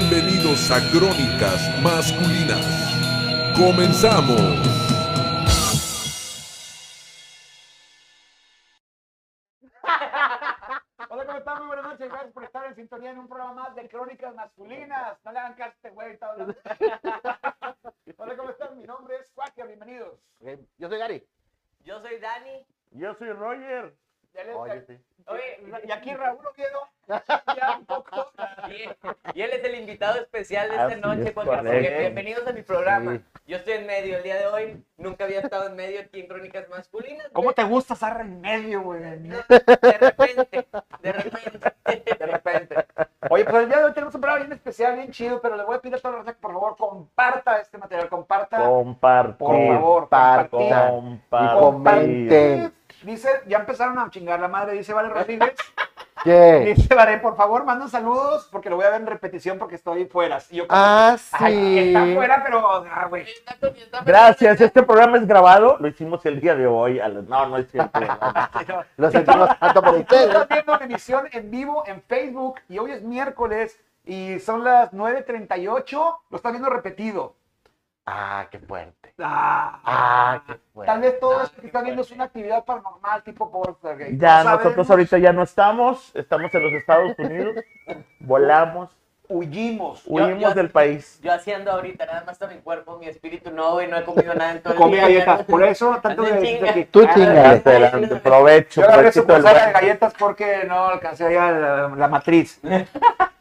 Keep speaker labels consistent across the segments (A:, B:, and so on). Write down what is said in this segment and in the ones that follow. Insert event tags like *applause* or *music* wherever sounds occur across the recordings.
A: bienvenidos a Crónicas Masculinas. Comenzamos.
B: Hola, ¿cómo están? Muy buenas noches. Gracias por estar en sintonía en un programa más de Crónicas Masculinas. No le hagan caso a este güey. Está hablando. Hola, ¿cómo están? Mi nombre es Quacker. Bienvenidos.
C: Eh, Yo soy Gary.
D: Yo soy Dani.
E: Yo soy Roger.
B: Ya les-
C: Oye, sí.
D: Oye,
B: Y aquí Raúl Oviedo. Ya un poco.
D: y, y él es el invitado especial de
E: Así
D: esta noche.
E: es,
D: Cuauhtémoc.
E: correcto.
D: bienvenidos a mi programa.
C: Sí.
D: Yo estoy en medio el día de hoy. Nunca había estado en medio aquí en Crónicas Masculinas.
B: ¿Cómo te gusta estar en medio, güey? De
D: De repente, de repente.
B: repente. Oye, pues el día de hoy tenemos un programa bien especial, bien chido, pero le voy a pedir a toda la raza que por favor comparta este material, comparta.
E: Compartir.
B: Por favor,
C: compartir.
E: Compartir.
C: Y comenten.
B: Dice, ya empezaron a chingar la madre, dice Vale Rodríguez.
C: ¿Qué?
B: Dice Vale, por favor, manden saludos porque lo voy a ver en repetición porque estoy fuera. Y yo,
C: Ah,
B: ay,
C: sí.
B: está fuera, pero, ah, güey.
E: Gracias, este programa es grabado, lo hicimos el día de hoy. a las- No, no es siempre. no.
C: Lo sentimos tanto por
B: Tú estás
C: ustedes.
B: viendo la emisión en vivo en Facebook y hoy es miércoles y son las 9.38, lo estás viendo repetido.
C: Ah, qué fuerte.
B: Ah,
C: Ah, qué fuerte.
B: Tal vez todo esto que estás viendo es una actividad paranormal tipo Poltergeist.
E: Ya
B: No
E: nosotros
B: sabemos,
E: ahorita ya no estamos, estamos en los Estados Unidos, volamos,
B: Huyimos.
E: huimos
D: yo-
E: del país.
D: Yo así ando ahorita, nada más está mi cuerpo, mi espíritu no, güey, no he comido nada en todo el
B: Comí
D: día.
B: galletas, por eso tanto
D: Ando en
B: de
D: chinga.
B: aquí.
C: Tú
B: Ah,
C: chinga.
E: Adelante, adelante, provecho,
B: Yo agarré
E: provechito del
B: sucursal de
E: buen-
B: galletas porque no alcancé allá la, la matriz.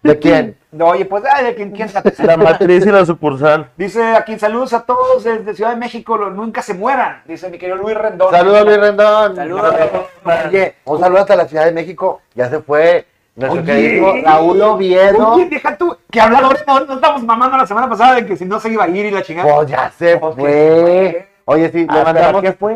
C: ¿De quién?
B: No, oye, pues, ay, de quien quién sabe.
E: La matriz y la sucursal.
B: Dice aquí, saludos a todos desde Ciudad de México, los nunca se mueran, dice mi querido Luis Rendón.
C: Saludos, Luis Rendón.
D: Saludos.
C: Oye, un saludo hasta la Ciudad de México. Ya se fue nuestro
B: Oye.
C: querido Raúl Oviedo.
B: Oye, deja tú, que hablador, no, no estamos mamando la semana pasada de que si no se iba a ir y la chingada.
C: Pues ya se
B: Ok.
C: fue. Oye, sí,
E: Ah,
C: le
E: pero
C: mandamos
E: ¿Qué fue?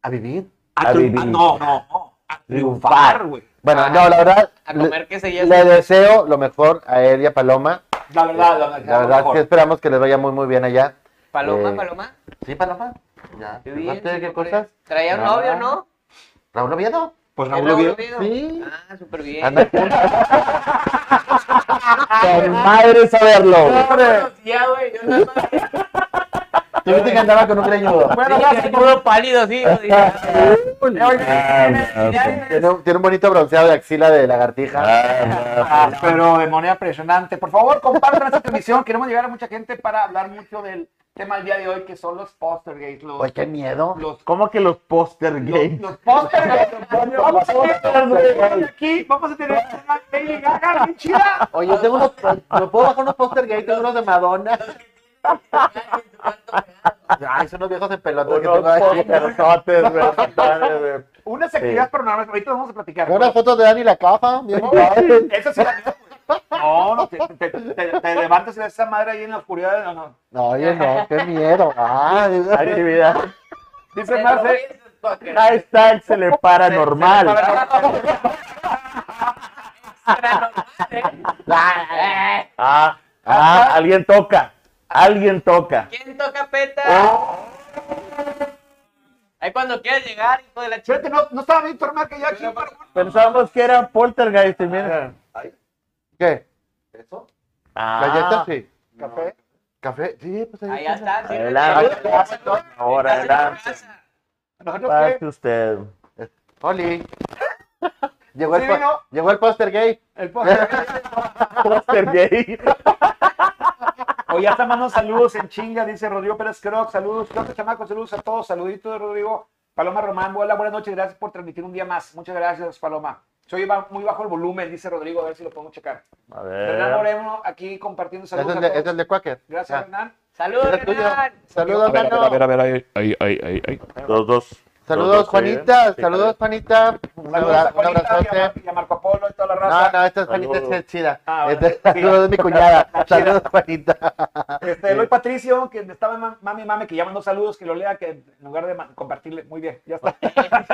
C: a vivir.
B: A
E: a
B: triunfar,
E: vivir.
B: no, no, no, a triunfar, güey.
C: Bueno,
D: Ah,
C: no, la verdad.
D: A
C: le-
D: comer que se
C: Le deseo lo mejor a él y a Paloma.
B: La verdad, la verdad.
C: La verdad, sí esperamos que les vaya muy, muy bien allá.
D: Paloma,
C: Eh,
D: paloma.
C: Sí, Paloma. Ya.
D: Qué bien,
C: ¿Fíjate
D: sí,
C: qué
D: hombre.
C: cosas?
D: Traía un
C: Ah.
D: novio, ¿no?
C: ¿Raúl Oviedo?
B: Pues
D: ¿Era
B: Raúl Oviedo.
D: Oviedo?
C: Sí.
D: Ah, súper bien. *laughs*
C: Anda juntos.
E: Con madre saberlo.
D: Ya, güey, yo nada más.
C: Tuviste que andaba con un greñudo.
B: Bueno,
D: Sí,
B: gracias.
D: todo pálido, sí. yo dije,
C: Tiene un, tiene un bonito bronceado de axila de lagartija.
B: Ah, pero de manera impresionante. Por favor, compartan esta transmisión. Queremos llegar a mucha gente para hablar mucho del tema del día de hoy, que son los poster gays. Los,
C: Oye, qué miedo.
B: los,
E: ¿Cómo que los poster
B: los,
E: gays?
B: los poster
C: *laughs*
B: gays. Vamos a tener aquí, vamos a tener una Lady Gaga bien chida.
C: Oye, yo tengo unos. ¿Me puedo bajar unos póster gay? Tengo unos de
D: *laughs*
C: Madonna. Ay, son unos viejos en pelotas que tengo
E: Unos
C: ahí.
E: posterzotes, güey, madre, güey.
B: Unas actividades paranormales. Ahorita vamos a platicar.
C: Unas fotos de Dani la caja. bien padre.
B: Eso sí la veo, güey. No, no, te, te- te- te levantas y ves esa madre ahí en la oscuridad. No, no.
C: No, oye, no, qué miedo. Ah,
E: Actividad.
B: Dice
D: Pero,
B: Marce,
D: güey, esos fuckers.
E: Hashtag se le paranormal. Ah, ah, alguien toca. Alguien toca.
D: ¿Quién toca peta? Ahí cuando quieras llegar, hijo de la
B: Fíjate,
D: chota.
B: no, no estaba Víctor Marca ya aquí. pero bueno.
E: Pensábamos que era poltergeist, y mira.
C: ¿Qué?
E: Ah,
B: Ah.
C: ¿Galletas? Sí. ¿Café? ¿Café? Sí, pues ahí
D: Ahí ya está. sí,
E: Adelante.
D: ayuda.
E: Ahora adelante.
B: Nosotros qué,
E: Pase usted.
C: Oli. Llegó el,
B: Sí,
C: po-
B: vino.
C: llegó el póster gay.
B: el podcast.
C: *laughs*
E: Poster gay.
B: Oye, ya está mandando saludos en chinga, dice Rodrigo Pérez Croc. Saludos, Croc, chamaco, saludos a todos. Saluditos de Rodrigo. Paloma Román, hola, buenas noches, gracias por transmitir un día más. Muchas gracias, Paloma. Soy ba- muy bajo el volumen, dice Rodrigo, a ver si lo podemos checar.
E: A
B: Hernán
E: ver.
B: Moreno aquí compartiendo
C: Ese
B: saludos.
C: es,
B: a
C: de,
B: todos.
C: ese es de Quaker.
B: Gracias,
C: Ah,
B: Hernán.
D: Saludos,
C: ese es tuyo.
D: Hernán.
C: Saludos, Nano.
E: Dos, dos.
C: Saludos,
E: Dos, dos, sí,
C: Juanita.
E: sí,
C: saludos,
E: claro.
C: Juanita. Un,
B: Saludos
C: abra-
B: a
C: un
B: Juanita y a
C: abrazote.
B: Mar- y a Marco Polo y toda la
C: No,
B: raza.
C: no, esta es Juanita
E: Saludos.
C: es chida.
B: Ah, bueno,
C: Este-
B: sí.
C: saludos,
B: *laughs*
C: mi cuñada. Saludos, Juanita.
B: Este, Eloy Patricio, que estaba ma- mami, mami, que ya mandó saludos, que lo lea, que en lugar de ma- compartirle, muy bien, ya
C: *laughs*
B: está.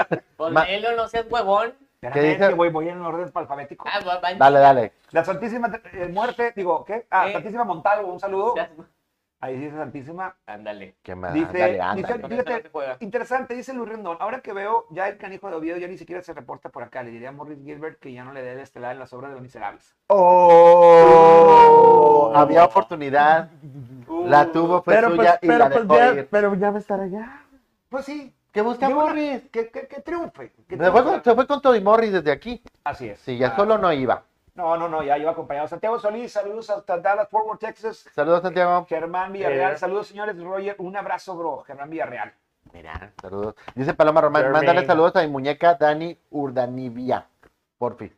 C: Ma-
D: Ponelo, no seas huevón.
B: Espérame,
C: dice?
B: que voy, voy en orden alfabético.
D: Ah, va- va-
C: Dale, dale.
B: La Santísima eh, Muerte, digo, ¿qué? Ah,
D: Eh.
B: Santísima Montalvo, un saludo.
D: ya-
B: Ahí dice Santísima.
D: Ándale.
C: ¿Qué más?
B: Dice-
C: dale,
B: dice-
C: ándale.
D: Con eso no se juega.
B: Interesante, dice Luis Rendón. Ahora que veo, ya el canijo de Oviedo ya ni siquiera se reporta por acá. Le diría a Morris Gilbert que ya no le dé la estelar en las obras de los miserables.
C: Oh, Hubo, había oportunidad,
B: Uh.
C: la tuvo, fue
E: pero, pues,
C: suya y
E: pero,
C: la
E: pues,
C: dejó
E: ya,
C: ir.
E: pero ya va a estar allá.
B: Pues sí,
C: ¿Qué busca
B: Digo,
C: Morris?
B: que, que, que triunfe. que
C: Se fue,
B: triunfe.
C: con, se fue con Tony Morris desde aquí.
B: Así es.
C: Sí, ya
B: Ah,
C: solo no iba.
B: No, no, no, ya iba acompañado. Santiago Solís, saludos hasta Dallas, Fort Worth, Texas.
C: Saludos, Santiago.
B: Germán Villarreal,
E: Eh.
B: saludos señores. Roger, un abrazo, bro. Germán Villarreal.
C: Mira, saludos. Dice Paloma Román,
E: Jermaine.
C: mándale saludos a mi muñeca Dani Urdanibia. Porfi.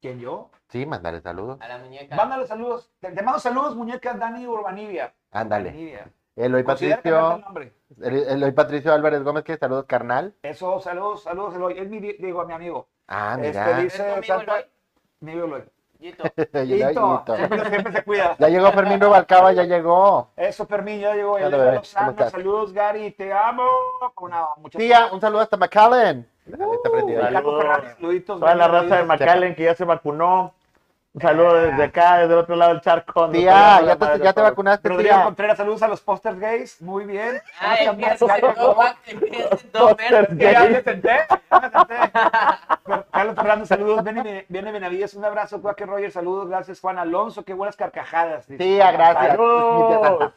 B: ¿Quién yo?
C: Sí, mándale saludos.
D: A la muñeca.
B: Ah. Mándale saludos. Te, te mando saludos, muñeca Dani Urbanivia.
C: Ándale.
B: Urbanivia.
C: Eloy
B: Considera cambiarte el
C: Patricio,
B: nombre.
C: Elo- Eloy Patricio Álvarez Gómez, que saludos, carnal.
B: Eso, saludos, saludos, Eloy. Es mi, di- digo, mi amigo.
C: Ah,
B: Este,
C: mira. *laughs*
B: dice-
D: ¿Es tu amigo,
B: Santa-
D: Eloy?
B: Mi amigo Eloy.
D: Yito.
C: Eloy,
B: Hito,
C: Hito.
B: siempre- siempre se cuida.
C: Ya llegó Fermín Rubalcaba, ya llegó.
B: Eso, Fermín, ya llegó.
C: Hola,
B: Elena
C: bebé,
B: Lozano,
C: ¿cómo estás?
B: saludos, Gary, te amo. Con una muchacha.
C: Tía, un saludo hasta McAllen. Ahí está prendido.
B: Caco
E: Saludos.
B: Fernández, saluditos.
E: Toda la raza de
B: saluditos.
E: McAllen que ya se vacunó. Un saludo desde acá, desde el otro lado del charco. donde
C: Tía,
E: tenemos la
C: Ah. ya te,
E: madre
C: ya te
E: todos.
C: vacunaste, ah,
B: Rodrigo
C: tía.
B: Contreras, saludos a los posters gays. Muy bien.
D: Ah,
B: Vamos a cambiar,
D: empieza en
B: Carlos.
D: dos va- empieza en dos verdes.
B: Ya, ya me senté, ya me senté.
E: *laughs*
B: Carlos Fernando, saludos. Viene, viene Benavides, un abrazo. Cuaque Roger, saludos. Gracias, Juan Alonso. Qué buenas carcajadas. dice.
C: Tía, gracias.
E: Saludos.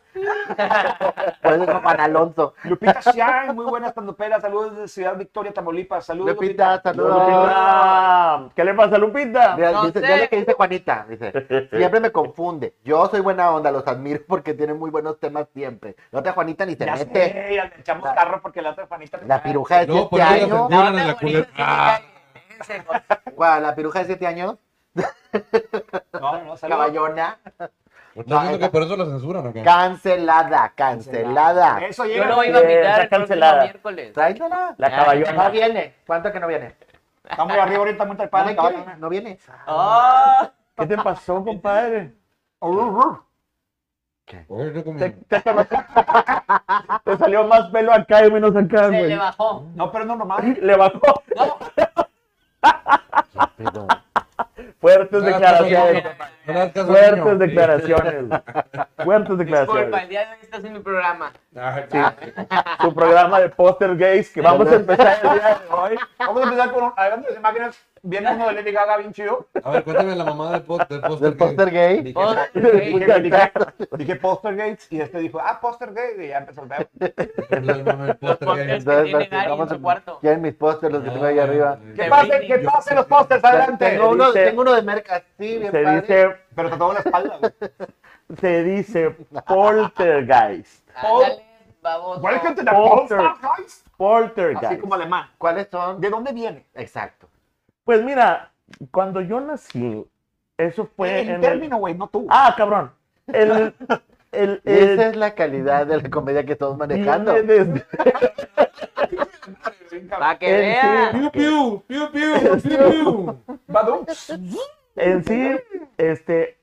C: Puedes con Juan Alonso.
B: Lupita Shine, muy buenas tanduperas. Saludos desde Ciudad Victoria, Tamaulipas. Saludos.
C: Lupita, saludos.
E: Lupita. ¿Qué le pasa a Lupita?
C: Mira,
D: No
C: dice,
D: sé.
C: mira lo que dice Juanita, dice, siempre me confunde. Yo soy buena onda, los admiro *laughs* porque tienen muy buenos temas siempre. La otra Juanita ni se
B: Ya
C: mete.
B: sé, ya le echamos carro porque la otra Juanita.
C: La piruja de
A: No,
C: 7
A: por eso la
C: años.
D: Ahora
A: censuran a la
D: bonito,
A: culera.
D: sí,
A: Ah,
D: cállense, por
C: ¿Cuál? La piruja de 7 años,
B: No, no, saludos.
C: caballona,
A: ¿Estás viendo que por eso la censuran o qué?
C: cancelada, cancelada.
B: Eso
D: Yo
B: llega.
D: lo iba a invitar
E: está
D: el próximo
E: cancelada.
D: miércoles.
C: Tráetela.
E: La caballona.
C: No viene. ¿Cuánto que no viene?
B: Está muy arriba ahorita, muy
C: ¿No
B: trepado
C: le
B: el
C: quiere?
B: caballo.
C: No viene.
D: Ah,
E: *laughs* ¿Qué te pasó, compadre?
A: Oye, no comí.
E: Te, te acabas- te salió más pelo acá y menos acá,
D: se le
E: güey.
D: bajó.
B: No, pero no nomás.
E: Le bajó
C: Pero-
E: fuertes
A: No hagas
E: declaraciones.
A: caso, no hagas caso,
E: Fuertes
A: niño.
E: declaraciones. güey. Fuertes
D: Disculpa,
E: declaraciones.
D: el día de hoy estás en mi programa.
A: Ah,
E: Su programa de póster gays que vamos a empezar el día de hoy.
B: Vamos a empezar con. Hablando de imágenes, viene uno de Lady Gaga bien chido.
A: A ver, cuéntame la mamá del póster.
C: ¿Del póster gay?
A: Dije,
D: Oh,
B: Dije,
D: ok.
B: dije, dije Poster Gates y este dijo, ah, Poster Gates. Y ya empezó el
C: *laughs*
B: pedo.
A: la mamá del
D: *laughs*
A: póster
D: Los
A: gay.
D: pósters.
C: Entonces,
D: tiene
C: pues,
D: Gary en
C: vamos
D: su
C: a-
D: cuarto.
C: Quieren mis pósters, los que
A: No,
C: tengo ahí arriba.
A: güey.
B: Que pasen, que pasen los posters, adelante.
C: Tengo uno,
E: dice-
C: tengo uno de merca, sí, bien
E: Se
C: padre.
E: dice,
B: Pero te tomo la espalda. güey.
E: se dice poltergeist.
D: Ándale, baboso.
B: ¿Cuál es que te da
E: Poster.
B: Poster Gates? Así
E: Poltergeist.
B: como alemán.
C: ¿Cuáles son?
B: ¿De dónde viene?
C: Exacto.
E: Pues mira, cuando yo nací, eso fue
B: el
E: en el-
B: término, güey, no tú.
E: Ah, cabrón. El, el,
C: *laughs*
E: el-
C: Esa es la calidad de la comedia que estamos manejando.
E: viene desde-
D: Para que
E: el-
D: vean.
A: Piu, piu, piu, piu, piu, piu.
C: *laughs*
B: Badum.
E: en sí, este,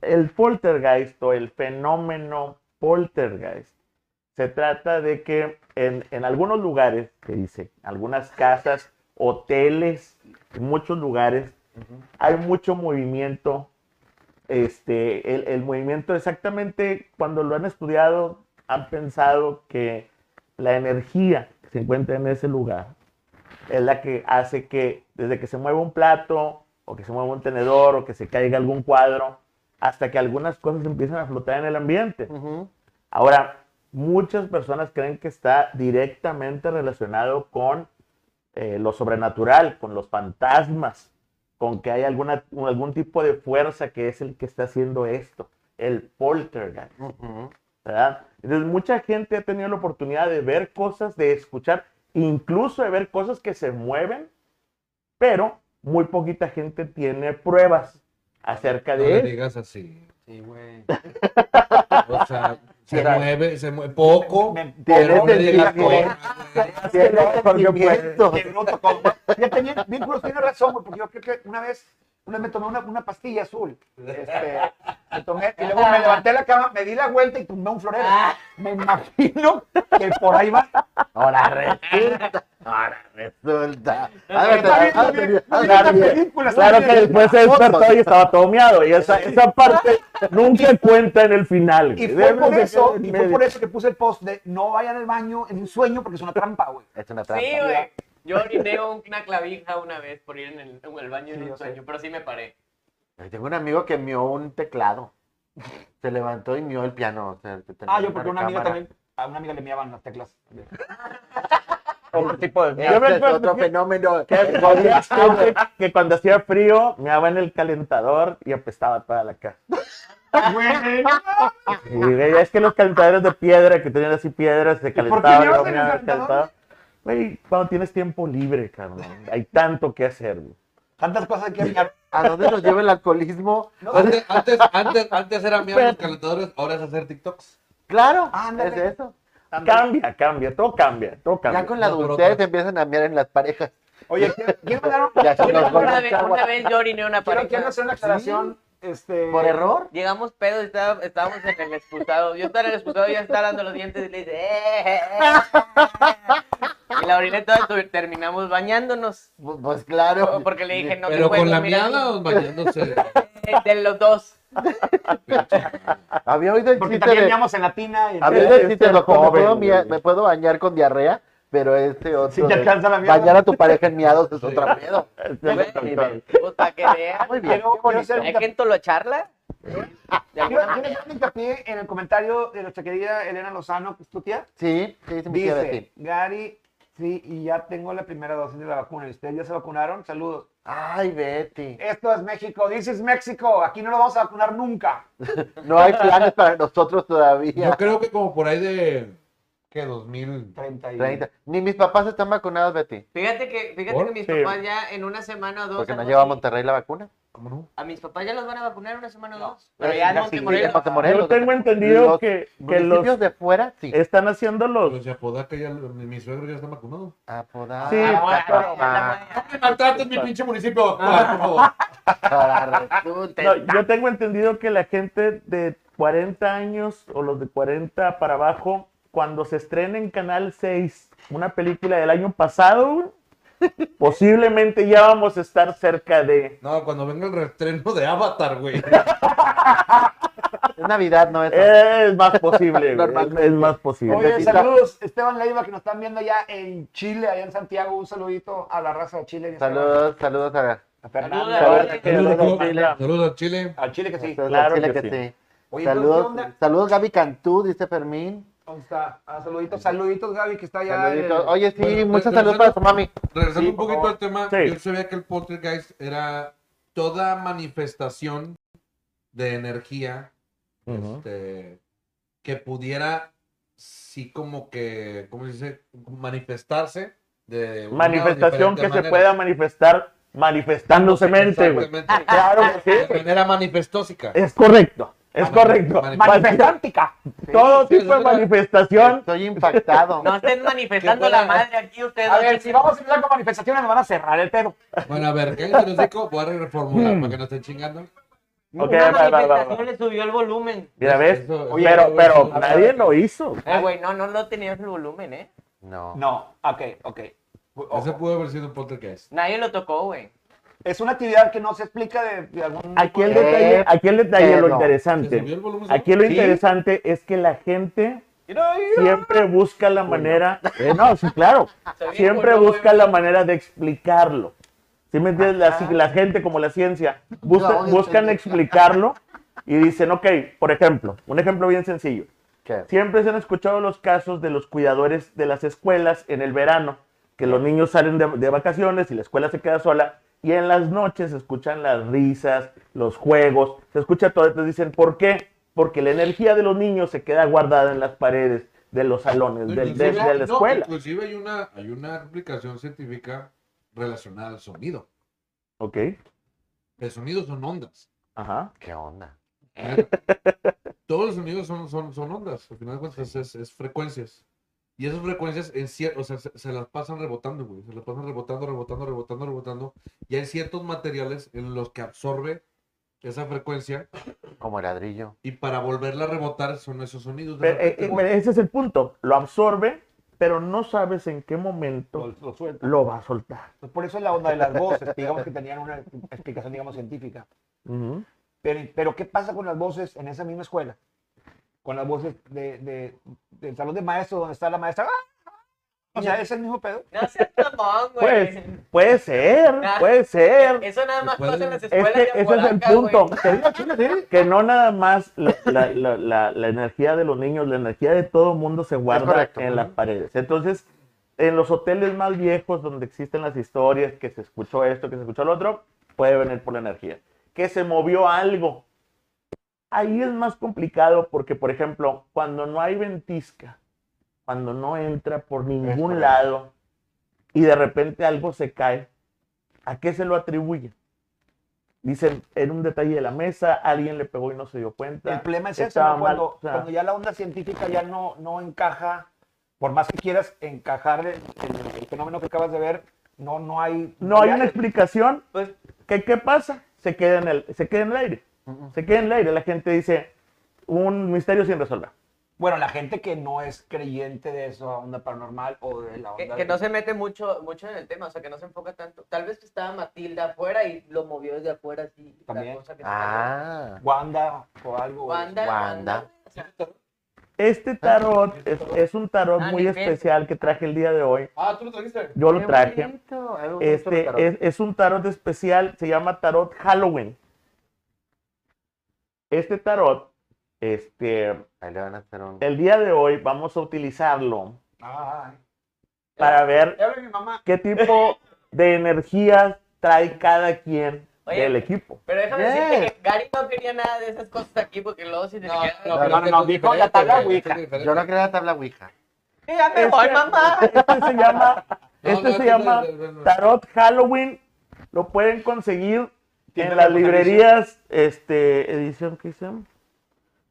E: el poltergeist o el fenómeno poltergeist se trata de que en, en algunos lugares, que dice, algunas casas, hoteles, en muchos lugares, hay mucho movimiento. Este, el, el movimiento exactamente cuando lo han estudiado, han pensado que la energía que se encuentra en ese lugar es la que hace que desde que se mueva un plato o que se mueva un tenedor o que se caiga algún cuadro, hasta que algunas cosas empiezan a flotar en el ambiente.
C: Ujú.
E: Ahora, muchas personas creen que está directamente relacionado con eh, lo sobrenatural, con los fantasmas, con que hay alguna, algún tipo de fuerza que es el que está haciendo esto, el poltergeist.
C: Ujú.
E: ¿verdad? Entonces, mucha gente ha tenido la oportunidad de ver cosas, de escuchar, incluso de ver cosas que se mueven, pero muy poquita gente tiene pruebas acerca
A: No le
E: de eso.
A: digas así.
D: Sí, güey.
A: *laughs* O sea, se mueve, se mueve poco,
B: Me-
A: pero no le
C: Tiene
A: digas
C: sentimiento.
A: todo.
C: Tiene
E: porque, pues,
C: sentimientos.
B: Que no tocó, güey. Ya tenía, bien curioso, tiene razón, güey, porque yo creo que una vez, una vez me tomé una, una pastilla azul. Este, me tomé, y luego me levanté de la cama, me di la vuelta y tumbé un florero.
D: Ah.
B: Me imagino que por ahí va.
C: Ahora resulta. Ahora resulta. A ver,
B: Está bien,
C: a
B: Ah, está
C: ver,
B: bien, está
C: a ver,
B: bien,
C: a
B: está
C: ver.
B: bien, película, está
E: Claro
B: bien.
E: que después se despertó y estaba todo miado. Y esa, esa parte nunca cuenta en el final.
B: Y
E: güey.
B: fue
E: Debemos
B: por
E: de
B: eso,
E: quedar
B: y
E: en
B: fue
E: medio.
B: por eso que puse el post de no vayan al baño en un sueño porque es una trampa, güey.
C: Es una trampa.
D: Sí, güey. Yo oriné una clavija una vez por ir en el, en el baño
B: Sí,
D: en
B: yo
D: un
B: sé.
D: sueño, pero sí me paré.
C: Ay, Tengo un amigo que mió un teclado. Se levantó y mió el piano. o sea, que tenía
B: Ah, yo porque una amiga
C: recámara.
B: también, a una amiga le miaban las *laughs* teclas. Otro tipo de...
E: Yo
C: Este
E: me
C: es
E: acuerdo
C: otro
E: que-
C: fenómeno.
E: Que
B: *laughs*
E: cuando, que- que cuando hacía frío, me daba en el calentador y apestaba toda la casa. Y güey, es que los calentadores de piedra que tenían así piedras se
B: por qué
E: calentaban.
B: llevas
E: luego
B: en
E: me
B: el
E: daban
B: calentador?
E: calentado. Güey, cuando tienes tiempo libre, cabrón. Hay tanto que hacer, güey.
B: Tantas cosas que miar.
C: ¿A dónde nos lleva el alcoholismo?
A: Antes, antes, antes, antes era mirar los calentadores, ahora es hacer TikToks.
C: Claro,
B: Ándale.
C: es eso.
E: Cambia, cambia, todo cambia, todo
C: Ya
E: cambia.
C: con la
A: No, por
C: adultez
A: otra.
C: empiezan a mirar en las parejas.
B: Oye, quiero- quiero mandar un-
C: Ya se
B: quiero
C: nos
B: mandar
D: Una
B: una-
D: vez, una vez yo oriné una
B: quiero- quiero
D: pareja.
B: hacer una aclaración. Este,
C: ¿Por error?
D: Llegamos pedos, estaba- estábamos en el expulsado. Yo estaba en el expulsado, ya estaba dando los dientes y le dice, "Eh, eh, eh". Y la oriné toda, tu- terminamos bañándonos.
C: Pues, pues claro.
D: Porque le dije, no te
A: Pero
D: puedes
A: con la
D: mirar".
A: miada o bañándose.
D: Eh, De los dos.
C: Había oído el
B: Porque
C: chiste
B: también
C: de...
B: miamos en la tina. y-
C: Había
E: ver,
C: oído el
E: este
C: chiste de
E: era
C: loco, me
E: joven,
C: puedo, mia-
E: güey.
C: me puedo bañar con diarrea, pero este otro...
B: Si te
C: de
B: alcanza la mierda.
C: Bañar a tu pareja en miados es
A: Sí.
C: otra
A: *laughs*
C: pedo.
D: Pues, para que vean.
C: Muy bien.
B: Quiero, quiero hacer un
D: Hay gente lo charla. De
B: Quiero
D: alguna
B: quiero hacer un hincapié en el comentario de nuestra querida Elena Lozano, que es tu tía.
C: Sí, sí, sí, me quiere decir.
B: Dice, Gary, sí, y ya tengo la primera dosis de la vacuna. ¿Y ustedes ya se vacunaron? Saludos.
C: Ay, Betty.
B: Esto es México. This is México. Aquí no lo vamos a vacunar nunca.
C: No hay planes para nosotros
A: Yo
C: todavía.
A: creo que como por ahí de. ¿Qué? 2000.
B: 30 y...
C: 30. Ni mis papás están vacunados, Betty.
D: Fíjate que, fíjate
A: ¿Por?
D: que mis
E: Sí.
D: papás ya en una semana o dos.
C: Porque no
D: algo
C: lleva a
D: así,
C: Monterrey la vacuna.
A: ¿Cómo no?
D: A mis papás ya los van a vacunar en una semana o
B: No.
D: dos. Pero
C: Eh,
D: ya en
C: ya
D: Montemorelos.
C: sí, en Montemorelos.
E: Yo tengo entendido
C: Los
E: que, que los
C: Municipios de fuera, sí.
E: están haciendo los.
A: Los de Apodaca pues, ya, mi, mi suegro ya está vacunado.
C: Apodado.
E: Sí,
D: Ah,
C: papá.
D: bueno, ya,
A: ¡Me maltrates mi pinche municipio! por favor!
C: ah, Ahora
D: ya,
E: No,
D: ya.
E: yo tengo entendido que la gente de 40 años o los de 40 para abajo, cuando se estrene en Canal 6 una película del año pasado, güey, posiblemente ya vamos a estar cerca de...
A: No, cuando venga el reestreno de Avatar, güey.
C: Es Navidad, no es.
E: Es más posible, güey, es,
C: Normalmente.
E: es más posible.
B: Oye,
C: Necesita-
B: saludos. Esteban Leiva, que nos están viendo allá en Chile, allá en Santiago. Un saludito a la raza de Chile.
C: Saludos, saludos a.
B: A Fernando.
D: Saludos.
B: Saludos.
E: Saludos, Chile.
A: Saludos, Chile. Saludos a Chile.
B: A Chile que sí.
C: saludos
E: Claro
C: a Chile
E: que
C: que sí.
E: sí.
B: Oye, entonces, ¿qué
C: Saludos,
B: onda?
C: saludos Gaby Cantú, dice Fermín.
B: ¿Dónde está? Ah, saluditos, saluditos, Gaby, que está allá.
C: Saluditos.
B: en-
C: Oye, sí,
A: Bueno,
C: muchos
A: regresando-
C: saludos para tu mami.
A: Regresando
B: Sí,
A: un
B: por
A: poquito
B: favor.
A: al tema,
E: Sí.
A: yo sabía que el poltergeist era toda manifestación de energía
E: Ujú.
A: este, que pudiera, sí, como que, ¿cómo se dice? Manifestarse. De una
E: Manifestación
A: diferente
E: que se
A: manera.
E: pueda manifestar manifestándose mente, güey.
A: Exactamente.
E: Claro que sí.
A: De manera manifestósica.
E: Es correcto, es
A: Mani-
E: correcto.
A: mani-
B: Manifestántica.
E: Todo
A: sí,
E: tipo de
A: sí, sí.
E: manifestación
C: Estoy impactado.
D: *laughs* No estén manifestando la madre aquí ustedes.
B: A
D: dos
B: ver,
D: chicos.
B: si vamos a empezar con manifestaciones, nos van a cerrar el pedo.
A: Bueno, a ver, ¿qué se los digo? Voy a reformular
E: Hmm.
A: para que no estén chingando.
E: Ok,
D: Una
E: va, va, va, va.
D: manifestación le subió el volumen.
E: Mira, ¿ves?
A: Eso-
B: Oye,
E: pero
A: eso-
E: pero
A: eso-
E: nadie lo hizo.
D: Eh, güey, no, no lo tenías el volumen, ¿eh?
C: No.
B: No, ok, ok.
A: Ese pudo haber sido un poltergeist.
D: Nadie lo tocó, güey.
B: Es una actividad que no se explica de, de algún.
E: Aquí el
C: Eh,
E: detalle, aquí el detalle
C: pero.
E: lo
A: ¿Se subió el
E: interesante.
A: volumen?
E: Aquí lo
B: Sí.
E: interesante es que la gente
B: Mira, mira.
E: siempre busca la
A: *laughs*
E: manera, Eh, no, sí, claro,
D: Está
A: pues,
D: bien,
E: siempre
D: boludo,
E: busca
D: güey.
E: la manera de explicarlo. ¿Sí me entiendes? La, ci- la gente, como la ciencia, busca-
C: No,
E: buscan
C: entendí.
E: explicarlo y dicen, ok, por ejemplo, un ejemplo bien sencillo.
C: ¿Qué?
E: Siempre se han escuchado los casos de los cuidadores de las escuelas en el verano, que los niños salen de, de vacaciones y la escuela se queda sola, y en las noches se escuchan las risas, los juegos, se escucha todo, entonces dicen, ¿por qué? Porque la energía de los niños se queda guardada en las paredes de los salones,
A: Pues
E: del- del- de,
A: Inclusive-
E: la
A: no,
E: escuela.
A: inclusive hay una, hay una aplicación científica relacionada al sonido.
E: Ok,
A: El sonido son
E: *laughs*
A: ondas.
E: ajá.
C: ¿Qué onda?
A: Todos los sonidos son, son, son ondas. Al final de cuentas es, es frecuencias. Y esas frecuencias en cier- o sea, se, se las pasan rebotando, güey. Se las pasan rebotando, rebotando, rebotando, rebotando. Y hay ciertos materiales en los que absorbe esa frecuencia
C: Como ladrillo.
A: y para volverla a rebotar son esos sonidos. de
E: Pero, eh,
A: repente,
E: eh,
A: güey.
E: ese es el punto, lo absorbe, pero no sabes en qué momento
B: Lo, lo suelta.
E: lo va a soltar.
B: Pues por eso es la onda de las voces. Digamos que tenían una explicación, digamos, científica.
E: Ujú.
B: Pero, pero ¿qué pasa con las voces en esa misma escuela? Con las voces de, de- del salón de maestros donde está la maestra. ¡Ah! O sea, es el mismo pedo.
D: No seas mamón, güey.
E: Pues, puede ser,
D: Nah.
E: puede ser.
D: Eso nada más pasa en las
E: Es
D: escuelas
E: que
D: de
E: Este, ese es el
D: Apodaca,
E: punto.
D: güey.
E: Te digo que no nada más la, la- la- la- la energía de los niños, la energía de todo mundo se guarda
C: correcto.
E: en las paredes. Entonces, en los hoteles más viejos donde existen las historias, que se escuchó esto, que se escuchó lo otro, puede venir por la energía. Que se movió algo. Ahí es más complicado porque, por ejemplo, cuando no hay ventisca, cuando no entra por ningún lado y de repente algo se cae, ¿a qué se lo atribuyen? Dicen, era un detalle de la mesa, alguien le pegó y no se dio cuenta.
B: El problema es eso, ¿no?
E: estaba mal,
B: cuando,
E: o sea.
B: cuando ya la onda científica ya no, no encaja, por más que quieras encajar el, el- el fenómeno que acabas de ver, no, no hay...
E: No hay una
B: ya-
E: explicación.
D: Pues,
E: ¿Qué, qué pasa? Se queda, en el, se queda en el aire. Se queda en el aire. La gente dice, un misterio sin resolver.
B: Bueno, la gente que no es creyente de esa onda paranormal o de la onda...
D: que, que no se mete mucho, mucho en el tema, o sea, que no se enfoca tanto. Tal vez que estaba Matilda afuera y lo movió desde afuera así. la
B: También.
D: cosa que se
C: Ah.
B: Wanda o algo.
D: cayó. Wanda.
C: Wanda.
D: Wanda. o sea,
E: Este tarot es, es un tarot
D: Ah,
E: muy
D: ni pedo.
E: especial que traje el día de hoy.
A: Ah, tú lo trajiste.
E: Yo lo
C: Qué
E: traje.
C: bonito. A mí me gustan los
E: Este
C: tarot.
E: es, es un tarot especial, se llama Tarot Halloween. Este tarot, este,
C: Ahí le van a hacer un...
E: el día de hoy vamos a utilizarlo
B: Ay.
A: Eh.
E: para ver
B: Ya habla mi mamá.
E: qué
A: *laughs*
E: tipo de energías trae cada quien
D: Oye.
E: del equipo.
D: Pero déjame
C: Bien.
D: decirte que Gary no quería nada de esas cosas aquí porque luego si te
A: No,
D: quedas-
A: no,
C: no,
A: pero
B: no, no,
A: este
B: dijo
A: es
B: la tabla
A: diferente,
B: Ouija.
A: este es
C: Yo no
A: diferente.
C: creé la tabla Ouija.
D: Sí, ya me voy,
E: Este-
D: mamá.
E: Este se llama, este
A: no,
E: se
A: este
E: llama
A: es de- de- de-
E: Tarot Halloween. Lo pueden conseguir
B: Tienda
E: en las
B: de Mona
E: librerías, este, edición, ¿qué se llama?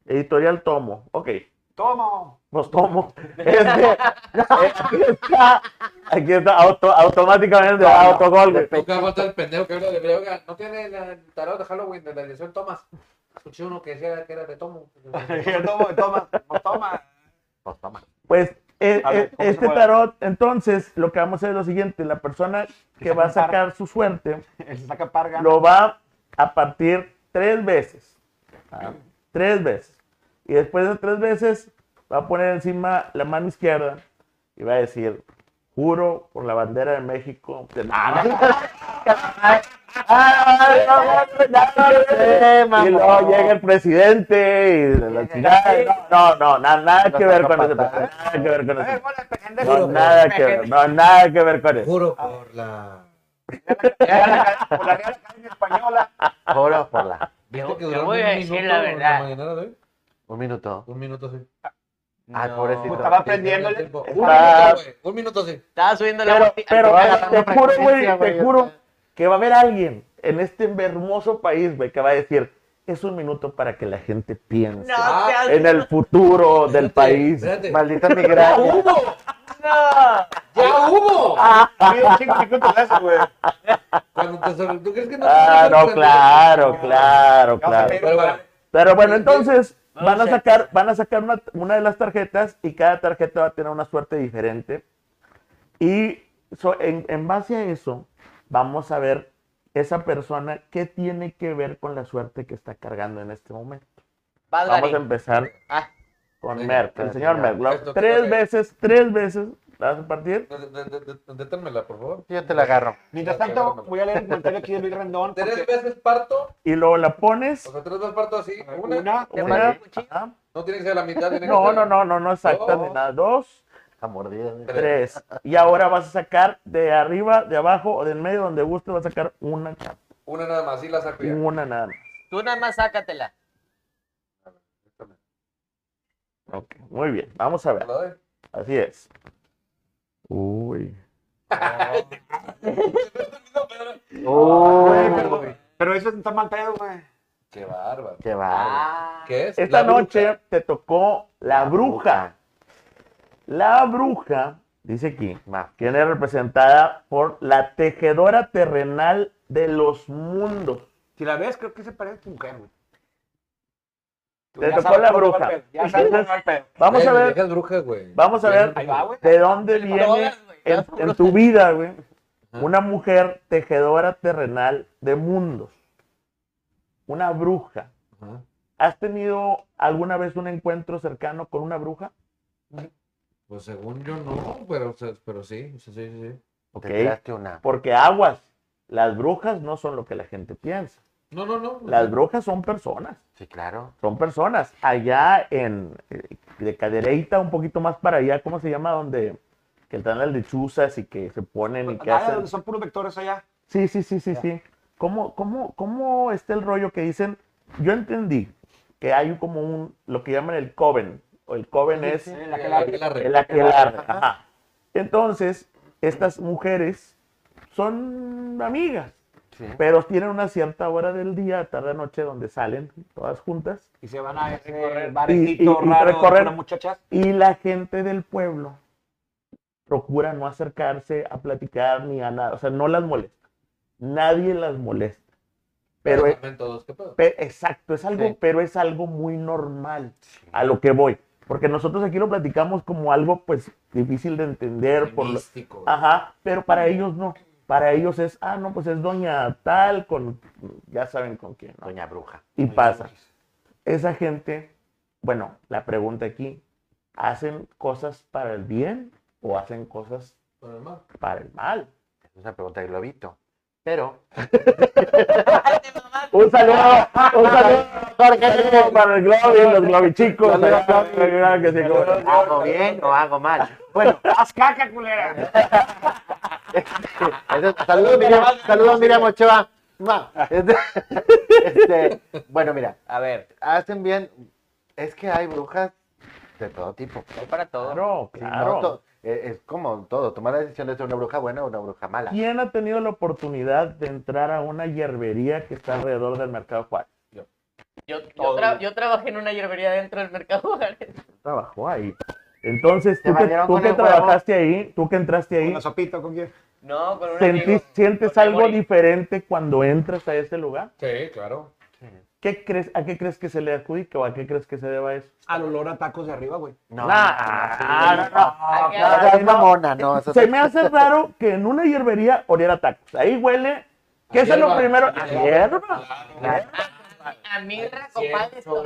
E: Editorial Tomo. Ok,
B: Tomo.
E: *laughs* los tomo. Este, aquí está, *laughs* aquí está, auto- automáticamente autogol, güey.
A: Nunca falta el pendejo que habla de Oiga, no tiene la- el tarot de Halloween de la edición Thomas. Escuché uno que decía que era de Tomo.
B: Tomo, toma,
E: *laughs*
B: toma.
C: Pues toma.
E: Pues eh,
B: A ver,
E: eh,
B: ¿cómo se
E: este
B: juega?
E: tarot, entonces lo que vamos a hacer es lo siguiente, la persona que
B: saca
E: va a
B: un par.
E: sacar su suerte
B: Él se saca parga.
E: lo va a partir tres veces. Ah, Tres veces. Y después de tres veces va a poner encima la mano izquierda y va a decir, juro por la bandera de México. *laughs* Nada.
C: Eh, mamá.
E: Ah, Y luego llega el presidente y la chingada. No, no, no, nada, nada que ver con eso. Nada que ver
B: A ver,
E: con eso.
B: Eh, bueno, pendejo.
E: No, nada que ver, no, nada que ver con eso.
A: Juro por la.
B: Por la Real Academia
E: *laughs*
B: Española.
C: Juro por la...
A: Veo que
D: Te
A: duró un
D: voy a decir
A: minuto
D: la
A: en
D: verdad.
A: mañanera de hoy.
C: Un minuto.
A: Un minuto así.
C: Ay,
D: No.
C: pobrecito.
B: Puta, va aprendiéndole.
A: Tiempo. Un
E: Está-
A: minuto, güey. Un minuto así.
D: Estaba subiendo la este, botella.
E: Pero, pero
C: Te va a dar
E: te
C: una
E: juro,
C: frecuencia,
E: güey, te
C: güey, o
E: juro
C: sea.
E: que va a haber alguien en este hermoso país, güey, que va a decir, es un minuto para que la gente piense
D: No,
A: Ah,
D: seas-
E: en el futuro del
A: Espérate,
E: país.
A: espérate.
C: Maldita
A: ¡Ya
C: migraña.
A: hubo!
D: no.
A: ¡Ya hubo! Ah.
B: Ha habido un chingo de minutos de eso, güey.
A: Cuando te sor- pues, ¿Tú crees que no te
E: Ah,
A: vas a
E: no,
A: sorprender?
E: claro, claro,
B: Ya,
E: claro.
B: pero-
A: Pero bueno,
E: Pero bueno, entonces
D: No
E: van a
D: sé.
E: sacar, van a sacar una, una de las tarjetas y cada tarjeta va a tener una suerte diferente. Y so- en, en base a eso, vamos a ver esa persona qué tiene que ver con la suerte que está cargando en este momento.
D: Vas,
E: Vamos a
D: Gary.
E: empezar
D: Ah.
E: con
A: Venga,
E: Merck, el
C: espérate,
E: señor
C: ya.
E: Merck. Lo-
A: Esto,
E: Tres
A: ok.
E: veces, tres veces, ¿la vas a partir?
A: de- de- de- de- deténmela, por favor.
C: Yo te la agarro.
B: Mientras tanto, voy a leer el comentario aquí de Luis Rendón.
A: Tres
B: porque-
A: veces parto,
E: Y luego la pones.
A: o sea, tres veces parto así. Ah, Una,
B: Una.
D: ¿Te
E: una,
D: parece un cuchillo?
E: ajá.
A: no tiene que ser la mitad. tiene que
E: No,
A: ser-
E: no, no, no, no exacta ni
A: Dos.
E: nada. Dos.
C: Está mordida. güey.
E: Tres. Y ahora vas a sacar de arriba, de abajo o del medio, donde guste, vas a sacar una,
A: Una nada más, y la saco ya.
E: una nada más.
D: Tú nada más sácatela.
E: Ok, muy bien. Vamos a
A: ¿Te
E: ver.
A: la doy?
E: Así es. Uy. Oh.
C: Uy,
B: Güey, pero- Pero eso está mal pedo, güey.
A: Qué bárbaro.
C: qué va.
B: Ah.
A: ¿Qué es?
E: Esta
A: La bruja.
E: noche te tocó la bruja. La bruja, dice aquí,
C: Ma.
E: quien es representada por la tejedora terrenal de los mundos.
B: Si la ves, creo que se parece a tu mujer, güey.
E: Te
B: Ya
E: tocó
B: sabes
E: la
B: cómo va el
E: bruja.
B: pedo, Ya sabes cómo va el pedo.
E: Vamos a
A: Güey, mi
E: ver,
A: vieja es bruja, güey.
E: vamos a
A: Mi vieja
E: ver.
A: es
B: Ahí
A: bruja.
B: va, güey.
E: de dónde
D: Todas,
E: viene
D: güey,
E: en,
D: todas
E: en
D: brujas.
E: tu vida, güey,
A: Ajá.
E: una mujer tejedora terrenal de mundos. Una bruja.
A: Ajá.
E: ¿Has tenido alguna vez un encuentro cercano con una bruja?
A: Pues según yo no, pero, o sea, pero sí, sí, sí, sí.
E: ¿ok?
C: Te creaste una.
E: Porque aguas, las brujas no son lo que la gente piensa.
A: No, no, no.
E: Las brujas son personas,
C: Sí, claro.
E: son personas. Allá en eh, de Cadereyta, un poquito más para allá, ¿cómo se llama? Donde que están las lechuzas y que se ponen y que
B: Ah,
E: hacen.
B: donde son puros vectores allá.
E: Sí, sí, sí, sí,
B: Ya.
E: sí. ¿Cómo, cómo, ¿Cómo está el rollo que dicen? Yo entendí que hay como un, lo que llaman el coven, o el coven es
B: En la que la-
A: la re-
E: el aquelarre, ajá. Entonces, estas mujeres son amigas,
C: Sí.
E: pero tienen una cierta hora del día, tarde noche, donde salen todas juntas.
B: Y se van a
D: recorrer.
B: ese barecito
E: Y- y- y
B: raro
E: recorrer.
B: con las muchachas.
E: Y la gente del pueblo procura no acercarse a platicar ni a nada, o sea, no las molesta. Nadie las molesta. Pero, es-
A: Saben todos, ¿qué pedo?
E: pe- exacto, es algo,
C: Sí.
E: pero es algo muy normal.
C: Sí.
E: a lo que voy. Porque nosotros aquí lo platicamos como algo pues difícil de entender. Por lo- Ah.
A: Místico.
E: Ajá, pero para ellos no. Para ellos es, ah, no, pues es doña tal con, ya saben con quién. ¿no?
C: Doña Bruja.
E: Y pasa. Esa gente, bueno, la pregunta aquí, ¿hacen cosas para el bien o hacen cosas
A: Pero además,
E: para el mal?
C: Es una pregunta de globito. Pero,
E: Un saludo, un saludo para el Globo y los Globichicos. Claro que sí, cómo no.
C: ¿hago bien o hago mal? Bueno,
B: ¡Haz caca, culera!
C: Eso- Saludos, Miriam. Saludos, Miriam Ochoa. Ma, este- este, bueno, mira,
D: A ver,
C: hacen bien. Es que hay brujas de todo tipo.
D: hay para todo.
E: Claro,
C: Sí, no to-
E: claro.
C: eh, es como todo. Tomar la decisión de ser una bruja buena o una bruja mala.
E: ¿Quién ha tenido la oportunidad de entrar a una hierbería que está alrededor del Mercado Juárez?
D: Yo, yo, tra- yo trabajé en una hierbería dentro del mercado Juárez.
E: Trabajó ahí. Entonces,
C: Te
E: tú que,
C: barrieron
E: tú
C: con
E: que
C: el huevo.
E: trabajaste ahí, tú que entraste
B: ¿Con
E: ahí,
B: la sopita con quién?
D: No, con un
E: sentís-
D: amigo.
E: ¿sientes
D: Con
E: algo
D: Emory.
E: diferente cuando entras a ese lugar?
A: sí, claro.
E: ¿Qué crees, ¿A qué crees que se le adjudica o a qué crees que se deba eso?
B: Al olor a tacos de arriba, güey.
C: No,
E: Nah,
C: no, no, no.
D: Ah,
E: no,
D: que-
C: No,
E: no,
C: seas
E: no.
C: mamona, no, eso
E: Se
C: sí.
E: me hace raro que en una hierbería oliera tacos. Ahí huele. ¿Qué es lo
A: Hierba.
E: primero? A hierba.
A: Claro.
D: A mí, Racopal,
A: Cierto.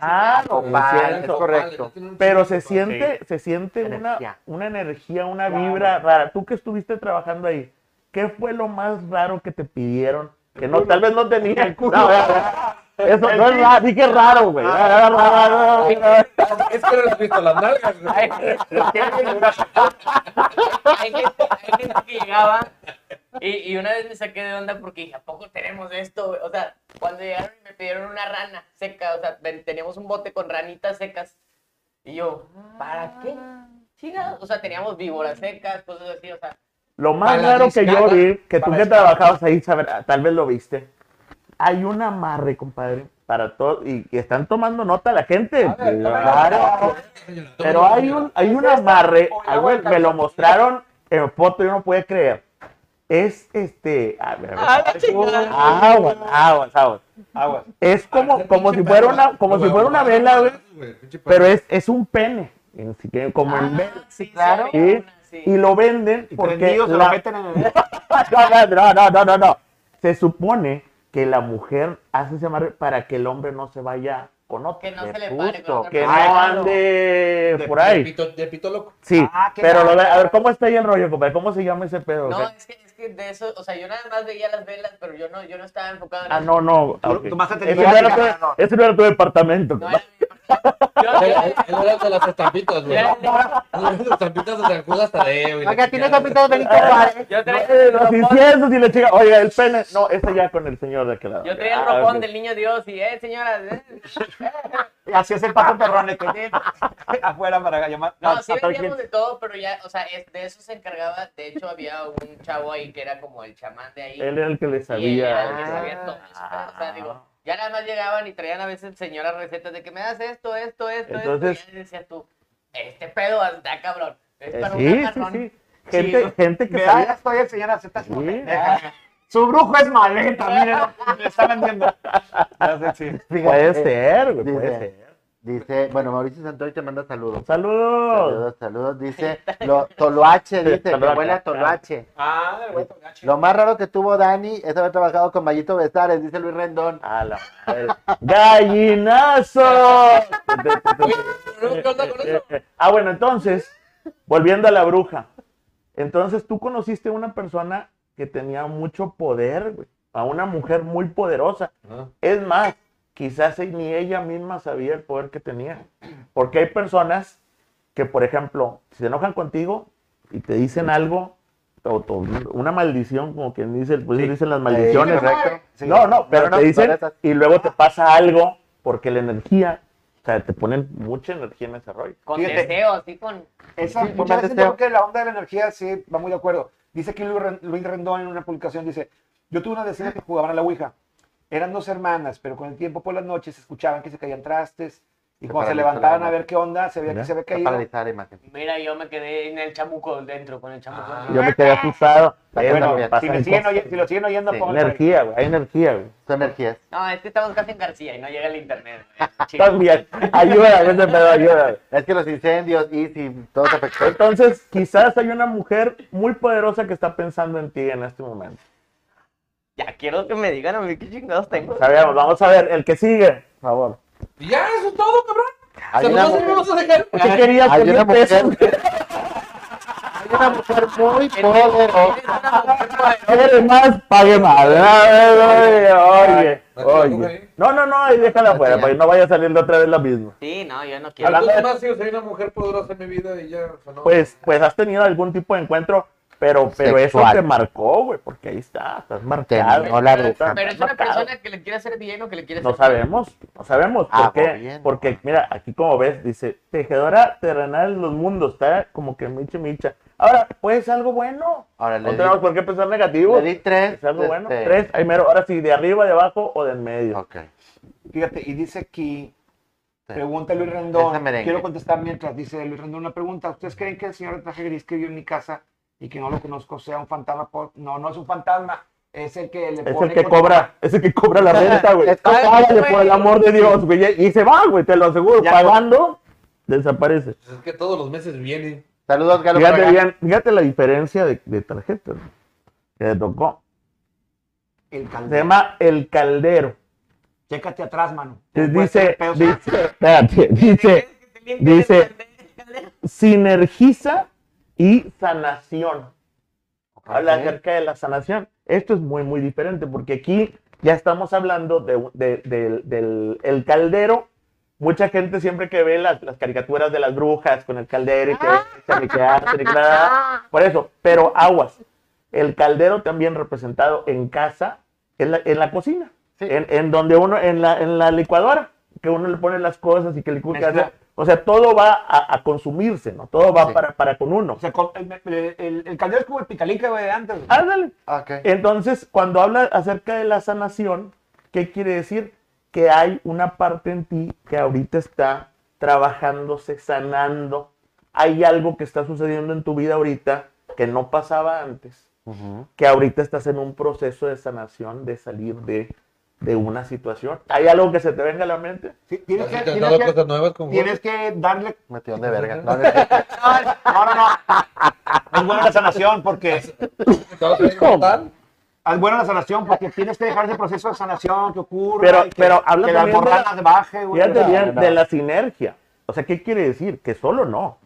E: Ah,
A: Pues
C: Copal,
E: cierto.
C: es correcto.
E: Pero se siente, se siente
C: Energía.
E: una, una energía, una
B: Claro.
E: vibra rara. Tú que estuviste trabajando ahí, ¿qué fue lo más raro que te pidieron? Que no, tal vez no tenía el
A: *laughs*
E: culo. Eso no es raro, sí que es raro, güey. Raro, raro, raro, raro.
A: Ah. Es que no le has visto las nalgas, güey.
D: Hay hay gente, hay gente que llegaba y, y una vez me saqué de onda porque dije, ¿a poco tenemos esto? güey?" O sea, cuando llegaron y me pidieron una rana seca, o sea, ven- teníamos un bote con ranitas secas. Y yo, ¿para qué? Chingados, o sea, teníamos víboras secas, cosas así, o sea,
E: Lo más
A: Para
E: raro que yo
A: descarga,
E: vi, que tú
A: para
E: que
A: descarga.
E: trabajabas ahí, sabrá- tal vez lo viste. Hay un amarre, compadre, para todo. Y, y están tomando nota la gente. Claro.
A: Señora, toma
E: Pero
A: la
E: hay
A: comida.
E: un, hay un amarre,
B: O el
E: algo-
B: agua del
E: me lo
B: calzón.
E: mostraron en foto, yo no podía creer. Es este. A ver, a
D: ¡ah,
E: ver.
D: la chingada!
E: Aguas, aguas, aguas.
B: Aguas.
E: Es como, como si
A: Pinche
E: fuera
A: perro.
E: una, como
A: No,
E: si
A: güey,
E: fuera una
A: no,
E: vela,
A: no,
E: güey,
A: güey, pinche perro.
E: pero es, es un pene. en sí que- Como en vela.
D: Ah, Sí,
C: claro.
D: sí, había
E: ¿sí?
D: una, sí.
E: Y lo venden porque.
B: Prendidos, se
E: la-
B: lo meten en el...
E: no, no, no, no, no, no. Se supone que la mujer hace ese amarre para que el hombre no se vaya con otro.
D: Que no
C: Qué
D: se le pare.
C: puto,
D: con
E: Que no
D: otra-
E: ande por
A: De
E: ahí.
A: pito, de pito loco.
E: Sí,
B: Ah, qué
E: pero lo
B: mal.
E: de- a ver, ¿cómo está ahí el rollo, compadre? ¿Cómo se llama ese pedo?
D: No,
E: o sea?
D: es que, es que de eso, o sea, yo nada más veía las velas, pero yo no, yo no estaba enfocado en
E: Ah,
D: eso.
E: no, no. ah, ok.
B: Tú- tú más
E: Ese,
B: atendido.
E: no era tu, ese no era tu departamento.
D: No
E: compadre.
D: era mi yo,
A: Él
D: yo-
A: él era el de las estampitas, güey.
D: Era el de-
A: Las estampitas de San Judas Tadeo. y la
C: Oiga, tiene
A: chingada.
C: capitán Benito Juárez.
D: yo traía
E: Eh,
D: el
E: los
D: ropón,
E: inciensos y la chica. Oiga, el pene. No, ese ya con el señor de aquel lado.
D: yo traía el
E: Ah,
D: ropón
E: ok.
D: del niño Dios y, eh, señora. eh,
B: Y así es el pato perrone que
D: eh.
B: *laughs* afuera para llamar.
D: No, sí
B: a todo el
D: vendíamos
B: cliente.
D: de todo, pero ya, o sea, es- de eso se encargaba. De hecho, había un chavo ahí que era como el chamán de ahí.
E: Él era el que le
D: Y era el que
E: sabía. Ah.
D: sabía todo eso, ¿verdad? O sea, digo, ya nada más llegaban y traían a veces señoras recetas de que me das esto, esto, esto,
E: Entonces-
D: esto. Y ya decía tú, este pedo está cabrón. Es
E: Eh,
D: para un
E: Sí, sí,
D: macarrón.
E: sí.
D: Sí.
E: Gente, gente que
B: Me da, ya
E: sabía.
B: estoy el señor acepta su
E: Sí.
B: *laughs* pendeja. Su brujo es maleta, miren, le están vendiendo. Ya sé, sí.
C: Fíjate,
E: Puede ser, güey,
B: eh,
E: puede
C: dice-
E: ser.
C: Dice, bueno, Mauricio Santoy te manda saludos.
E: Saludos.
C: Saludos, saludos. Dice, lo, Toloache,
E: Sí,
C: dice, me
E: Toloache,
C: huele a
E: claro.
C: Toloache.
B: Ah, el güey tocache.
C: Lo más raro que tuvo Dani es haber trabajado con Mayito Besares, dice Luis Rendón.
E: A la madre. ¡Gallinazo!
B: *laughs*
E: Eh,
A: Oye, ¿no? ¿Qué onda con eso?
E: Ah, bueno, entonces, Volviendo a la bruja. Entonces tú conociste a una persona que tenía mucho poder, güey. A una mujer muy poderosa.
A: Ah,
E: Es más, quizás ni ella misma sabía el poder que tenía. Porque hay personas que, por ejemplo, se enojan contigo y te dicen algo, o- o una maldición, como quien dice, pues dicen las maldiciones.
C: correcto. Sí.
E: No, no, pero te dicen
C: pero esas-
E: y luego te pasa algo porque la energía, o sea, te ponen mucha energía en ese rollo.
D: Con
B: Fíjate.
D: deseo, así con.
B: Esa,
C: Sí,
B: muchas
C: mucho
B: veces
C: deseo.
B: creo que la onda de la energía sí va muy de acuerdo. Dice aquí Luis Ren- Luis Rendón en una publicación, dice, yo tuve una vecina que jugaban a la Ouija. Eran dos hermanas, pero con el tiempo por las noches escuchaban que se caían trastes y
C: Se
B: cuando se
C: paralizó
B: levantaban
C: la
B: a ver qué onda, se veía
E: Mira,
B: que se había
C: Está
B: caído.
C: paralizada la imagen.
D: Mira, yo me quedé en el chamuco dentro, con el chamuco.
A: Ah.
E: Yo me quedé asustado.
C: Está
E: Eh,
C: bueno,
E: no,
C: bien.
E: pasan
B: Si, me siguen
E: cosas.
B: oye- si lo siguen oyendo,
C: Sí,
B: pónganlo ahí.
E: energía, güey, hay energía, güey.
C: Son energías.
D: No, es que estamos casi en García y no llega el internet. *laughs* güey. Chinga.
E: Estás bien. Ayuda, ese pedo, ayuda.
C: Es que los incendios, y si todo se afectó.
E: Entonces, quizás hay una mujer muy poderosa que está pensando en ti en este momento.
D: Ya quiero que me digan a mí qué chingados *laughs* tengo.
E: Sabemos, vamos a ver, el que sigue, por favor.
A: Y ya, eso es todo, cabrón.
C: Hay
A: Se
C: una
A: nos
C: mujer-
A: vamos a dejar.
E: ¿Qué querías
C: Hay una
E: tener
C: mujer.
E: pesos? *laughs*
C: Hay una mujer muy
D: Eres una mujer
C: poderosa.
D: poderosa.
E: Quiere más, pague más. Oye, oye,
A: Ay,
E: oye. No, no, no, ahí déjala afuera, para que no vaya a salir de otra vez la misma.
D: Sí, no, yo no quiero.
A: Hablando de más, sí, o sea, hay una mujer poderosa en mi vida y ya. o sea, no.
E: Pues, pues has tenido algún tipo de encuentro, pero, pero eso
C: Sexual.
E: te marcó, güey, porque ahí está, estás marcado.
C: no la bruja.
D: Pero es
E: Estás
D: una
E: marcado.
D: persona que le quiere hacer bien o que le quiere hacer
E: No sabemos, no sabemos. ¿Por
C: Ah,
E: qué?
C: muy bien.
E: Porque, mira, aquí como ves, dice, tejedora terrenal en los mundos, está como que micha micha. Ahora, pues algo bueno.
C: Ahora le
E: No
C: di-
E: tenemos por qué pensar negativo.
C: le di tres.
E: Es algo bueno.
C: este,
E: Tres, ahí mero. Ahora sí, de arriba, de abajo o de en medio.
C: Ok.
B: Fíjate, y dice aquí,
C: Sí.
B: pregunta Luis
C: Esa
B: Rendón,
C: merengue.
B: quiero contestar mientras dice Luis Rendón una pregunta. ¿Ustedes creen que el señor de traje gris que vive en mi casa y que no lo conozco sea un fantasma? por- No, no es un fantasma, es el que le
E: Es
B: pone
E: el que
B: con-
E: cobra, es el que cobra la renta, güey.
C: Es
D: como-
E: Págale por el amor de Dios, güey. Y se va, güey, te lo aseguro.
C: Ya.
E: Pagando, desaparece.
A: Pues es que todos los meses viene.
C: Saludos, Galo.
E: Fíjate
C: Braga.
E: bien, fíjate la diferencia de, de tarjetas güey, que le tocó.
B: El
E: Se
B: caldero.
E: llama El Caldero.
B: Chécate atrás, mano.
E: Que
B: Puede ser
E: Dice,
B: pedo, ¿sabes?
E: dice, espérate, dice, dice- sinergiza y sanación. Habla
C: Ok.
E: acerca de la sanación. Esto es muy, muy diferente porque aquí ya estamos hablando de, un- de- del- del el caldero. Mucha gente siempre que ve las, las caricaturas de las brujas con el caldero y que
C: Ah.
E: se me queda, se me queda,
C: *laughs*
E: por eso, pero aguas. El caldero también representado en casa, en la, en la cocina,
C: Sí.
E: en, en donde uno, en la, en la licuadora, que uno le pone las cosas y que le
B: Mezcla.
E: o sea, todo va a, a consumirse, ¿no? Todo va
C: Sí.
E: para, para con uno.
B: O sea, con- el, el- el- el caldero es como el picalica güey, de antes. güey.
E: Ándale.
C: Ok.
E: Entonces, cuando habla acerca de la sanación, ¿qué quiere decir? Que hay una parte en ti que ahorita está trabajándose, sanando. Hay algo que está sucediendo en tu vida ahorita que no pasaba antes,
C: Ujú.
E: que ahorita estás en un proceso de sanación, de salir de, de una situación. ¿Hay algo que se te venga a la mente?
B: Sí, tienes,
A: Has
B: que,
A: intentado
B: tienes, que,
A: cosas nuevas con
B: tienes que darle.
C: Metión de verga. No, no *laughs* es cierto.
B: No, no, no. Es buena la sanación porque. Es buena la sanación porque tienes que dejar ese proceso de sanación que ocurre.
E: Pero-
B: que,
E: pero habla
B: que las
E: también de
B: borradas baje, güey.
E: Fíjate
B: o sea,
E: bien
C: no.
E: de la sinergia. O sea, ¿qué quiere decir? Que solo no.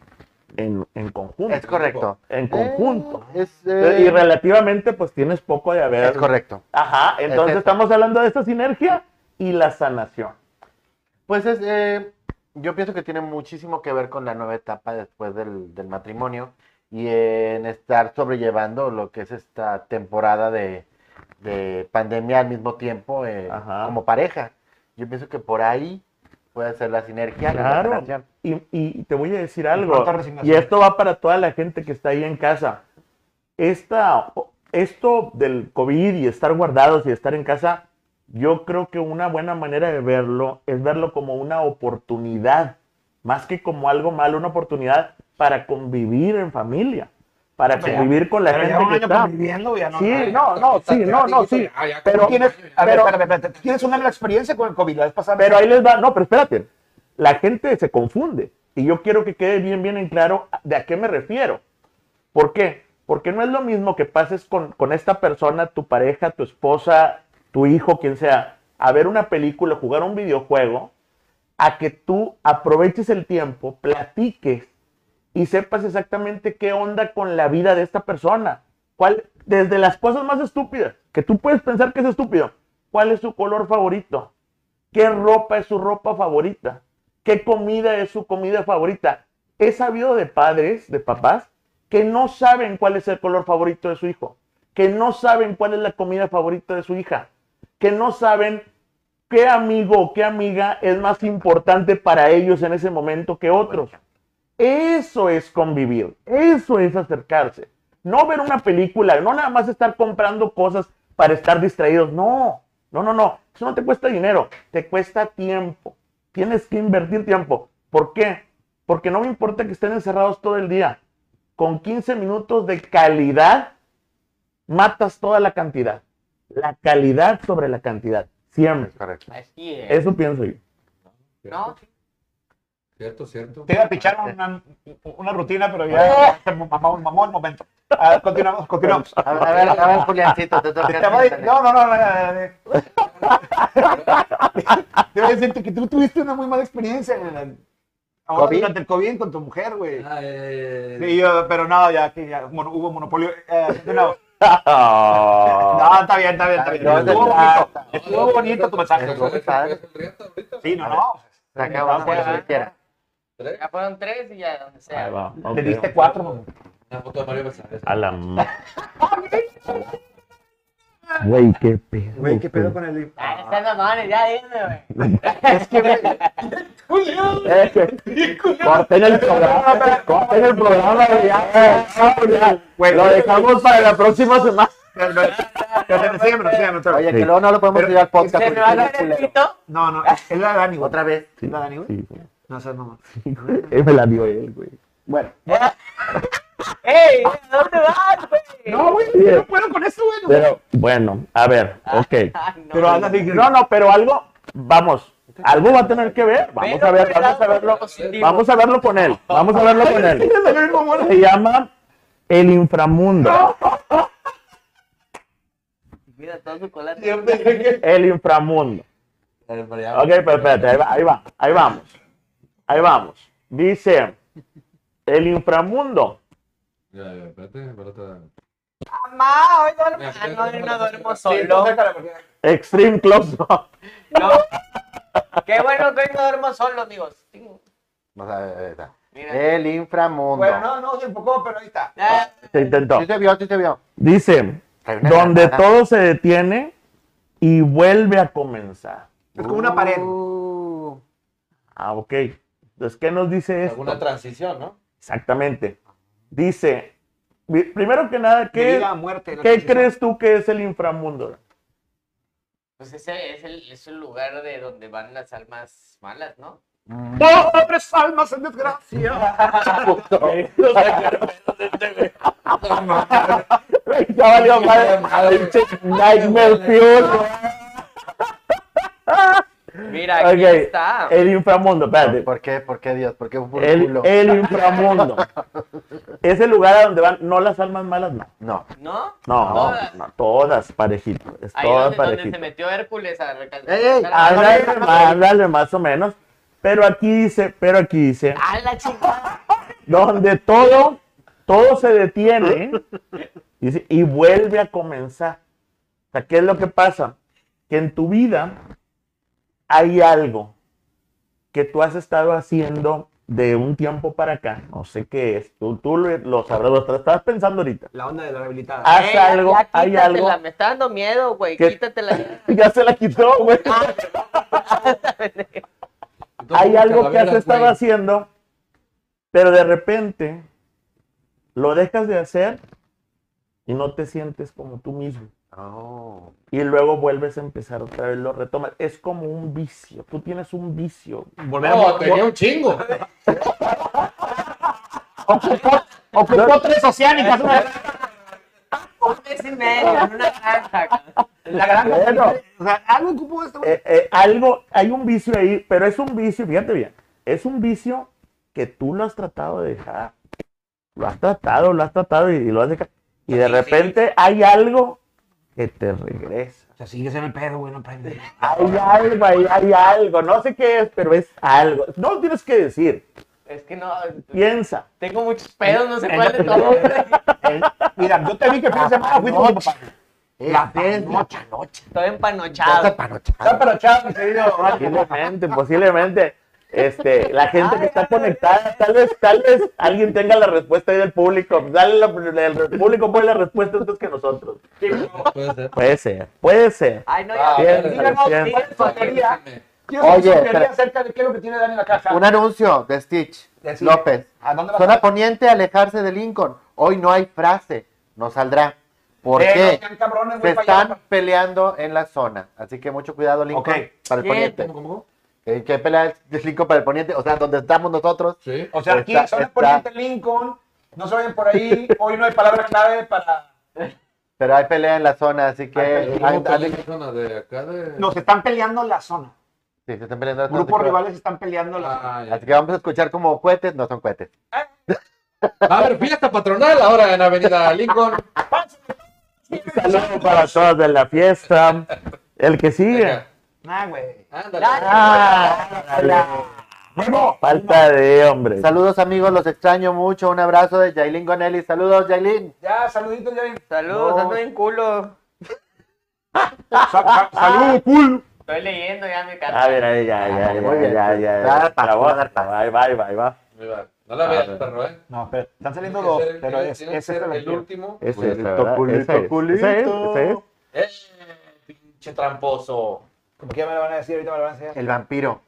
E: En, en conjunto.
C: Es correcto.
E: En conjunto.
C: Eh, es, eh,
E: Y relativamente, pues tienes poco de haber.
C: es correcto.
E: Ajá, entonces
C: eso.
E: estamos hablando de esta sinergia y la sanación.
C: Pues es, eh, yo pienso que tiene muchísimo que ver con la nueva etapa después del, del matrimonio y en estar sobrellevando lo que es esta temporada de, de pandemia al mismo tiempo eh,
E: Ajá.
C: como pareja. Yo pienso que por ahí puede ser la sinergia y la
E: Claro.
C: sanación.
E: Y, y te voy a decir algo.
B: pronta resignación.
E: Y esto va para toda la gente que está ahí en casa. Esta, esto del COVID y estar guardados y estar en casa, yo creo que una buena manera de verlo es verlo como una oportunidad, más que como algo malo, una oportunidad para convivir en familia, para
B: Pero ya-
E: convivir con la
B: Pero ya
E: gente
B: un
E: que
B: año
E: está.
B: conviviendo, ya no.
E: Sí, no, no, sí, no, no, sí.
A: Ah,
B: Pero
E: pero-
B: tienes, a ver,
E: pero-
B: espérame, espérame, espérame, tienes una mala experiencia con el COVID, la vez pasada.
E: Pero ahí les va, no, pero espérate, la gente se confunde y yo quiero que quede bien, bien en claro de a qué me refiero. ¿Por qué? Porque no es lo mismo que pases con, con esta persona, tu pareja, tu esposa, tu hijo, quien sea, a ver una película, jugar un videojuego, a que tú aproveches el tiempo, platiques y sepas exactamente qué onda con la vida de esta persona. ¿Cuál, desde las cosas más estúpidas, que tú puedes pensar que es estúpido, ¿cuál es su color favorito? ¿Qué ropa es su ropa favorita? ¿Qué comida es su comida favorita? He sabido de padres, de papás, que no saben cuál es el color favorito de su hijo, que no saben cuál es la comida favorita de su hija, que no saben qué amigo o qué amiga es más importante para ellos en ese momento que otros. Eso es convivir, eso es acercarse. No ver una película, no nada más estar comprando cosas para estar distraídos, no, no, no, no. Eso no te cuesta dinero, te cuesta tiempo. Tienes que invertir tiempo. ¿Por qué? Porque no me importa que estén encerrados todo el día. Con 15 minutos de calidad, matas toda la cantidad. La calidad sobre la cantidad. Siempre.
C: Correcto.
D: Así es.
E: Eso pienso yo.
D: ¿No?
A: Cierto, cierto.
B: Te iba a pichar una, una rutina, pero ya se me mamó, mamó el momento. Ah, continuamos, continuamos.
C: A ver, a ver, a ver, Juliancito, te toca.
B: Te voy- no, no, no, no, no, no. Te voy a decirte que tú tuviste una muy mala experiencia güey. ahora
C: ¿Covid?
B: durante el COVID con tu mujer, güey.
A: Ah, eh,
B: Sí, yo, pero no, ya que ya mono- hubo monopolio. eh, continuamos.
E: Ah.
B: *laughs* No, está bien, está bien, está bien.
C: No,
B: Estuvo
C: no,
B: bonito, estuvo bonito tu mensaje.
C: no, padre.
B: Sí, no, no.
C: Se acabó,
B: No,
C: por eso
D: no,
C: que quiera.
D: Ya fueron tres y ya donde sea.
E: Ahí Ah, va,
B: Le
E: ok.
B: diste cuatro, mamá.
A: Una foto de Mario González.
E: A la ma- Güey, qué pedo.
B: Güey, qué pedo con el...
D: Ah, están mamones, ya dime, güey.
C: Es que, güey,
D: Julio.
E: Es Eh, que- Corten el programa. Corten el programa. ya, ya, ya.
B: Güey,
E: Lo dejamos para la próxima semana.
B: No, no, espérate, sígueme, sígueme, otra vez.
C: oye, que
E: Sí.
C: luego no lo podemos
B: Pero-
C: subir al podcast.
D: Se me
C: porque
D: va a
C: es
D: dar el
C: culero.
D: pito.
B: No, no, es es la Dani, güey.
C: Otra vez.
B: ¿Es la Dani, güey?
E: Sí,
B: No seas mamá.
E: güey. Él me la dio él, güey.
C: Bueno,
D: ¡Ey! ¿A dónde vas, güey?
B: No, güey,
E: Sí.
B: yo no puedo con eso, güey. no.
E: Pero bueno, a ver, ok.
D: Ah, no.
B: Pero anda así.
E: No, no, pero algo, vamos, algo va a tener que ver. Vamos
D: Pero
E: a ver,
D: por el
E: vamos a
D: lado
E: verlo.
D: positivo.
E: Vamos a verlo con él. Vamos a verlo con él. Se llama El Inframundo.
D: Mira todo su cola.
E: El Inframundo.
A: Eh, pero ya-
E: Ok, pero espérate, ahí va, ahí va, ahí vamos. Ahí vamos. Dice, el inframundo.
A: Ya, ya, espérate, espérate.
D: Mamá, hoy duermo. Ah, no, hoy no duermo solo.
E: Extreme Close Up.
D: No. Qué bueno que hoy no duermo solo, amigos.
C: vamos a ver, ahí está.
E: Eh.
D: Mira.
C: El inframundo.
B: Bueno, no, no, se enfocó, pero ahí está.
D: Ah,
E: Se intentó.
C: Sí se vio, sí se vio.
E: Dice,
C: Hay una
E: donde
C: granada.
E: todo se detiene y vuelve a comenzar.
B: Es como una pared.
C: Uh,
E: Ah, ok. Entonces, ¿qué nos dice esto?
A: Alguna transición, ¿no?
E: Exactamente. Dice, mi- primero que nada,
B: De
E: ¿qué,
B: vida a muerte, la
E: ¿qué
B: transición.
E: crees tú que es el inframundo?
D: Pues ese es el, es el lugar de donde van las almas malas, ¿no?
B: Pobres almas en *laughs* desgracia. *laughs*
E: Güey,
D: *laughs*
E: ya valió madre. El che- Nightmare Fuel.
D: Mira, aquí
E: Ok, Eh.
D: está.
E: El inframundo, espérate.
C: ¿Por qué? ¿Por qué Dios? ¿Por qué por
E: El,
C: culo?
D: *laughs*
E: el inframundo. es el lugar a donde van, no las almas malas, no.
C: No.
D: ¿No?
E: No,
D: Todas.
E: todas, no, todas parejito. Es
D: Ahí
E: todas
D: donde, donde
E: parejito.
D: se metió Hércules a recalcar.
C: Ey, ey,
D: a la,
E: Ándale más, ándale más o menos. Pero aquí dice, pero aquí dice,
D: a Ah, la chingada.
E: donde todo, todo se detiene dice, y vuelve a comenzar. O sea, ¿qué es lo que pasa? Que en tu vida hay algo que tú has estado haciendo de un tiempo para acá. No sé qué es. Tú, tú lo, lo sabrás, lo estás- estás pensando ahorita.
B: La onda de la rehabilitada.
E: Haz
D: Ey, ya-
E: algo,
D: ya
E: hay algo.
D: quítatela, Me está dando miedo, güey.
E: ¿Qué?
D: Quítatela.
E: *laughs* Ya se la quitó, güey.
D: Ah,
A: Entonces,
E: hay algo que has
A: calaveras,
E: estado
A: güey.
E: haciendo, pero de repente lo dejas de hacer y no te sientes como tú mismo.
C: Oh.
E: Y luego vuelves a empezar otra vez, lo retomas. Es como un vicio. Tú tienes un vicio.
B: Volver a
A: No,
B: mo-
A: tenía
E: *laughs*
A: un chingo.
B: Ocupó tres oceánicas. una-
D: Un mes y medio en una granja. cabrón.
B: La gran
E: Bueno.
B: O sea, algo ocupó esto. güey.
E: Eh, eh, algo, hay un vicio ahí, pero es un vicio, fíjate bien, es un vicio que tú lo has tratado de dejar. Lo has tratado, lo has tratado y, y lo has dejado. Y de repente hay algo que te regresa.
B: O sea, sigue siendo el pedo, güey, no prende.
E: Hay algo, hay, hay algo, no sé qué es, pero es algo. No lo tienes que decir,
D: Es que no,
E: Piensa.
D: tengo muchos pedos, no sé cuál de
E: *laughs*
D: todos.
B: Mira, yo te vi que fin de semana fuiste con tu papá.
C: La panocha, noche.
D: Estoy empanochado.
B: Está para chavo, mi querido.
E: Posiblemente, posiblemente. Este, la gente que
D: Ay,
E: está
D: ay, ay,
E: conectada,
D: ay.
E: tal vez, tal vez alguien tenga la respuesta ahí del público. Dale la- el público pone la respuesta antes que nosotros.
A: Puede ser.
E: Puede ser, puede ser.
D: Ay, no,
B: Ah,
D: ya.
E: piensa,
D: Díganos,
E: piensa.
D: díganos su teoría.
B: Quiero saber
C: Oye,
B: su teoría
C: espera.
B: acerca de qué es lo que tiene Dani en la caja.
C: Un anuncio de Stitch
B: Decide.
C: López.
B: ¿A dónde vas a-
C: Zona poniente, alejarse de Lincoln. Hoy no hay frase. No saldrá. ¿Por
B: Eh,
C: qué?
B: no sean cabrones,
C: Se
B: muy
C: están
B: payasos.
C: peleando en la zona. Así que mucho cuidado, Lincoln,
B: Ok.
C: para el
D: Bien.
C: poniente.
A: ¿Cómo, cómo?
C: Eh, ¿Qué pelea es Lincoln para el poniente? O sea, donde estamos nosotros.
A: Sí.
B: O sea, aquí
C: Está-
B: son
C: está.
B: poniente Lincoln. No se vayan por ahí. Hoy no hay palabra clave para.
C: Pero hay pelea en la zona, así que.
B: Hay
A: ¿Cómo
C: hay-
A: pelea
C: hay-
A: esa zona de acá de-
B: Nos están peleando la zona.
C: sí, se están peleando. así
B: Grupos
C: que-
B: rivales están peleando la zona.
A: Ah, ya.
C: Así que vamos a escuchar como cohetes, no son cohetes.
A: A ver, Ah, fiesta patronal ahora en Avenida Lincoln.
E: Saludos para todos de la fiesta. El que sigue.
A: Venga,
B: Nah, güey.
A: ándale.
E: Ah, dale. Falta de hombre.
C: Saludos, amigos, los extraño mucho. Un abrazo de Jailin Gonelli. Saludos, Jailin.
B: Ya, saluditos, ya.
D: Saludos,
C: No.
D: ando en culo.
B: Saludos, cool.
D: Estoy leyendo ya mi carta.
E: A ver, ahí, ya, ya,
C: Ah, muy
E: ya,
C: bien.
E: ya, ya.
C: Va a dar paso,
E: ya. Para
C: va a
E: vos.
C: dar paso.
E: Ahí va, ahí va, ahí va.
A: Ahí va. No la
E: A
A: veas,
E: ver.
A: perro, ¿eh?
B: No, pero están saliendo
A: Tiene
B: dos.
A: que ser el-
B: Pero
A: tiene-
B: es,
A: tiene que
B: es
A: ser
B: esta la
A: el
B: que-
A: último.
E: Ese es,
C: Culito,
E: la verdad,
C: culito,
E: ese es,
C: culito.
E: ese es, ese es.
A: ¡Eh, pinche tramposo!
B: ¿Por qué me lo van a decir? Ahorita me lo van a decir.
C: El vampiro.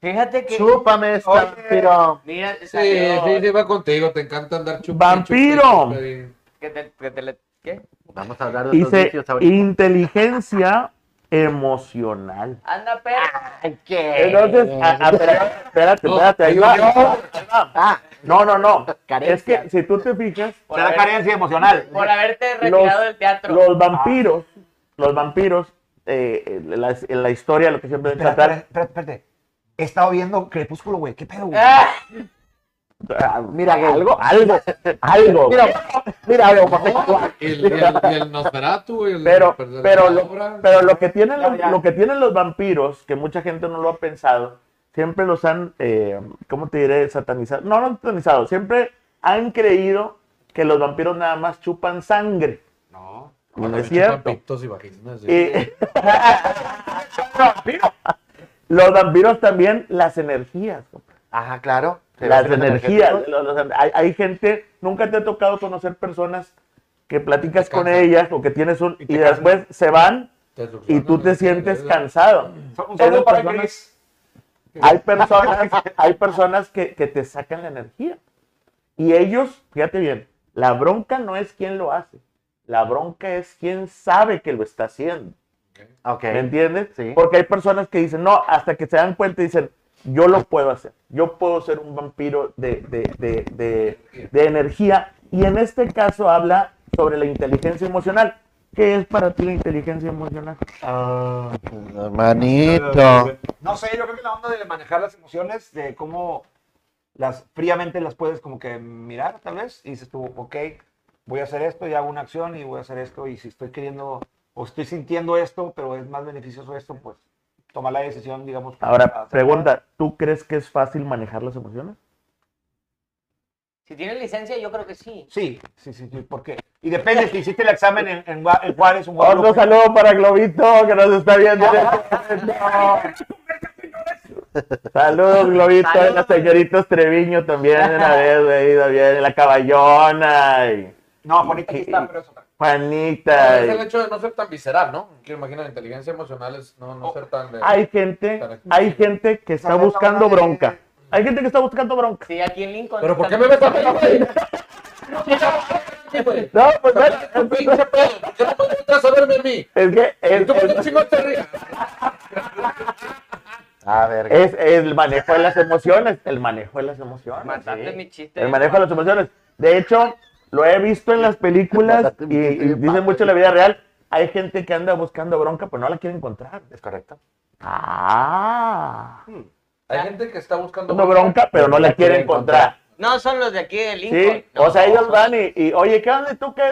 D: Fíjate que.
C: Chúpame, este
B: Oye.
C: vampiro.
D: Mira,
A: Sí,
D: salió-
A: sí, sí, va contigo. Te encanta andar chupando.
E: ¡Vampiro! *laughs*
D: Que te, que te le- ¿Qué?
C: Vamos a hablar de los
E: Dice
C: vicios ahorita.
E: inteligencia emocional.
D: Anda, perro.
E: Ah,
C: Eh,
E: Entonces, a- a- espérate, espérate, espérate, ahí va. ahí va.
C: Ah,
E: No, no, no. Es
C: Carencia.
E: que si tú te fijas,
D: Por,
B: Será
D: haber-
B: carencia emocional.
D: por haberte retirado del teatro.
E: los vampiros, los vampiros, eh, eh, la, en la historia, lo que siempre deben
B: Espérate, espérate,
E: tratar.
B: espérate, Eh, espérate. He estado viendo Crepúsculo, güey. ¿Qué pedo, güey?
D: Ah,
E: ah,
C: Mira, gay.
E: algo, algo, algo.
C: mira, mira, homosexual.
A: Y el, y el, y el Nosferatu, el
E: pero,
A: el-
E: pero,
A: la
E: lo,
A: obra.
E: pero lo que tienen
B: Ya,
E: los,
B: ya.
E: lo que tienen los vampiros, que mucha gente no lo ha pensado, siempre los han, eh, ¿cómo te diré? Satanizado. No, no satanizado. Siempre han creído que los vampiros nada más chupan sangre.
B: No.
E: Y No,
A: Bueno,
E: es
A: me chupan
E: cierto.
A: pitos y vaginas, sí.
E: Y- *laughs* los vampiros también las energías. compa.
C: Ajá, claro. Se
E: Las
C: ve que los
E: energías.
C: energéticos.
E: los- los- hay, hay gente, nunca te ha tocado conocer personas que platicas
A: Te
E: con
A: cansan.
E: ellas o que tienes un...
B: te
E: y después se van
A: Te
E: y tú
A: succionan,
E: te
A: ¿no?
E: sientes
A: Sí,
E: cansado.
B: Un
E: Esas
B: saludo para
E: personas-
B: Chris.
E: hay personas, hay personas que, que te sacan la energía. Y ellos, fíjate bien, la bronca no es quien lo hace. La bronca es quien sabe que lo está haciendo.
C: Ok.
E: ¿Me entiendes?
C: Sí.
E: Porque hay personas que dicen, no, hasta que se dan cuenta y dicen, yo lo puedo hacer. Yo puedo ser un vampiro de, de- de- de- de energía. Y en este caso habla sobre la inteligencia emocional. ¿Qué es para ti la inteligencia emocional?
A: Ah.
C: Manito.
B: No sé, yo creo que la onda de manejar las emociones, de cómo las fríamente las puedes como que mirar, tal vez, y dices tú, ok, voy a hacer esto y hago una acción y voy a hacer esto, y si estoy queriendo o estoy sintiendo esto, pero es más beneficioso esto, pues tomar la decisión, digamos.
E: Ahora,
C: Ah,
B: acertada.
E: pregunta, ¿tú crees que es fácil manejar las emociones?
D: Si tienes licencia, yo creo que sí.
B: Sí, sí, sí, sí, porque. Y depende si hiciste el examen en, en, Gua- en Juárez, un
E: Otro saludo para Globito que nos
C: *laughs*
E: está viendo. en este momento. Saludos, Globito,
D: Saludos.
E: a las señoritas Treviño también, una vez, güey, también, la caballona, y
B: No, Juanita aquí está, pero es otra.
E: Juanita.
A: Es el
E: y-
A: hecho de no ser tan visceral, ¿no? Quiero imaginar, la inteligencia emocional es no, no ser tan... de-
E: Hay gente, hay gente que está
B: Saludos,
E: buscando
B: saludos.
E: bronca. Hay gente que está buscando bronca.
D: Sí, aquí en Lincoln.
A: ¿Pero por qué me ves a pedo, güey? Sí, güey.
E: No, pues
A: Pero
E: bueno,
A: es un pinche pedo. ¿Por qué no me entras a verme a mí?
E: es que
A: ¿Y
E: es,
A: tú por qué
E: es-
A: chingo te ríes?
C: A ver.
E: es el manejo de las emociones, el manejo de las emociones.
D: Mataste
E: sí.
D: mi chiste.
E: El manejo de las emociones. De hecho, lo he visto en las películas y, y dicen mucho en la vida real. Hay gente que anda buscando bronca, pues no la quiere encontrar.
C: Es correcto.
E: Ah.
A: Hay gente que está buscando...
E: Buscando bronca, pero no la quiere encontrar.
D: No son los de aquí de Lincoln.
E: Sí,
D: No,
E: o sea, ellos
D: son-
E: van y, y, oye, ¿qué onda tú qué?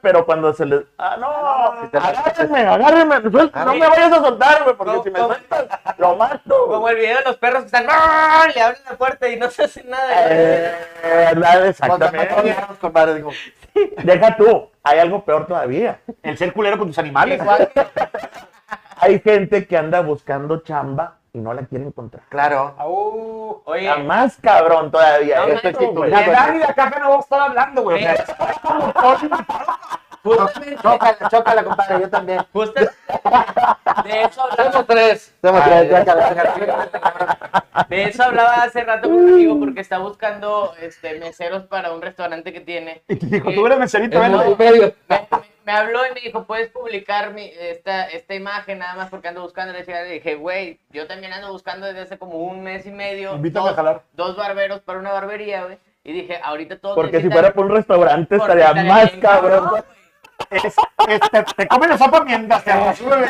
E: Pero cuando se les. Ah, no,
C: te-
E: agárrenme, agárrenme, suelta, no
D: sí.
E: me vayas a soltar, güey, porque
D: Como-
E: si me
D: como-
E: sueltas, lo mato.
D: Como el video de los perros que están. ¡ah! Le abren la puerta y no se hace nada.
E: Eh, nada,
C: Cuando mató
E: exactamente.
C: a los compadres, digo,
E: Deja tú, hay algo peor todavía.
B: El ser culero con tus animales.
D: Igual que-
E: Hay gente que anda buscando chamba y no la quiere encontrar.
C: claro.
B: Au.
D: Oye,
E: Está más cabrón todavía.
D: No,
E: esto,
D: no,
E: chico,
D: güey.
E: güey.
B: La Dani de acá que no va a estar hablando, güey. O sea,
D: justamente,
C: Chócala, chócala, compadre, yo también.
D: justa- de eso hablamos.
C: tres. Somos tres, chócala, chócala.
D: De eso hablaba hace rato con un amigo porque está buscando este, meseros para un restaurante que tiene.
B: Y te dijo, tú eres meserito,
D: Eh,
B: ven.
D: no,
B: güey.
D: me, me- me habló y me dijo, ¿puedes publicar mi, esta, esta imagen nada más porque ando buscando? Le dije- le dije, güey, yo también ando buscando desde hace como un mes y medio.
B: Invítame a
D: dos-
B: jalar.
D: Dos barberos para una barbería, güey. Y dije, ahorita todo
E: Porque si fuera por un restaurante estaría más cabrón.
B: Es- es- te- Te comen la sopa mientras te resuelve.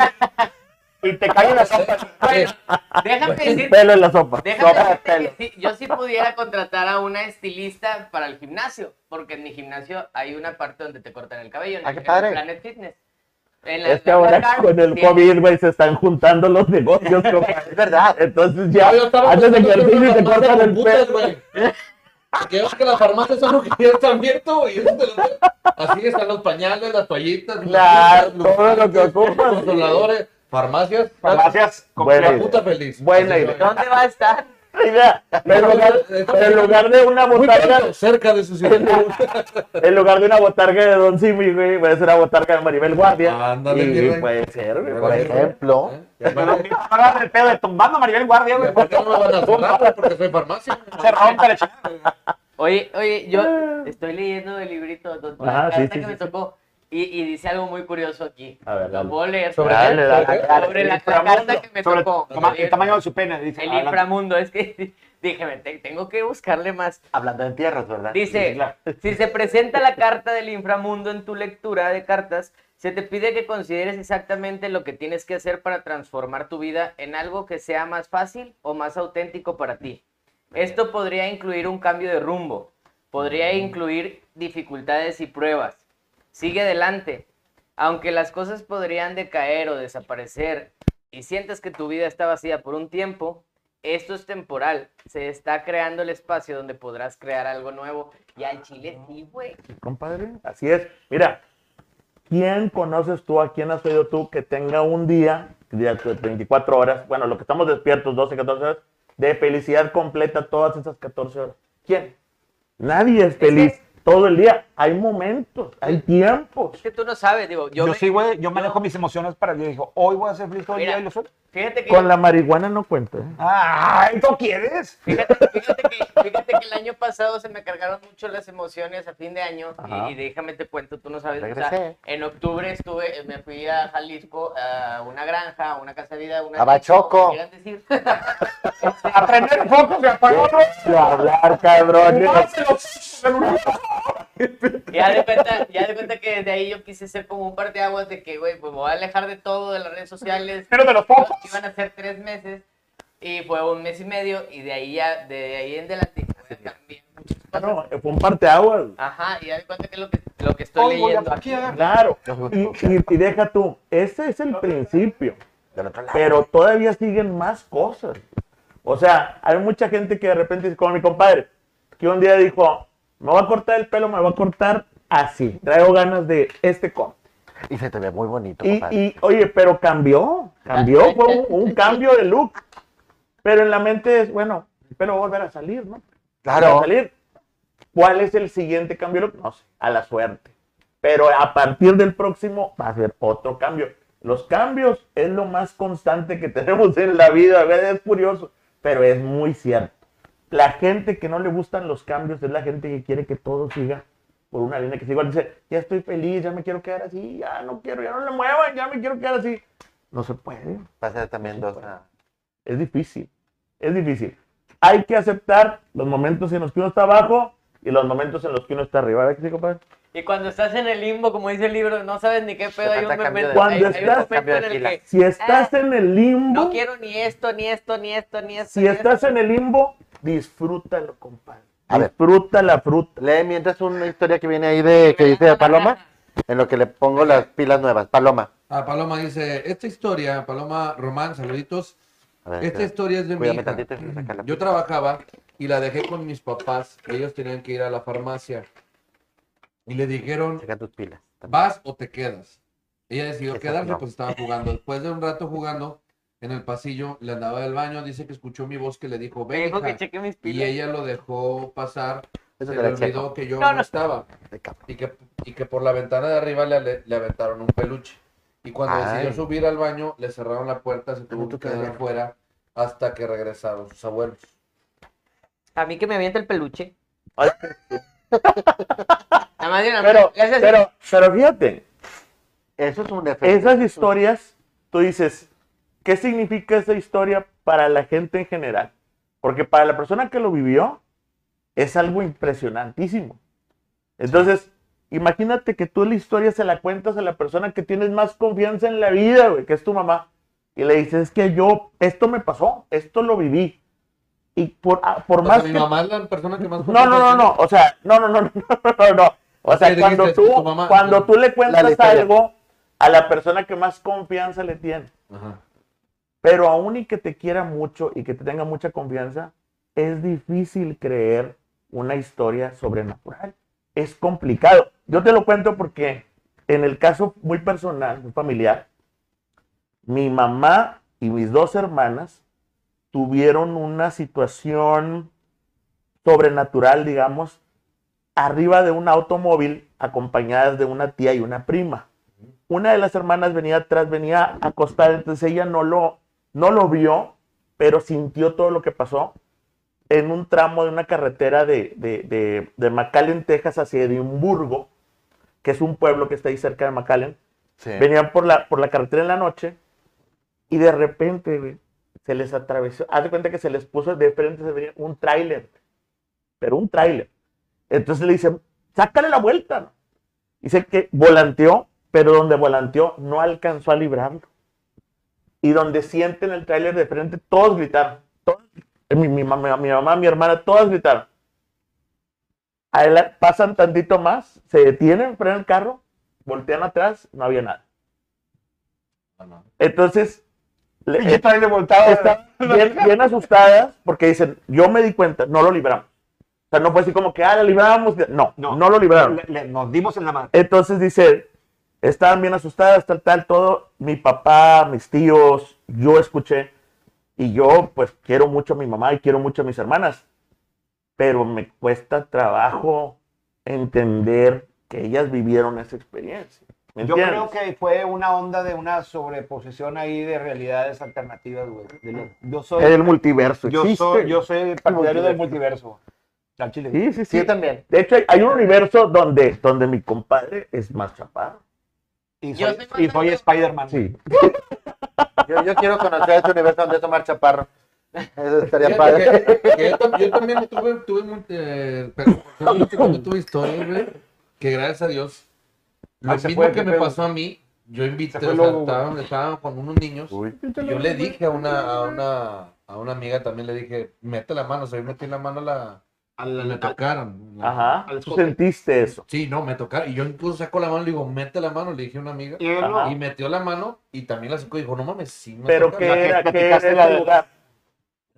B: Y te cae la sopa.
D: Bueno,
E: *laughs*
D: déjame decirte
E: Pelo en la sopa.
D: Déjame
E: sopa de
D: decirte
E: pelo.
D: que sí, yo sí pudiera contratar a una estilista para el gimnasio, porque en mi gimnasio hay una parte donde te cortan el cabello. en
C: Ah, qué
D: el
C: padre.
D: Planet Fitness. En la-
E: Es que
D: la-
E: ahora
D: la-
E: con el
D: sí,
E: COVID, güey, se están juntando los negocios, compadre.
C: Es verdad.
E: Entonces ya haces
A: pensando que
E: ejercicio y te
A: las
E: cortan
A: farmacias
E: el
A: con
E: pelo.
A: putas, güey. Porque ves que las farmacias son lo que ya están abierto, güey. eso te lo digo. Así están los pañales, las toallitas, los-
E: Claro,
A: los-
E: todo lo que ocupas.
A: los consoladores, farmacias.
B: Gracias.
E: Buena
A: La
E: idea.
A: puta feliz.
E: Buena
A: Así,
E: idea.
A: güey.
D: ¿Dónde va a estar?
E: Mira, pero en lugar, pero en lugar de una
A: Muy
E: botarga,
A: pronto, cerca de su ciudad.
E: en lugar de una botarga de Don Simi, güey, puede ser una botarga de Maribel Guardia.
A: Ah, Ándale, mi
E: y
A: rey.
E: puede ser,
A: *laughs*
E: güey,
C: Por
E: por ejemplo.
C: ejemplo,
A: ¿Eh? Y aparte-
B: No hagas el pedo de tumbando a Maribel Guardia,
A: y
B: güey.
A: aparte no me van a cerrar güey, porque soy farmacia.
B: Se rompe la chingada.
D: Oye, oye, yo estoy leyendo el librito, don- la
E: Ah. Ajá, sí,
D: carta
E: sí,
D: que
E: sí,
D: me
E: sí.
D: tocó, y, y dice algo muy curioso aquí.
E: A ver, dale.
D: Lo puedo leer.
A: Sobre
E: Dale,
A: qué?
E: dale,
A: ¿Sobre qué?
E: dale.
D: Sobre la, la
B: inframundo,
D: carta que me
B: sobre
D: tocó.
B: toma- el
D: El-
B: tamaño de su pene. Dice,
D: El
B: adelante.
D: inframundo, es que *laughs* dije, me te- tengo que buscarle más.
C: hablando de entierros, ¿verdad?
D: Dice,
B: claro.
D: *laughs* si se presenta la carta del inframundo en tu lectura de cartas, se te pide que consideres exactamente lo que tienes que hacer para transformar tu vida en algo que sea más fácil o más auténtico para ti. Esto podría incluir un cambio de rumbo, podría incluir dificultades y pruebas. Sigue adelante, aunque las cosas podrían decaer o desaparecer y sientes que tu vida está vacía por un tiempo, esto es temporal. Se está creando el espacio donde podrás crear algo nuevo. Y al
C: Ah.
D: chile sí, güey.
E: compadre. Así es. Mira, ¿quién conoces tú, a quién has oído tú que tenga un día, día de 24 horas, bueno, lo que estamos despiertos, 12, 14 horas, de felicidad completa todas esas 14 horas? ¿Quién? Nadie es feliz todo el día. Hay momentos, hay tiempos.
D: Es que tú no sabes, digo,
B: Yo,
D: yo, me-
B: sí, güey, yo manejo mis emociones para Yo digo, hoy voy a ser feliz todo el
D: Mira.
B: día y lo soy.
D: Fíjate que,
E: Con la marihuana no cuenta. ¿eh?
B: ¡Ay, tú quieres!
D: fíjate, fíjate que, fíjate que el año pasado se me cargaron mucho las emociones a fin de año.
E: Ajá.
D: Y, y déjame te cuento, tú no sabes. o sea,
C: Regresé.
D: en octubre estuve, eh, me fui a Jalisco a una granja, a una casa de vida, una.
C: A Bachoco.
D: como quieran decir. *laughs*
B: Aprender un poco, se apagó. ¿no?
E: Y hablar, cabrón.
D: Ya de cuenta, ya de cuenta que desde ahí yo quise ser como un parteaguas de que, güey, pues me voy a alejar de todo, de las redes sociales.
B: Pero de los
D: Iban-
B: pocos.
D: Iban a ser tres meses y fue un mes y medio y de ahí ya, de ahí en adelante voy a cambiar muchas cosas.
E: No, fue un parteaguas.
D: Ajá, y ya de cuenta que es lo que, lo que
E: Oh,
D: estoy
B: Hoy voy a
D: leyendo aquí.
E: eh.
B: paquear.
E: Claro. Y, y- y deja tú, ese es el principio.
C: Del otro lado.
E: pero todavía siguen más cosas. O sea, hay mucha gente que de repente dice, como mi compadre, que un día dijo, me voy a cortar el pelo, me voy a cortar así, traigo ganas de este corte.
C: Y se te ve muy bonito,
E: Y,
C: compadre.
E: y, oye, pero cambió, cambió, fue un, un cambio de look. Pero en la mente es, bueno, pero va a volver a salir, ¿no? Va
C: Claro.
E: a salir. ¿Cuál es el siguiente cambio de look? No sé, a la suerte. Pero a partir del próximo va a ser otro cambio. Los cambios es lo más constante que *laughs* tenemos en la vida. A ver, es curioso, pero es muy cierto. La gente que no le gustan los cambios es la gente que quiere que todo siga por una línea que siga. Dice, ya estoy feliz, ya me quiero quedar así, ya no quiero, ya no le muevan, ya me quiero quedar así. No se puede.
C: Pasa también dos. ah.
E: Es difícil. Es difícil. Hay que aceptar los momentos en los que uno está abajo y los momentos en los que uno está arriba. ¿Verdad que sí, compadre?
D: Y cuando estás en el limbo, como dice el libro, no sabes ni qué pedo, hay un
C: trata de
D: momento,
E: cambio de-
D: hay- hay un
E: Cuando
C: estás-
D: momento en el
C: cambio de
D: que
E: Si estás en el limbo,
D: no quiero ni esto, ni esto, ni esto, ni esto.
E: si
D: ni
E: estás
D: esto.
E: en el limbo, disfrútalo, compadre.
C: A ver.
E: Disfruta la fruta.
C: Lee mientras una historia que viene ahí de que dice de Paloma, en lo que le pongo las pilas nuevas. Paloma.
A: Ah, Paloma dice, esta historia, Paloma Román, saluditos.
C: A ver,
A: Esta
C: espera.
A: historia Este es de mi
C: Cuídame
A: hija. Mm,
C: tantito. déjame sacar la
A: Yo trabajaba y la dejé con mis papás. Ellos tenían que ir a la farmacia. Y le dijeron,
C: Saca tus pilas.
A: ¿Vas o te quedas? Ella decidió
C: Exacto.
A: quedarse, pues estaba jugando. Después de un rato jugando en el pasillo, le andaba del baño, dice que escuchó mi voz que le dijo,
D: Me
A: ven,
D: dijo
A: hija",
D: que cheque mis
A: y
D: pilas.
A: ella lo dejó pasar,
C: Eso
A: se
C: te
A: le
C: la
A: olvidó
C: checo.
A: que yo
D: No,
A: no,
D: no.
A: estaba
C: Ay, cabrón.
A: y que, y que por la ventana de arriba le, le aventaron un peluche. Y cuando
C: Ay.
A: decidió subir al baño, le cerraron la puerta, se tuvo
C: tú
A: que quedar
C: querías.
A: afuera hasta que regresaron sus abuelos.
D: A mí que me avienta el peluche. *laughs* Nada más de una
E: Pero,
D: le hace así.
E: pero, pero fíjate,
C: Eso es un efecto.
E: esas historias, tú dices, ¿qué significa esa historia para la gente en general? Porque para la persona que lo vivió, es algo impresionantísimo. Entonces, imagínate que tú la historia se la cuentas a la persona que tienes más confianza en la vida, güey, que es tu mamá, y le dices, es que yo, esto me pasó, esto lo viví. Y por, ah, por
A: O sea,
E: más
A: mi
E: que...
A: mamá es la persona que más...
E: No, no, no, no, o sea, no, no, *laughs* no, no, no, no, no. O
A: Ok,
E: sea, cuando
A: dijiste,
E: tú,
A: tu mamá-
E: cuando tú le
C: la
E: cuentas
C: historia.
E: algo a la persona que más confianza le tiene,
A: Ajá.
E: pero aún y que te quiera mucho y que te tenga mucha confianza, es difícil creer una historia sobrenatural. Es complicado. Yo te lo cuento porque en el caso muy personal, muy familiar, mi mamá y mis dos hermanas tuvieron una situación sobrenatural, digamos, arriba de un automóvil acompañadas de una tía y una prima. Una de las hermanas venía atrás, venía acostada, entonces ella no lo, no lo vio, pero sintió todo lo que pasó en un tramo de una carretera de, de, de, de McAllen, Texas, hacia Edimburgo, que es un pueblo que está ahí cerca de McAllen.
C: Sí.
E: Venían por la, por la carretera en la noche y de repente güey, se les atravesó. Haz de cuenta que se les puso de frente se venía un tráiler, pero un tráiler. Entonces le dicen, sácale la vuelta. ¿no? Dice que volanteó, pero donde volanteó no alcanzó a librarlo. Y donde sienten el tráiler de frente, todos gritaron. Todos, eh, mi, mi mamá, mi mamá, mi hermana, todas gritaron. Adela- pasan tantito más, se detienen, frenan el carro, voltean atrás, no había nada.
A: Bueno.
E: Entonces, le-
B: Pinche trailer voltado. *laughs*
E: están bien, bien asustadas porque dicen, yo me di cuenta, no lo libramos. O sea, no fue así como que, ah, lo libramos. No, no,
B: No.
E: lo libraron.
B: Le- le- nos dimos en la mano.
E: Entonces dice, estaban bien asustadas, tal, tal, todo. Mi papá, mis tíos, yo escuché. Y yo, pues, quiero mucho a mi mamá y quiero mucho a mis hermanas. Pero me cuesta trabajo entender que ellas vivieron esa experiencia. ¿Me
B: Yo creo
E: entiendes?
B: que fue una onda de una sobreposición ahí de realidades alternativas, güey. De lo- Yo soy,
C: El multiverso
B: yo
C: existe.
B: soy, yo soy partidario del multiverso. Al chile.
E: Sí, sí, sí.
C: Sí, también.
E: De hecho, hay, hay un universo donde, donde mi compadre es más chaparro.
B: Y
D: Yo
B: soy,
D: soy
B: y soy
D: mandando-
B: Spider-Man.
C: Yo, yo quiero conocer ese universo donde es Omar Chaparro. Eso estaría
A: Fíjate
C: padre.
A: que- que yo, tam- yo también tuve, tuve, mu- eh, pero- yo también tuve historias, güey, que gracias a Dios, lo
B: Ay, se
A: mismo
B: fue,
A: que
B: qué
A: me
B: pedo.
A: pasó a mí, yo invité,
B: Se fue
A: o sea,
B: luego, güey.
A: estaban, estaban con unos niños,
C: Uy.
A: y yo le dije a una, a una, a una amiga también, le dije, mete la mano, o sea, yo metí la mano a la, me tocaron. la-
E: Ajá.
B: Al
E: Tú
B: escote.
E: sentiste eso.
A: Sí, no, me tocaron, y yo incluso saco la mano, le digo, mete la mano, le dije a una amiga,
B: Y él no.
E: Ajá.
A: y metió la mano, y también la sacó, y dijo, no mames, sí me
E: Pero
A: tocaron".
E: que
B: que
E: era, que era
B: platicaste
E: ese
B: la de-
E: lugar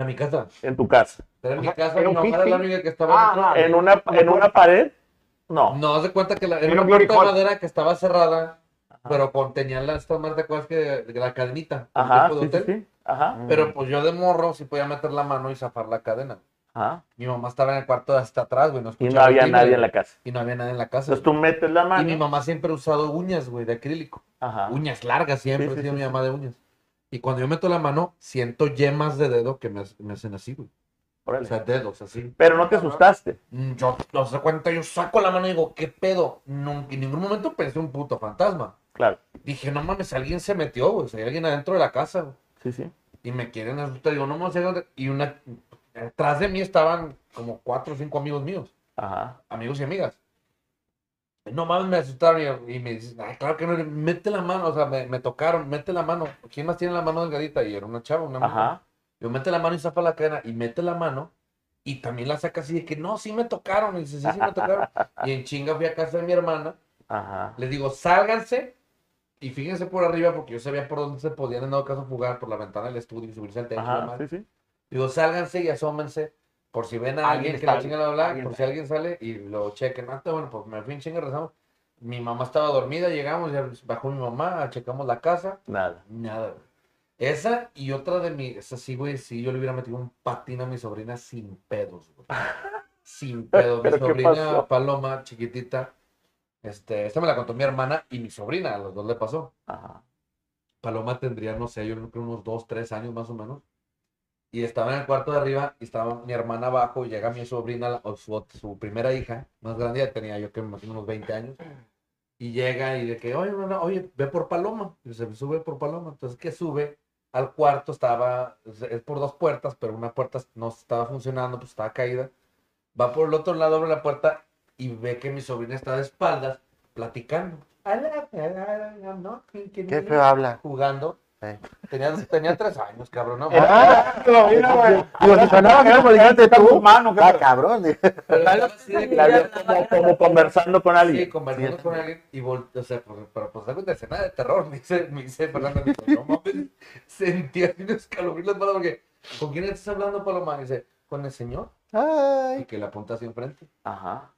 A: En mi casa,
E: en tu casa.
A: era en
B: O
A: mi
B: sea,
A: casa,
B: era
A: mi
B: un
A: mamá era
B: piti.
A: la amiga que estaba
B: Ah,
E: En una, en una pared. No.
A: No, haz de cuenta que la,
B: Era
A: era una
B: un glory
A: puerta de
B: hole.
A: madera que estaba cerrada, pero con tenía la, esta madre, ¿te acuerdas que de la cadenita? el
E: Ajá.
A: tipo de
E: Sí, sí,
A: hotel?
E: sí. Ajá.
A: Pero pues yo de morro sí podía meter la mano y zafar la cadena.
E: Ajá.
A: Mi mamá estaba en el cuarto de hasta atrás, güey,
E: Y no
A: no escuchaba el
E: había
A: timbre,
E: nadie en
A: güey,
E: la casa.
A: Y no había nadie en la casa.
E: Entonces tú metes la
A: güey. Y mi
E: mano.
A: mamá siempre ha usado uñas, güey, de acrílico.
E: Ajá.
A: Uñas largas siempre,
E: Ah. Sí,
A: ha
E: sí,
A: sido
E: sí,
A: mi
E: sí.
A: mamá de uñas. Y cuando yo meto la mano, siento yemas de dedo que me, me hacen así, güey. O
E: Órale.
A: sea, dedos, así.
E: Pero no te asustaste.
A: Mm, Yo, no se cuenta, yo saco la mano y digo, ¿qué pedo? Nunca, en ningún momento pensé un puto fantasma.
E: Claro.
A: Dije, no mames, alguien se metió, güey. o sea, hay alguien adentro de la casa. güey.
E: Sí, sí.
A: Y me quieren asustar. Digo, no mames, hay alguien- y una. Atrás de mí estaban como cuatro o cinco amigos míos,
E: Ajá.
A: amigos y amigas. No mames, me asustaron y, y me dicen, ay, claro que no, mete la mano, o sea, me, me tocaron, mete la mano. ¿Quién más tiene la mano delgadita? Y era una chava, una mujer.
E: Ajá.
A: Yo mete la mano y zafa la cadena y mete la mano Y también la saca así de que no, sí me tocaron. Y dice, sí, sí me tocaron. Y en chinga fui a casa de mi hermana.
E: Ajá.
A: Les digo, sálganse y fíjense por arriba porque yo sabía por dónde se podían en dado caso jugar, por la ventana del estudio y subirse al techo. y la
E: Ajá.
A: madre.
E: Sí, sí.
A: Digo, sálganse y asómense por si ven a
B: Alguien
A: alguien, que la
B: sale,
A: chingan a hablar,
B: alguien
A: por si alguien sale y lo chequen. Ah, está bueno, pues me fui en chinga, rezamos. Mi mamá estaba dormida, llegamos, ya bajó mi mamá, checamos la casa,
E: Nada.
A: nada, güey. Esa y otra de mi, esa sí, güey, sí, yo le hubiera metido un patín a mi sobrina sin pedos, güey. Sin pedos. Mi
E: ¿Pero qué
A: sobrina
E: pasó?
A: Paloma, chiquitita, este, esta me la contó mi hermana y mi sobrina, a los dos le pasó.
E: Ajá.
A: Paloma tendría, no sé, yo creo que unos dos, tres años más o menos. Y estaba en el cuarto de arriba y estaba mi hermana abajo y llega mi sobrina, la- o su, su primera hija, más grande, ya tenía yo que me imagino unos 20 años. Y llega y de que, oye, no, no, oye, ve por Paloma. Y se sube por Paloma. Entonces que sube al cuarto, estaba, es- es por dos puertas, pero una puerta no estaba funcionando, pues estaba caída. Va por el otro lado, abre la puerta y ve que mi sobrina está de espaldas platicando.
C: Qué feo habla.
A: jugando.
C: Eh.
A: Tenía, tenía tres años, cabrón. No,
C: Ah,
B: mira, güey.
C: Digo, si sonaba que no me dijiste
B: Está
C: tú.
B: humano, qué
C: Ah,
B: pedo.
C: cabrón.
A: pero
D: la-
A: estaba así de que-
E: La vio como, como conversando con alguien.
A: sí, conversando con alguien y volteó. O sea, pero, pero pues algo de escena de terror, me dice, me dice Fernando. me dice, no mames, *laughs* sentí así un escalofrío en la espalda porque, ¿con quién estás hablando, Paloma? Y dice, con el señor, y
C: Ay.
A: que le apunta hacia enfrente.
E: Ajá.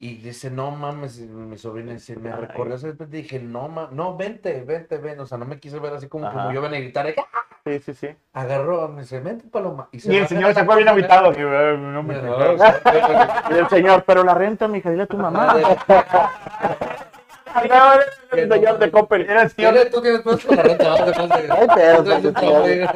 A: Y dice, no mames, y mi sobrina dice, me recorrió ese repente dije, no mames, no, vente, vente, ven. O sea, no me quise ver así como,
E: Ajá.
A: como yo ven a gritar. ¡ah!
E: Sí, sí, sí.
A: Agarró, me dice, vente, Paloma.
B: Y el
A: baja
B: señor
A: de la
B: se fue bien
A: camioneta.
B: habitado. No me
A: No, no, no.
E: Y el señor, pero la renta, mija, dile a tu mamá. el señor de Coppel.
B: Era el señor
A: Tiene- tú tienes pedos con la renta, vamos a conseguir.
C: Ay, pedos,
E: pues,
A: Tú traes un
C: ay,
A: problema.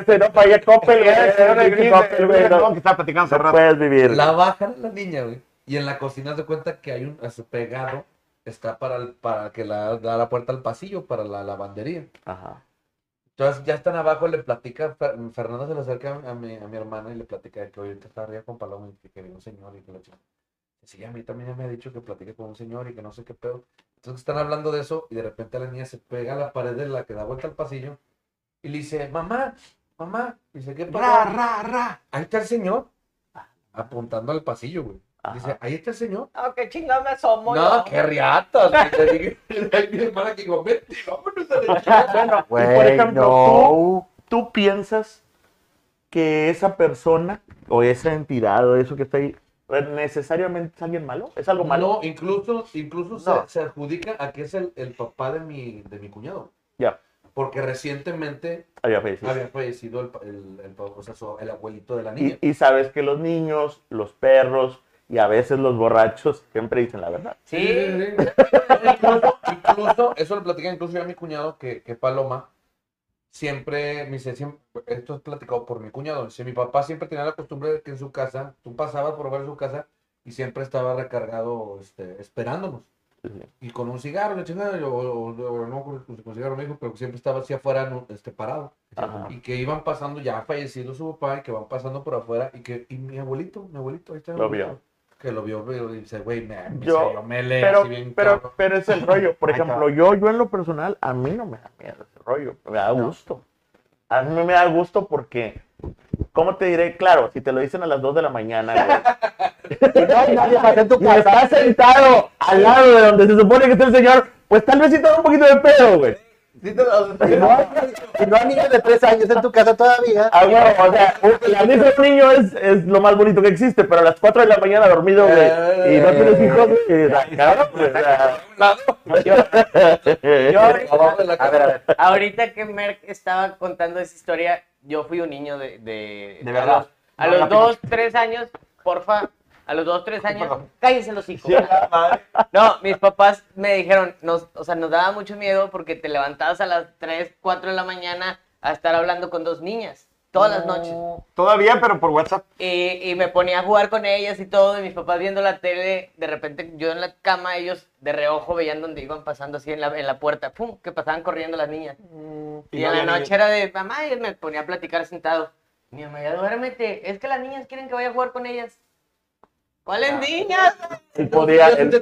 E: Ese no pagué Coppel.
B: Era el señor de
E: eh, Coppel, güey,
B: Green,
E: no-
B: que estaba platicando hace
E: No
B: rato.
E: puedes vivir.
A: La bajan a la niña, güey. Y en la cocina se cuenta que hay un a su pegado, está para, el- para que la, da la puerta al pasillo, para la lavandería.
E: Ajá.
A: Entonces ya están abajo, le platica, Fer- Fernanda se le acerca a mi, a mi hermana y le platica de que ahorita está arriba con Paloma y que, que vino un señor y que la chica. Sí, a mí también ya me ha dicho que platique con un señor y que no sé qué pedo. Entonces están hablando de eso y de repente la niña se pega a la pared de la que da vuelta al pasillo y le dice, mamá, mamá, y dice, ¿qué pasa?
B: ra, ra. Ah.
A: Ahí está el señor apuntando al pasillo, güey.
E: Ajá.
A: Dice, ahí está el señor.
D: No, qué chingado me asomo.
A: No,
D: yo.
A: qué riatas. güey. Le dije, *laughs* le dije a mi hermana que digo, vete, vámonos a la chingada".
E: Bueno, y por
C: Güey,
E: ejemplo, tú,
C: no.
E: tú piensas que esa persona o esa entidad o eso que está ahí necesariamente es alguien malo? ¿Es algo malo?
A: No, incluso, incluso se-
C: No.
A: se, adjudica a que es el, el papá de mi, de mi cuñado.
E: Ya.
A: Porque recientemente
E: Había fallecido.
A: había fallecido el, pa- el, el pa- o sea, su- el abuelito de la niña.
E: Y, y sabes que los niños, los perros y a veces los borrachos siempre dicen la verdad.
A: Sí, sí, sí, sí. No, incluso, incluso, eso lo platicé incluso yo a mi cuñado, que, que Paloma, siempre, me dice, siempre- esto es platicado por mi cuñado, dice, mi papá siempre tenía la costumbre de que en su casa, tú pasabas por ver su casa y siempre estaba recargado, este, esperándonos.
E: Sí.
A: Y con un cigarro, la chingada, o, o- o no con con cigarro, me dijo, pero siempre estaba así afuera, no, este, parado.
E: Ajá.
A: Y que iban pasando, ya fallecido su papá, y que van pasando por afuera, y que, y mi abuelito, mi abuelito, ahí está. mi
E: Lo
A: abuelito,
E: vio.
A: Que lo vio, pero dice, güey, me, me-
E: Yo-
A: se- yo me leo
E: Pero,
A: así bien
E: pero,
A: cabrón.
E: pero es el rollo. Por
C: Ahí está.
E: ejemplo, yo, yo en lo personal, a mí no me da miedo ese rollo. Me da gusto. A mí me da gusto porque, ¿cómo te diré? Claro, si te lo dicen a las 2 de la mañana, güey,
C: No hay nadie más en tu
E: y está
C: casa.
E: sentado al lado de donde se supone que está el señor, pues tal vez sí te da un poquito de pedo, güey.
A: Sí, te lo-
C: Si no hay- si no hay niños de tres años en tu casa todavía.
E: Ah, güey, o sea, un- la misa de un niño es, es lo más bonito que existe, pero a las 4 de la mañana dormido, güey, y no tienes hijos, güey, la cabrón, güey, o sea,
D: Yo ahorita-
A: Abajo de la
C: A ver, a ver.
D: *laughs* Ahorita que Merck estaba contando esa historia, yo fui un niño de. De,
B: De verdad.
D: A
B: No,
D: los,
B: la
D: a los dos, tres años, porfa. A los dos, tres años, cállense los hijos. No, mis papás me dijeron, nos, o sea, nos daba mucho miedo porque te levantabas a las 3, 4 de la mañana a estar hablando con dos niñas, todas las noches.
B: Todavía, pero por WhatsApp.
D: Y, y me ponía a jugar con ellas y todo, y mis papás viendo la tele, de repente yo en la cama, ellos de reojo veían donde iban pasando así en la, en la puerta, ¡pum!, que pasaban corriendo las niñas.
E: Mm.
B: no
D: Y, en la
B: había
D: noche era de mamá y me ponía a platicar sentado. Mi mamá, ya duérmete, es que las niñas quieren que vaya a jugar con ellas.
E: Ah.
D: ¿Cuáles niñas?
E: él podía, él,
C: No,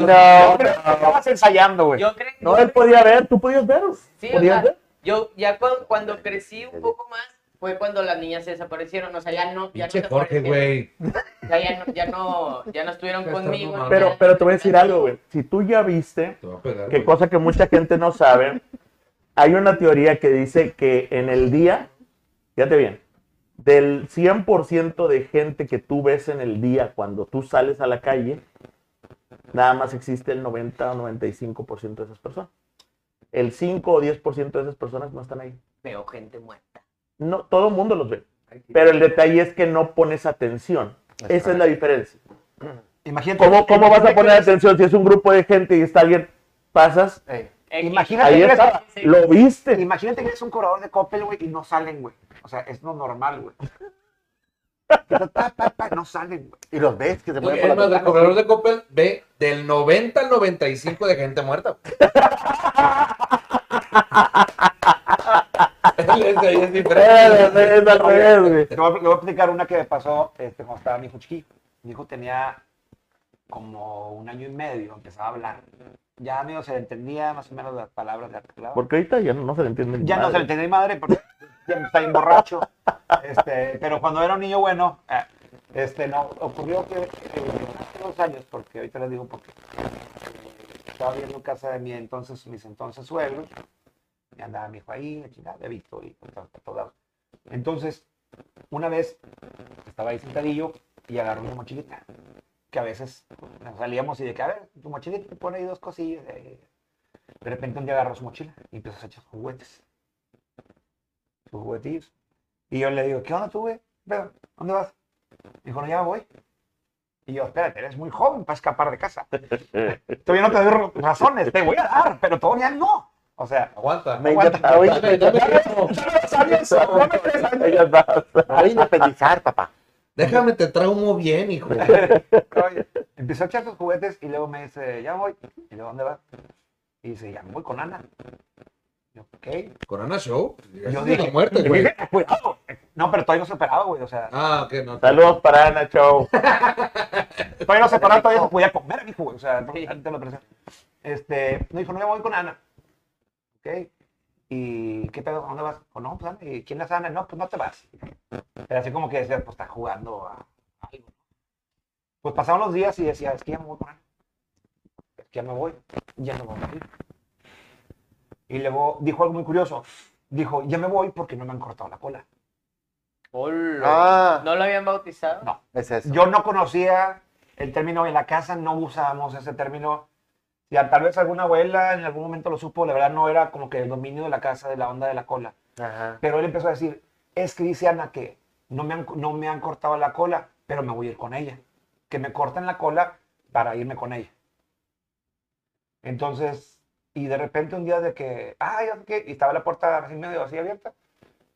C: no.
B: Estabas ensayando, güey.
D: Yo creo
E: no, él podía ver, tú podías ver,
D: Sí, o
E: podías
D: sea,
E: ver.
D: yo ya cu- cuando, crecí un poco más, fue cuando las niñas se desaparecieron. O sea, ya no. Ya no
A: Pinche Jorge,
D: desaparecieron.
A: güey.
D: O sea, ya no, ya no, ya no estuvieron
A: Estás
D: conmigo.
A: mamando.
E: Pero, pero te voy a decir algo, güey. Si tú ya viste,
A: Te va a pegar.
E: que
A: güey.
E: cosa que mucha gente no sabe, hay una teoría que dice que en el día, fíjate bien, del 100% de gente que tú ves en el día cuando tú sales a la calle, nada más existe el 90 o 95% de esas personas. El 5 o 10% de esas personas no están ahí.
D: Veo gente muerta.
E: No, todo el mundo los ve. Pero el detalle es que no pones atención. Esa es la diferencia.
B: Imagínate.
E: ¿Cómo, cómo vas a poner atención si es un grupo de gente y está alguien, pasas,
B: Eh,
D: Eh,
B: imagínate,
E: ahí
B: que eres,
E: está, lo viste?
B: imagínate que eres un corredor de Coppel, güey, y no salen, güey. O sea, es lo normal, güey. Pa, pa, pa, no salen, güey.
C: Y los ves que se mueven
A: Güey, Es
C: por la
A: más, el
C: ventana.
A: cobrador de Coppel ve del 90 al 95 de gente muerta. *laughs* Él es de ahí, es
E: Es,
A: diferente.
E: es al revés, güey.
B: Te voy, a- le voy a platicar una que me pasó este, cuando estaba mi hijo chiquillo. Mi hijo tenía como un año y medio, empezaba a hablar. Ya medio se le entendía más o menos las palabras de articulado.
E: Porque ahorita ya no, no se le entiende. ni
B: Ya no se le
E: madre.
B: entendía mi madre porque siempre está bien borracho. Este, pero cuando era un niño bueno, eh, este, no, ocurrió que eh, hace dos años, porque ahorita les digo porque estaba viendo casa de mi entonces, mis entonces suegros, y andaba mi hijo ahí, la chingada, bebito, y por todo- por todos lados. Entonces, una vez estaba ahí sentadillo y agarró una mochilita, que a veces nos salíamos y de que, a ver, tu mochilita te pone ahí dos cosillas. eh, de repente un día agarró su mochila y empezó a echar juguetes. Sus juguetillos. Y yo le digo, ¿qué onda tú, güey? Pero, ¿Dónde vas? Dijo, no, ya me voy. Y yo, espérate, eres muy joven para escapar de casa. Todavía no te doy ro- razones, te voy a dar, pero todavía no. O sea,
A: Aguanta.
C: Me
B: Aguanta,
C: ya-
A: Dame, dame, eso.
E: Ahí ya está.
C: me voy a independizar, papá.
A: Déjame, te traumo bien,
E: *laughs*
A: hijo.
B: Oye, empezó a echar sus juguetes y luego me dice, ya me voy. Y luego, ¿dónde vas? Y dice, ya me voy con Ana. Yo, ok.
A: Corona Show. Esa es
B: dije-
A: la muerte, güey.
B: Cuidado. No, pero todavía no se operaba, güey. O sea,
A: Ah, que no.
E: Saludos para
B: *laughs*
E: Ana, chao.
B: todavía no se operaba, todavía no podía comer, hijo, güey. O sea, no, ahorita lo presento. Este, me dijo, no, ya me voy con Ana. Ok. ¿Y qué pedo? ¿A dónde vas? O no, pues Ana. ¿Y quién es Ana? No, pues no te vas. Pero así como que decía, pues está jugando a a algo. Pues pasaban los días y decía, es que ya me voy con Ana. Es que ya me voy. Ya no voy a ir. Y luego dijo algo muy curioso. Dijo, ya me voy porque no me han cortado la cola.
D: Hola.
C: Ah,
D: ¿No lo habían bautizado?
B: No.
C: es eso.
B: Yo no conocía el término en la casa, no usábamos ese término. Ya, tal vez alguna abuela en algún momento lo supo, la verdad no era como que el dominio de la casa, de la onda de la cola.
C: Ajá.
B: Pero él empezó a decir, es que dice Ana que no me han, no me han cortado la cola, pero me voy a ir con ella. Que me corten la cola para irme con ella. Entonces, y de repente un día de que, ay, ¿qué? y estaba la puerta así medio así abierta,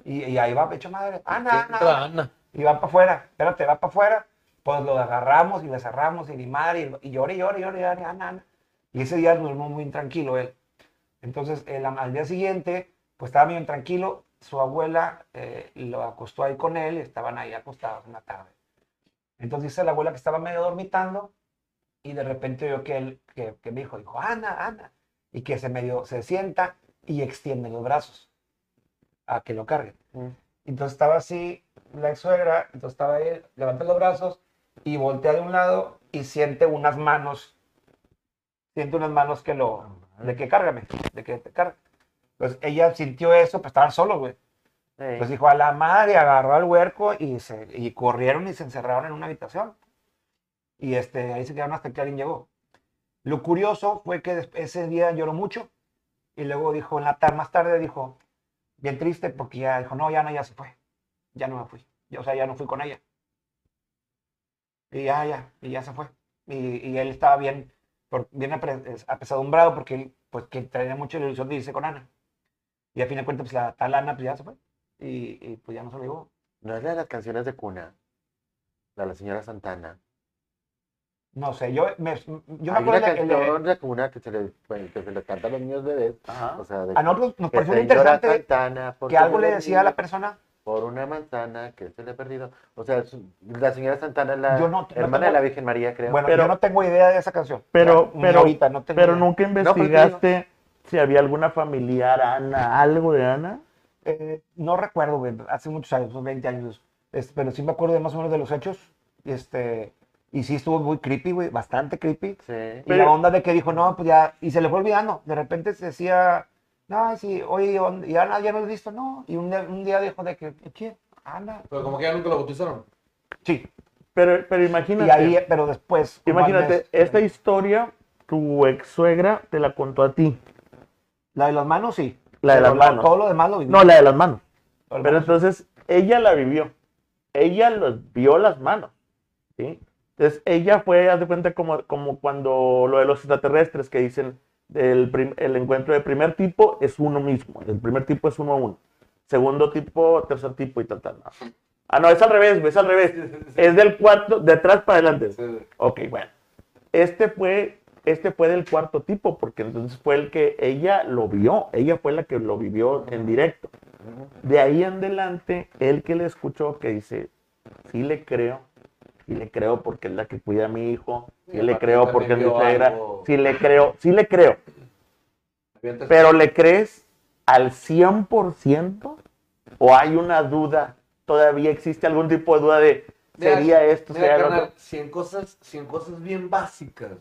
B: y, y ahí va, hecho madre, Ana, Ana, Ana
A: Entra Ana.
B: y va para afuera, espérate, va para afuera, pues lo agarramos y le cerramos y ni madre, y, y llora y llora y llora, y llora, ana, ana. Y ese día durmió muy tranquilo él. Entonces, el- al día siguiente, pues estaba bien tranquilo, su abuela eh, lo acostó ahí con él, y estaban ahí acostados en la tarde. Entonces dice la abuela que estaba medio dormitando, y de repente yo que él, que, que me dijo, dijo, Ana, Ana, y que se medio, se sienta y extiende los brazos a que lo carguen.
C: Mm.
B: Entonces estaba así la ex suegra, entonces estaba él, levanta los brazos y voltea de un lado y siente unas manos, siente unas manos que lo, de que cárgame, de que te cargue. Entonces ella sintió eso, pues estaban solos, güey.
C: Sí.
B: Pues dijo, a la madre, agarró al huerco y, se, y corrieron y se encerraron en una habitación. Y este, ahí se quedaron hasta que alguien llegó. Lo curioso fue que des- ese día lloró mucho y luego dijo, en la tarde, más tarde dijo, bien triste porque ya dijo, no, ya no, ya se fue. Ya no me fui. Yo, o sea, ya no fui con ella. Y ya, ya, y ya se fue. Y, y él estaba bien, por- bien apre- apesadumbrado porque él, pues, que tenía mucha ilusión de irse con Ana. Y a fin de cuentas, pues, la tal Ana, pues ya se fue y, y, pues ya no se lo llevó.
C: No es la de las canciones de cuna. La de la señora Santana.
B: No sé, yo me, yo me
C: Hay una
B: acuerdo el- el-
C: canción de cuna que se le, pues, que se le canta a los niños bebés.
E: Ajá.
C: O sea, de
B: a nosotros nos
C: que
B: pareció
C: señora
B: pues, interesante
C: Santana, ¿por
B: que
C: qué
B: algo
C: me
B: le
C: la
B: decía a
C: di?
B: la persona.
C: Por una manzana que se le ha perdido. O sea, es- la señora Santana es la
B: Yo no- no
C: hermana
B: tengo-
C: de la Virgen María, creo.
B: Bueno,
E: Pero-
B: yo no tengo idea de esa canción.
E: Pero,
B: Ni
E: pero,
B: ahorita, no tengo
E: pero
B: idea.
E: nunca
C: digo.
E: investigaste si había alguna familiar, Ana, algo de Ana.
B: eh, no recuerdo, güey, hace muchos años, unos 20 años, este, pero sí me acuerdo de más o menos de los hechos. Este, y sí estuvo muy creepy, güey, bastante creepy.
C: Sí.
B: y la
E: Pero-
B: onda de que dijo, no, pues ya, y se le fue olvidando. De repente se decía, no, sí, oye, ¿dónde- ya, no- ya no lo he visto, no. Y un día, un día dijo de que, ¿quién? Ana.
A: Pero como que ya nunca lo bautizaron.
B: Sí,
E: Pero, pero
B: y
E: imagínate,
B: ahí, pero después. como este. al
E: imagínate,
B: mes, eh,
E: esta historia tu ex suegra te la contó a ti.
B: La de las manos, sí.
E: La de
B: Pero
E: las manos.
B: Todo lo demás lo viví.
E: No, la de las manos.
B: Lo demás-
E: Pero entonces ella la vivió. Ella los vio las manos. ¿sí? Entonces ella fue, haz de cuenta, como, como cuando lo de los extraterrestres que dicen el, prim- el encuentro de primer tipo es uno mismo. El primer tipo es uno a uno. Segundo tipo, tercer tipo y tal, tal. ¿no? Ah, no, es al revés, güey, es al revés. Es del cuarto, de atrás para adelante. Ok, bueno. Este fue, este fue del cuarto tipo, porque entonces fue el que ella lo vio, ella fue la que lo vivió en directo. De ahí en adelante, el que le escuchó que dice, sí le creo, sí le creo porque es la que cuida a mi hijo, sí
A: Y
E: le
A: aparte
E: creo
A: también
E: porque es mi
A: vio
E: suegra,
A: algo.
E: sí le creo, sí le creo,
A: Avientas-
E: pero ¿le crees al 100% o hay una duda? ¿Todavía existe algún tipo de duda de
A: Mira,
E: sería esto,
A: mira,
E: sería lo
A: carnal,
E: otro?
A: si en cosas, si en cosas bien básicas,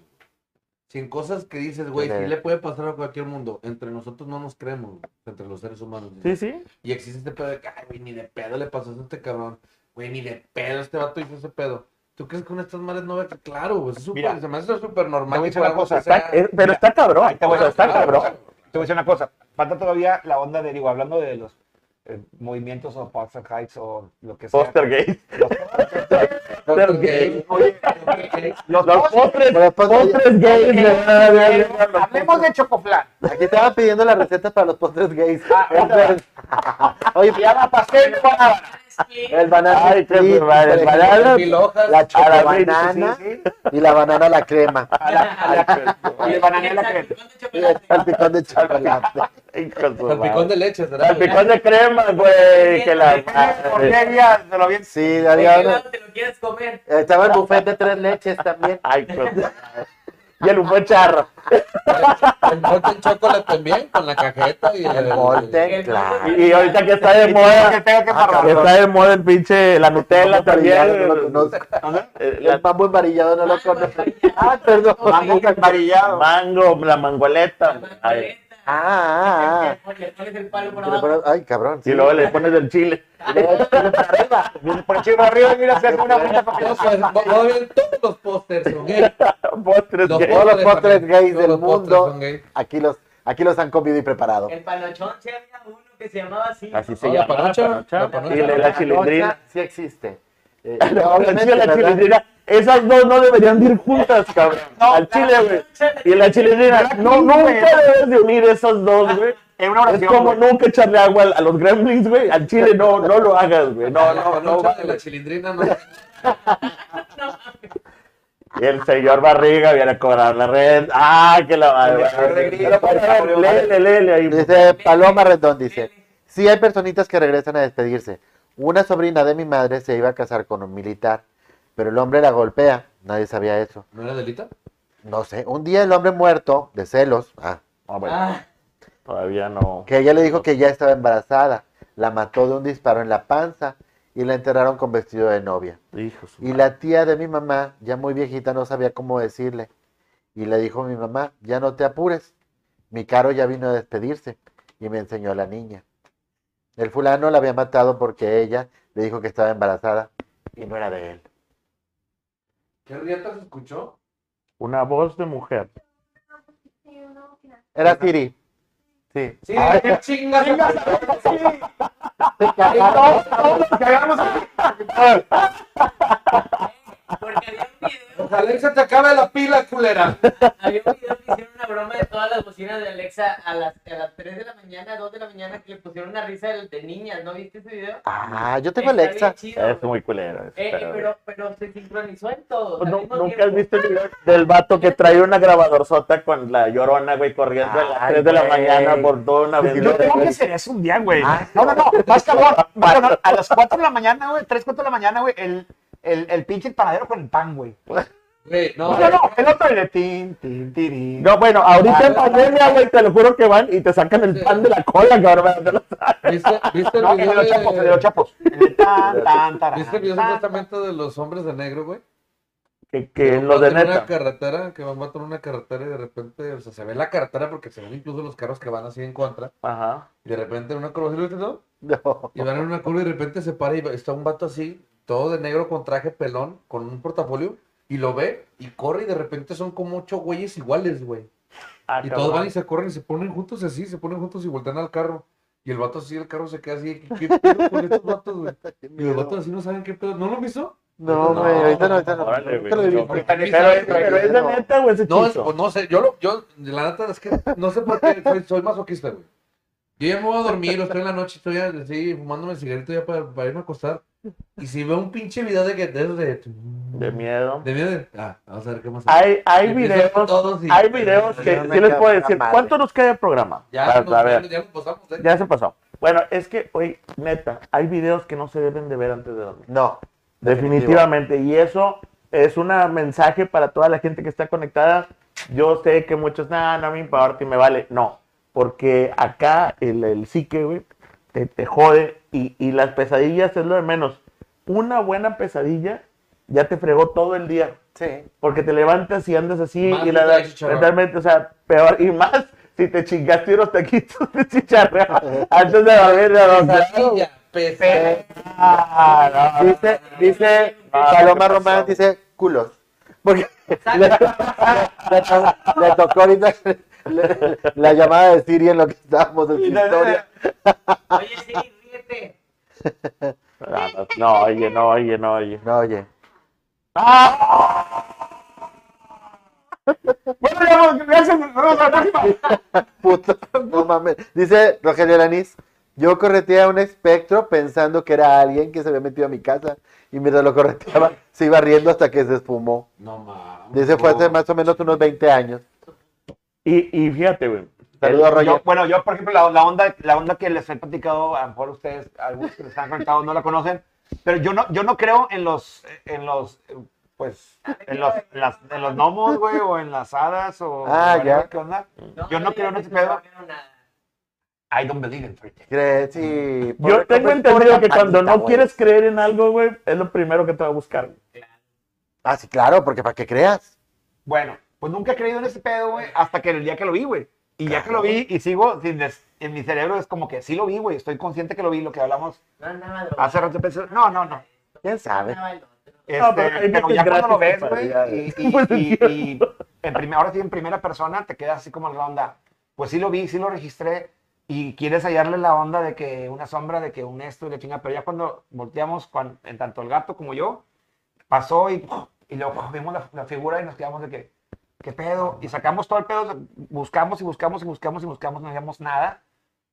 A: si en cosas que dices, güey,
C: Sí.
A: sí le puede pasar a cualquier mundo, entre nosotros no nos creemos, güey, entre los seres humanos.
E: Sí, sí.
A: Y existe este pedo de que, ay, güey, ni de pedo le pasó eso a este cabrón. Güey, ni de pedo este vato hizo ese pedo. ¿Tú crees que con estas madres no va a Claro, güey, es súper,
B: Mira,
A: se me hace súper normal.
B: te voy a
A: que
B: decir una
A: algo
B: cosa,
A: que
E: Está-
A: sea-
E: eh, pero está cabrón.
B: te voy a-
E: o sea, está
A: claro,
E: cabrón.
A: claro.
B: Te voy a decir una cosa, falta todavía la onda de, digo, hablando de los eh, movimientos o Poster Heights o lo que sea.
E: Poster gay.
A: Doctor
E: Pero
A: Gay.
E: gay. *laughs*
A: Oye, Doctor Gay.
E: Los, postres,
C: Los postres-
E: postres gays. le van a dar- le van a dar los
B: Hablemos de Chocoflan.
C: Aquí estaba pidiendo las recetas para los postres gays.
B: Ah,
C: Entonces- Oye,
B: pastel con
C: el banana.
E: Ay, qué
C: split,
E: madre,
C: por
E: el
C: ejemplo,
E: banana-
A: Mil hojas.
C: La
E: A la
C: chocobanana y la banana a la crema. Ah,
E: postres.
B: Y el banana en la crema.
C: Y el salpicón de chocolate.
E: Hijo de su
A: Salpicón
E: madre.
A: de leche, ¿verdad?
E: Salpicón de crema, güey. Que la madre.
B: Porquería, te lo bien.
C: Sí,
D: ¿Por qué
C: había una-
D: lado te lo quieres comer?
C: Estaba el buffet de tres leches también.
E: Ay, hijo de su madre. Y el buen charro.
A: El molten chocolate también, con la cajeta y
C: El molten,
D: El-
C: eh, claro.
E: Y ahorita que está de
B: Que
E: moda. ah,
B: tengo que
E: que
B: parar.
E: Está de moda el pinche la Nutella
C: Mambo emparrillado, no lo
E: también.
C: conozco.
E: eh,
C: El
E: La
C: mambo embarillado no lo
D: Mango
C: conozco.
D: emparrillado.
C: Ah, perdón.
D: Mambo
C: embarillado. Ah,
E: mango, la mangoleta. Ay.
D: Manoleta.
C: ah,
D: Le pones el palo por
C: ah.
D: abajo.
C: Ay, cabrón.
E: Y
C: sí.
E: luego le pones el chile.
B: Por encima arriba, mira, se hace una vuelta para que no se
A: Todo bien, todos los pósters son gay.
E: Postres
A: Los
E: gays.
C: Todos los
A: Postres
C: postres
A: también.
C: gays
A: Todos
C: del
A: los postres
C: mundo.
A: son gay.
C: Aquí los, aquí los han comido y preparado.
D: El panochón, sí había uno que se llamaba así. ¿no?
E: Así se
A: No,
E: llama.
A: la panocha,
E: panocha.
A: la panocha.
E: Y le- la chilindrina.
C: Sí existe. Eh,
E: No, al
C: obviamente,
E: chile, *laughs* la
C: ¿verdad?
E: chilindrina. Esas dos no deberían de ir juntas, cabrón. al chile, güey. Y la chilindrina. No, nunca debes de unir esas dos, güey.
B: En una
E: Es
B: oración.
E: como
B: güey.
E: nunca echarle agua al- a los gremlins, güey. Al chile no, no lo hagas, güey. No,
A: La
E: no, no.
A: panocha de
E: vale.
A: la chilindrina, no.
E: Y el señor Barriga viene a cobrar la red. Ah, que la madre. Pero, por favor, Léele, léele ahí.
C: Dice Paloma Rendón, dice, sí hay personitas que regresan a despedirse. Una sobrina de mi madre se iba a casar con un militar, pero el hombre la golpea. Nadie sabía eso.
A: ¿No era delita?
C: No sé, un día el hombre muerto de celos, ah,
E: Ah, bueno,
D: Ah,
E: todavía no.
C: que ella le dijo que ya estaba embarazada, la mató de un disparo en la panza y la enterraron con vestido de novia.
E: Hijo su
C: Y
E: madre.
C: la tía de mi mamá, ya muy viejita, no sabía cómo decirle. Y le dijo a mi mamá, ya no te apures. Mi caro ya vino a despedirse y me enseñó a la niña. El fulano la había matado porque ella le dijo que estaba embarazada y no era de él.
A: ¿Qué riata se escuchó?
E: Una voz de mujer.
C: Era Siri. Sí.
A: Sí, qué chingas.
D: porque había un video,
A: Ojalá y se te acabe la pila, culera.
D: había un video que hicieron una broma de todas las bocinas de Alexa a las, a las 3 de la mañana, 2 de la mañana, que le pusieron una risa de, de niñas, ¿no viste ese video?
C: Ah, yo tengo
D: Está bien
C: Alexa.
D: chido,
E: Es
D: güey.
E: muy culero. es
D: Eh, eh,
E: pero-
D: pero, pero se sincronizó en todo. al
E: No,
D: mismo
E: ¿Nunca has
D: tiempo.
E: visto el video del vato que trae una grabadorzota con la llorona, güey, corriendo a las
C: Ay,
E: 3 de la
C: güey.
E: mañana por toda una
C: Sí, sí,
B: Yo
E: avenida?
B: tengo que hacer eso un día, güey. No, no, no. Más cabrón. Más cabrón. A las 4 de la mañana, güey. 3, 4 de la mañana, güey. El, el, el pinche panadero con el pan, güey.
A: Güey, no,
E: No, no, no, el otro de
C: Tin, tin, tirín.
E: No, bueno, ahorita en
C: Ah,
E: pandemia, güey, te lo juro que van y te sacan el pan de la cola, cabrón. te lo sacan.
A: ¿Viste, viste el
B: No, el de
A: video
B: los chapos, el de los chapos. El de tan, tan, tarán,
A: ¿Viste el video
B: tan.
A: supuestamente de los hombres de negro, güey?
E: Que, que
A: van
E: los de
A: por una
E: neta.
A: carretera, que van por una carretera y de repente, o sea, se ve la carretera porque se ven incluso los carros que van así en contra.
E: Ajá.
A: Y de repente en una curva, ¿sí lo viste, no?
C: No.
A: Y van en una curva y de repente se para y va- está un vato así, todo de negro con traje pelón, con un portafolio, y lo ve y corre y de repente son como ocho güeyes iguales, güey.
E: Ah,
A: Y
E: cabrón.
A: todos van y se corren y se ponen juntos así, se ponen juntos y voltean al carro. Y el vato así, el carro se queda así, ¿qué,
E: *laughs*
A: qué pedo con estos vatos, güey? Y los vatos así no saben qué pedo, ¿no lo hizo?
C: No,
A: No,
C: güey, ahorita no, ahorita no.
E: órale,
C: Nunca lo he
E: güey, no,
C: visto.
A: porque-
E: Pero, es- pero es de
C: No.
E: neta, güey, ese
A: No, es-
E: chizo.
A: pues no sé, yo, lo, yo la neta es que no sé por qué soy, soy masoquista, güey. Yo ya me voy a dormir, o estoy en la noche, estoy así fumándome el cigarrito ya para, para irme a acostar. Y si veo un pinche video de que de, esos de,
E: De miedo.
A: de miedo, de- ah, vamos a ver qué más hay.
E: Hay, hay
A: Empiezan
E: videos,
A: todos y-
E: hay videos que
C: Yo me
E: sí les puedo
C: cago en la
E: decir.
C: madre.
E: ¿Cuánto nos queda de programa?
A: Ya,
E: Para-
A: nos-
E: para ver.
A: ya nos pasamos, ¿eh?
E: Ya se pasó. Bueno, es que, oye, neta, hay videos que no se deben de ver antes de dormir.
C: No.
E: Definitivamente. Y eso es un mensaje para toda la gente que está conectada. Yo sé que muchos, nada, no me importa y me vale. No, porque acá el, el psique, güey, te, te jode y, y las pesadillas es lo de menos. Una buena pesadilla ya te fregó todo el día.
C: Sí.
E: Porque te levantas y andas así
A: Más
E: y
A: si
E: la
A: traes chicharrón.
E: totalmente, o sea, peor y más si te chingaste unos taquitos de chicharrón antes de dormir, no, no,
A: Pesadilla, pesadilla.
E: Ah, no, no.
C: Dice, dice
E: Ah,
C: Paloma
E: ¿qué pasó?
C: Román, dice culos. Porque le,
E: *laughs*
C: le to- le tocó ahorita le- la llamada de Siri en lo que estábamos en su historia.
D: Oye, sí, ríete.
E: No, no, no, oye, no, oye, no, oye.
C: No, oye.
B: Bueno, ya vamos, gracias, nos vemos a la próxima.
C: Puto, *laughs* no mames. Dice Rogelio Lanis, yo correteé a un espectro pensando que era alguien que se había metido a mi casa y mientras lo correteaba se iba riendo hasta que se esfumó.
A: No mames.
C: Dice, fue hace más o menos unos 20 años.
E: Y, y fíjate, güey.
C: Saludos,
B: Yo-
C: Roger.
B: bueno, yo, por ejemplo, la, la onda, la onda que les he platicado, a lo mejor ustedes, algunos que les han contado, no la conocen, pero yo no, yo no creo en los, en los, eh, pues, en los, en las- en los gnomos, güey, o en las hadas, o...
C: Ah,
B: o
C: ya.
B: ver ¿Qué onda? Yo no creo en ese pedo. I don't believe in freaking.
C: Cree- sí,
E: Yo
C: pobre-
E: tengo
C: pobre-
E: entendido
C: pobre
E: que cuando
C: campanita,
E: no
C: güey.
E: quieres creer en algo, güey, es lo primero que te va a buscar.
C: Ah, sí, claro, porque para que creas.
B: Bueno, pues nunca he creído en ese pedo, güey, hasta que el día que lo vi, güey. Y ya que lo vi y sigo, sin des- en mi cerebro es como que sí lo vi, güey, estoy consciente que lo vi, lo que hablamos
D: No andaba drogado.
B: hace rato. pensé, No, no, no.
C: ¿Quién sabe?
D: Andaba el otro.
B: Este,
E: No, pero hay
B: pero
E: veces
B: ya cuando lo ves,
E: gratis
B: güey,
E: para
B: y,
E: *laughs* allá, ¿eh?
B: y- y- y en prim- ahora sí en primera persona te quedas así como en la onda. Pues sí lo vi, sí lo registré y quieres hallarle la onda de que una sombra, de que un esto y la chinga, pero ya cuando volteamos, cuan- en tanto el gato como yo, pasó y, y luego vimos la, la figura y nos quedamos de que, ¿qué pedo? Y sacamos todo el pedo, buscamos y buscamos y buscamos y buscamos, no veíamos nada.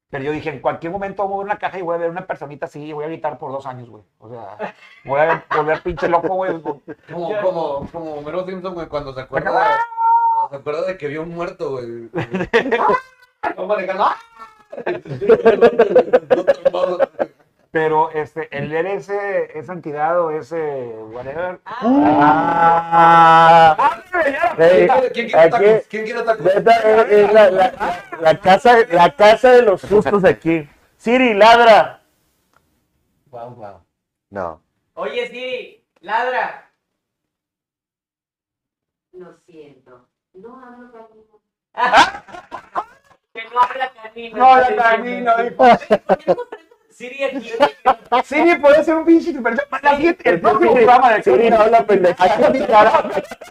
B: Pero yo dije, en cualquier momento voy a ver una caja y voy a ver una personita así y voy a gritar por dos años, güey. O sea, voy a volver pinche loco, güey. pues,
A: Como, como, como Homero Simpson, güey, cuando se acuerda,
E: Ah.
A: cuando se acuerda de que vio un muerto, güey.
E: *laughs*
A: Vamos manejando. ¡ah! Todo tumbado.
B: Pero este, el leer ese, esa entidad o ese whatever.
E: Ah.
A: ¿Quién
E: Eh,
A: quiere- quién quiere
E: aquí-
A: tacos? ¿Quién quiere tacos?
E: Neta, es- es la, la- la casa, la casa de los sustos aquí. Siri, ladra.
A: Guau, guau.
C: No.
D: Oye, Siri, ladra. Lo siento. No hablo canino. *laughs* que no habla canino.
B: dijo.
D: ¿Por qué no traes a Siri aquí? güey?
B: Sí, puede ser un pinche super. La siguiente- El próximo
E: Siri-
B: programa de
E: Siri, no habla
C: Hay que
E: pendejada.
C: invitar a,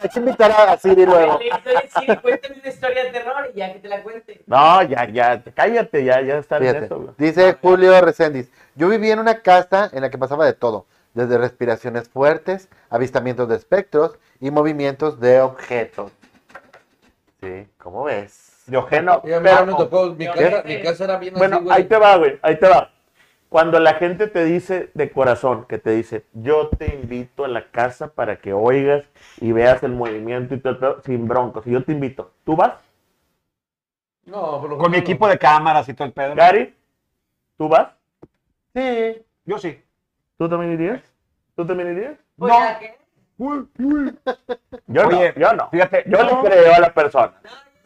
C: hay que invitar a Siri luego.
D: Le dices, oye, Siri, cuéntame una historia de terror y ya que te la cuente.
E: No, ya, ya, cállate, ya, ya está bien
C: Fíjate,
E: esto, güey.
C: dice Julio Reséndiz, yo vivía en una casa en la que pasaba de todo, desde respiraciones fuertes, avistamientos de espectros y movimientos de objetos. Sí, ¿cómo ves?
E: Bueno,
A: Ya,
E: pero-
A: mira, me tocó. Mi casa, mi casa era bien
E: Bueno,
A: así, güey.
E: ahí te va, güey, ahí te va. Cuando la gente te dice de corazón, que te dice, yo te invito a la casa para que oigas y veas el movimiento y todo, el pedo", sin broncos, y yo te invito. ¿Tú vas,
A: No, pero
B: Con mi equipo de cámaras y todo el pedo.
E: Gary? ¿Tú vas?
C: Sí.
B: Yo sí.
E: ¿Tú también irías? ¿Tú también irías?
D: Pues
B: No.
D: ya que-
E: Yo
B: Oye,
E: no, yo no.
B: Fíjate,
E: Yo le creo a la persona.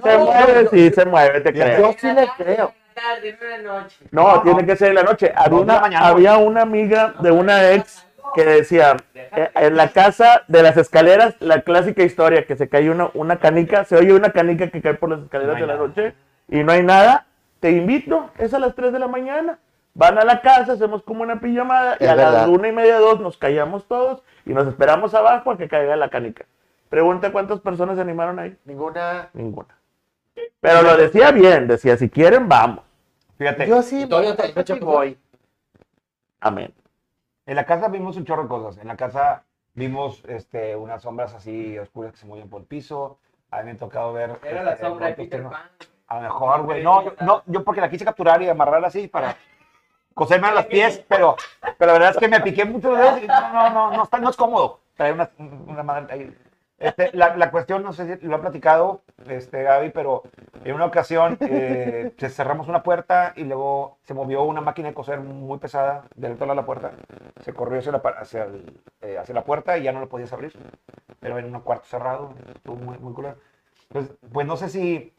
E: Se
D: No,
E: mueve,
D: yo-
E: sí, se mueve, te
C: Yo-
E: creo.
C: yo sí le creo.
D: Una tarde, en una noche.
E: No,
B: No,
E: tiene
B: no.
E: que ser en la noche. Había
B: No, en la
E: una,
B: mañana.
E: había una amiga de una ex que decía, eh, en la casa de las escaleras, la clásica historia, que se cae una, una canica, se oye una canica que cae por las escaleras
B: No hay
E: de la
B: nada.
E: noche y no hay nada, te invito, es a las 3 de la mañana. Van a la casa, hacemos como una pijamada y
C: Es
E: a las
C: verdad.
E: una y media, dos nos callamos todos y nos esperamos abajo a que caiga la canica. Pregunta cuántas personas se animaron ahí.
C: Ninguna.
E: Ninguna. Pero lo decía bien, decía, si quieren, vamos.
B: fíjate.
C: Yo sí.
A: Y todavía
C: voy,
A: hasta la fecha
C: yo sí voy.
E: Amén.
B: En la casa vimos un chorro de cosas. En la casa vimos este, unas sombras así oscuras que se movían por el piso. A mí me ha tocado ver.
D: Era la
B: este,
D: sombra de
B: cuántos
D: Peter
B: temas.
D: Pan.
B: A lo mejor, güey. No, yo- no, yo porque la quise capturar y amarrar así para coserme a los pies, pero, pero la verdad es que me piqué muchas veces. y No, no, no, no, está- no es cómodo traer una, una madre ahí. Este, la, la cuestión, no sé si lo han platicado, este, Gaby, pero en una ocasión eh, se- cerramos una puerta y luego se movió una máquina de coser muy pesada del otro lado de la puerta. Se corrió hacia la, pa- hacia, el- eh, hacia la puerta y ya no la podías abrir. Pero en un cuarto cerrado, estuvo muy, muy culero. Pues, pues no sé si.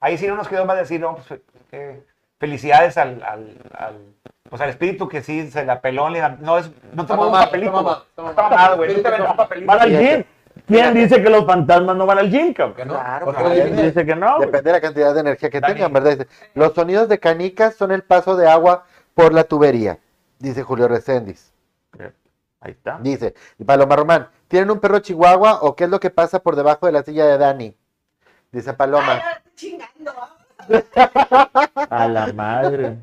B: Ahí sí no nos quedó más decir, no, pues, fe- eh, felicidades al, al, al- pues, al espíritu que sí se la peló. le- No, es, no
A: Está
B: tomó un
A: mamado,
B: papelito.
A: está
B: güey.
A: mamado, está
B: Está
A: mamado.
B: mamado, güey. No te
A: Espíritu
B: aventó un
A: está
B: papelito.
E: Van al
C: Fíjate.
E: gym. ¿Quién dice que los fantasmas no van al gym,
A: ¿Que
E: cabrón?
A: no?
C: Claro,
A: Porque
C: claro.
A: le
E: ¿Quién
A: dije,
E: dice que no? güey?
C: Depende de la cantidad de energía que
B: Dani.
C: tengan, ¿verdad? Dice, los sonidos de canicas son el paso de agua por la tubería, dice Julio Reséndiz.
E: Ahí está.
C: Dice, Paloma Román, ¿tienen un perro chihuahua o qué es lo que pasa por debajo de la silla de Dani? Dice
D: Ay,
C: Paloma.
D: ya, chingando. ah.
E: A la madre.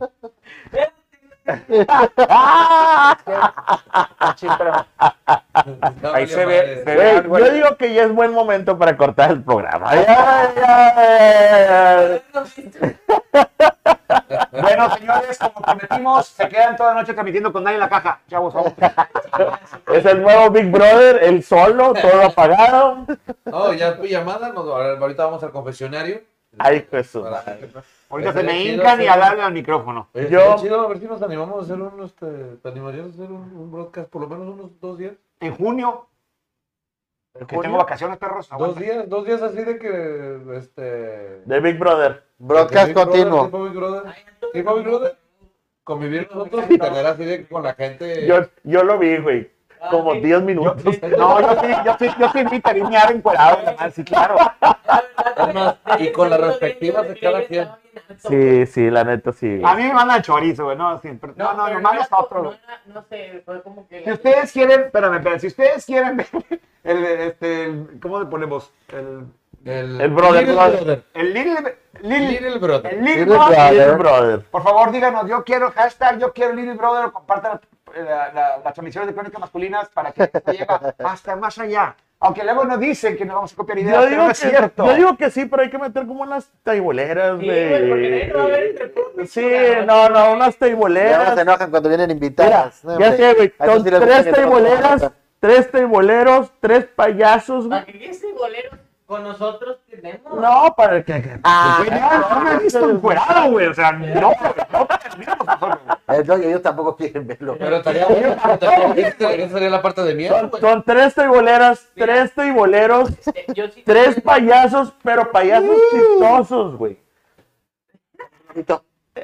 C: Ah,
D: Ah,
A: No,
B: Ahí
A: valió
B: se ve,
A: madre.
B: se ve
E: Güey,
B: algo.
E: yo
B: ahí.
E: digo que ya es buen momento para cortar el programa. Ya, ya, ya.
C: *laughs*
B: Bueno, señores, como prometimos, se quedan toda la noche transmitiendo con nadie en la caja. Chavos, vamos.
E: Es el nuevo Big Brother, el solo, todo apagado.
A: No, ya es pijamada, nos- ahorita vamos al confesionario.
E: Ay, pues, Jesús.
B: Ahorita se
A: Estaría
B: me
A: chido
B: hincan y
A: hacer-
B: hablan al micrófono.
A: Oye,
E: Yo-
A: estaría chido, a ver si nos animamos a hacer un, este, ¿te animarías a hacer un, un broadcast por lo menos unos dos días?
B: En junio,
A: ¿En
B: que
A: junio?
B: tengo vacaciones, perros.
A: Dos
B: aguanta.
A: días, dos días así de que, este...
E: De Big Brother.
C: Broadcast
A: de Big Brother,
C: continuo.
A: tipo Big Brother, tipo Big Brother, convivir nosotros y tener así de con la gente...
E: Yo, yo lo vi, güey.
D: Ah,
E: Como 10 minutos.
B: No, yo Ah, sí, yo sí, yo sí invitaría a mi ar encuerado, nada más, sí, claro.
D: Ah,
A: Además, y con las respectivas de cada quien.
E: Sí, sí, la neta sí.
B: A mí me mandan chorizo, güey, no, siempre. No, no,
D: pero
B: nomás
D: era-
B: nosotros.
D: No,
B: güey.
D: era- no sé, fue como que.
B: Si ustedes quieren, espérame, espérame, si ustedes quieren ver el, este, el- ¿cómo le ponemos? El,
A: El,
E: El brother,
A: Little
E: brother.
B: el Little, Little,
A: Little Brother.
B: el Little
C: Little
B: Brother.
C: Brother.
E: Big Brother.
B: Por favor, díganos, yo quiero, hashtag, yo quiero Little Brother, compartan la- eh, la- la- las transmisiones de crónicas masculinas para que esto llegue hasta más allá. Aunque luego nos dicen que nos vamos a copiar ideas,
E: Yo
B: pero
E: digo,
B: no
E: que,
B: es cierto.
E: yo digo que sí, pero hay que meter como unas taiboleras,
D: Sí,
E: güey.
D: güey, porque nadie lo va a ver entre público,
E: Sí,
D: güey.
E: no, no, unas
C: Ya no se
E: taiboleras.
C: enojan cuando vienen
E: Mira,
C: invitadas. No,
E: ya
C: hombre.
E: sé, güey,
C: A esos
E: son
C: sí les
E: tres
C: gustan el rock.
E: taiboleras, tres taiboleros, tres payasos, güey.
D: Para que ese bolero con nosotros tenemos.
E: No, para que... que-
B: Güey, no, no me he visto encuerado, güey. O sea, no, güey, no terminamos nosotros.
C: Eh, no, ellos tampoco quieren verlo.
A: Pero estaría bueno, pero estaría- esa esa sería la parte de miedo,
E: Son,
A: güey.
E: son tres taiboleras, tres taiboleros,
D: Este, Yo sí
E: tres payasos, pero payasos chistosos, güey.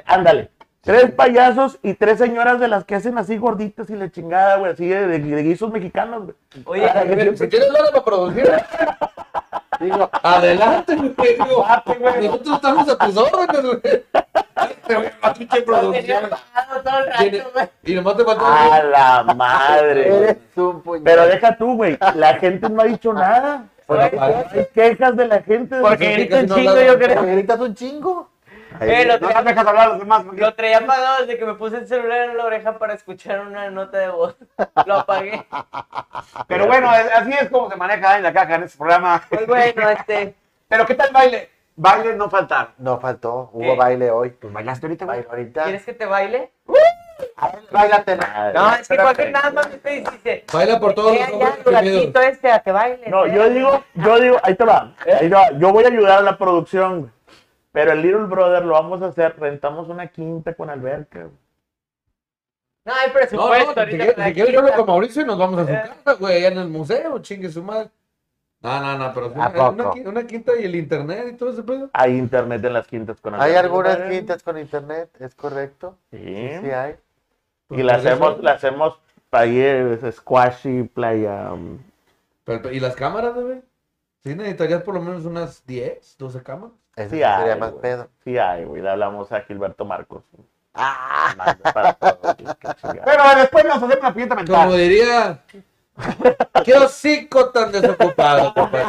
E: Ándale. Tres payasos y tres señoras de las que hacen así gorditas y la chingada, güey, así de, de- de guisos mexicanos, güey. Ah,
D: Oye,
B: pues,
A: Si tienes lana para producir,
C: Digo,
A: adelante, güey. digo,
B: Adelante, güey.
A: Nosotros estamos a tus órdenes, güey. Te voy a matar que
D: lo
A: producir.
D: tenía pagado todo el
A: Tiene-
D: rato, güey.
A: Y nomás te
C: Ah,
A: faltó.
E: A la madre. güey.
C: eres un puñal.
E: Pero deja tú, güey. La gente no ha dicho nada.
D: pues,
A: Bueno,
E: Hay- hay quejas de la gente. de-
A: Porque ahorita el chingo yo creo-
C: Me gritas un chingo.
D: Eh, lo
B: No
D: traía-
B: nos dejas hablar a los demás. porque-
D: Lo traía apagado desde que me puse el celular en la oreja para escuchar una nota de voz. *laughs* Lo apagué.
B: Pero bueno, es- así es como se maneja en la caja en este programa.
D: Pues bueno, este.
B: Pero ¿qué tal baile? Baile no faltar.
C: No faltó, hubo
D: Eh,
C: baile hoy.
B: Pues bailaste ahorita, güey.
C: Baile ahorita.
D: ¿Quieres que te baile?
C: Báilate.
D: No, es que cualquier nada más me dice.
A: Baila por todos los
D: Ya, ya,
A: hombres
D: el
A: oprimidos.
D: gatito este a que baile.
E: No,
D: eh.
E: yo digo, yo digo, ahí te va. eh, Ahí te va. Yo voy a ayudar a la producción, güey. Pero el Little Brother lo vamos a hacer. Rentamos una quinta con alberca. güey.
D: No hay
A: No, no,
D: presupuesto.
A: si
D: ahorita
A: quieres
D: para
A: si quieres yo hablo
D: quitar.
A: con Mauricio y nos vamos a su
D: Eh.
A: casa, güey, allá en el museo, chingue su madre. No, no, no, pero sí,
C: ¿A
A: una,
C: poco?
A: qui- una quinta y el internet y todo ese pedo.
E: Hay internet en las quintas con
C: Hay
E: Alberto
C: algunas
E: Vargas.
C: quintas con internet, es correcto.
E: Sí.
C: Sí hay.
E: Y
A: Pues,
E: la hacemos, la hacemos ahí es squash y playa. um,
A: Pero- pero- ¿Y las cámaras, güey? Sí, necesitarías por lo menos unas 10, 12 cámaras.
C: Eso
E: Sí
C: sí sería
E: hay,
C: más
E: güey.
C: pedo.
E: Sí hay, güey. Le hablamos a Gilberto Marcos.
C: Ah,
E: Manda para todo, güey, qué chingada.
B: Pero después nos hacemos una piñata mental.
A: Como diría, qué hocico tan desocupado, compadre.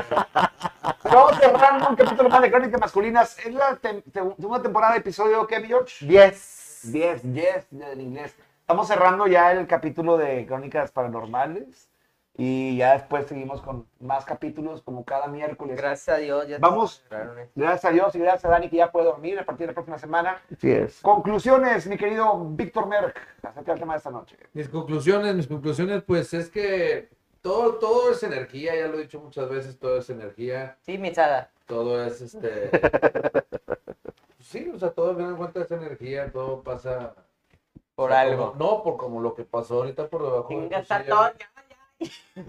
B: Vamos cerrando un capítulo más de Crónicas Masculinas. Es la tem- te- segunda temporada, episodio, ¿qué, mi George?
C: 10.
B: 10, 10 en inglés. Estamos cerrando ya el capítulo de Crónicas Paranormales y ya después seguimos con más capítulos como cada miércoles.
D: Gracias a Dios. Ya eh.
B: Vamos.
D: te cerraron esto.
B: Gracias a Dios y gracias a Dani que ya puede dormir a partir de la próxima semana.
E: Así es.
B: Conclusiones, mi querido Víctor Merck, acerca del tema de esta noche.
A: Mis conclusiones, mis conclusiones, pues es que todo, todo es energía, ya lo he dicho muchas veces, todo es energía,
D: Sí, misada.
A: todo es este. Sí, o sea, todo al final de cuentas es energía, todo pasa.
D: Por
A: o sea,
D: algo.
A: como- no, por como lo que pasó ahorita por debajo. del
D: Chinga, está
A: cuchillo,
D: todo.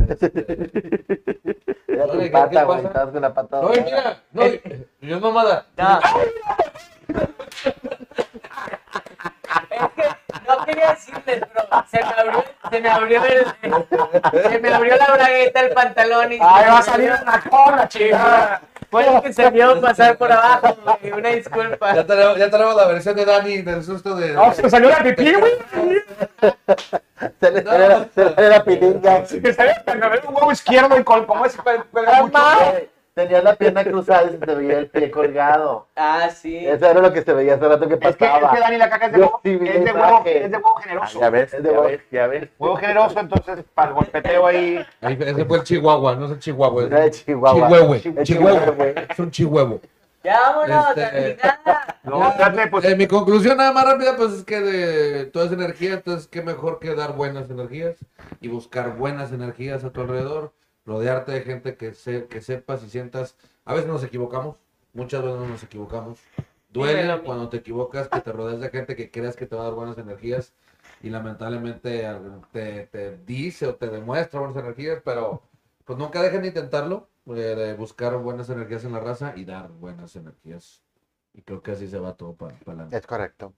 A: este,
C: Era
A: No,
C: tu
A: ¿qué- qué
C: pata, güey.
A: pasa?
C: Estabas con la pata.
A: No, y
C: doblada.
A: mira, no, y-
D: Eh.
A: yo mamada.
D: No. Es que no quería decirles, pero se me abrió, se me abrió el, se me abrió la bragueta, el pantalón y
B: ¡Ay, va a salir una corra, chica!
D: Fue que se vio pasar por abajo, güey, una disculpa.
A: Ya tenemos, ya tenemos la versión de Dani del susto de.
B: ¡No, se
E: pues,
B: me salió la pipí, güey!
C: Se le
A: No.
C: sale la- se le sale la piringa.
B: Se me salió me salió un huevo izquierdo y con, como ese pe- pegaba mucho.
C: Güey, Tenía la pierna cruzada y se te veía el pie colgado.
D: Ah, sí.
B: Este,
C: Eso era lo que se veía hace rato que
B: Es que, es
C: pasaba.
B: que Dani la caca es de,
C: Yo
B: huevo,
C: sí vi la
B: es de huevo,
C: imagen.
B: es de huevo
E: Ah,
B: generoso.
E: ya ves,
C: Es de
E: ya
C: huevo.
E: ves, ya ves.
B: Huevo generoso, entonces, para el golpeteo
C: *laughs*
B: ahí.
A: Ahí- Ese fue el Chihuahua, no es el Chihuahua. es-
C: Era de Chihuahua.
A: Chihuahue.
C: Es
A: Chihuahue.
C: Chihuahue.
A: Es un chihuahue.
D: Ya vámonos,
A: Este-
D: terminada.
B: No, espérate, pues.
A: Eh, mi conclusión nada más rápida, pues es que de toda esa energía, entonces qué mejor que dar buenas energías y buscar buenas energías a tu alrededor, rodearte de gente que, se, que sepas y sientas. A veces nos equivocamos, muchas veces nos equivocamos. Duele
D: Dímelo a mí.
A: cuando te equivocas que te rodeas de gente que creas que te va a dar buenas energías y lamentablemente al- te, te dice o te demuestra buenas energías, pero pues nunca dejen de intentarlo, eh, de buscar buenas energías en la raza y dar buenas energías. Y creo que así se va todo para adelante.
C: Es correcto.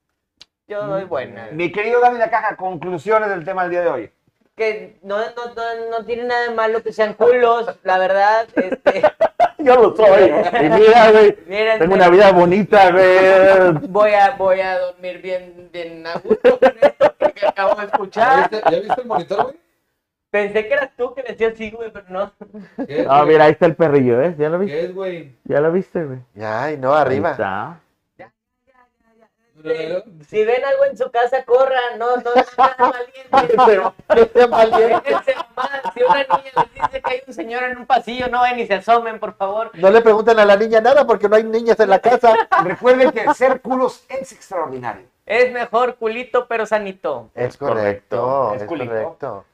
D: Yo doy buena.
B: Mi querido Dani la caja, conclusiones del tema del día de hoy.
D: Que no, no, no, no tiene nada de malo que sean culos, la verdad. Este,
E: Yo lo soy. Y mira, güey.
D: miren,
E: Tengo una vida bonita, güey.
D: voy a, voy a dormir bien, bien a gusto con esto que acabo de
A: ¿Ya
D: escuchar.
A: viste, ya viste el monitor, güey?
D: Pensé que eras tú que decías así, güey, pero no.
A: ¿Qué es,
E: Ah,
A: güey?
E: mira, ahí está el perrillo, ¿eh? ¿Ya lo viste?
A: ¿Qué es, güey?
E: ¿Ya lo viste, güey?
C: Ay, no,
E: Ahí
C: arriba.
E: *laughs* está.
D: Si ven algo en su casa, corran, no, no, no, nada valiente.
C: Pero, este valiente.
D: Déjense mamadas. Si una niña les dice que hay un señor en un pasillo, no ven y se asomen, por favor.
C: No le preguntan a la niña nada porque no hay niñas en la casa.
B: Recuerden que ser culos es extraordinario.
D: Es mejor culito, pero sanito.
C: *laughs* Es correcto,
B: Es
C: es
B: culito.
C: correcto.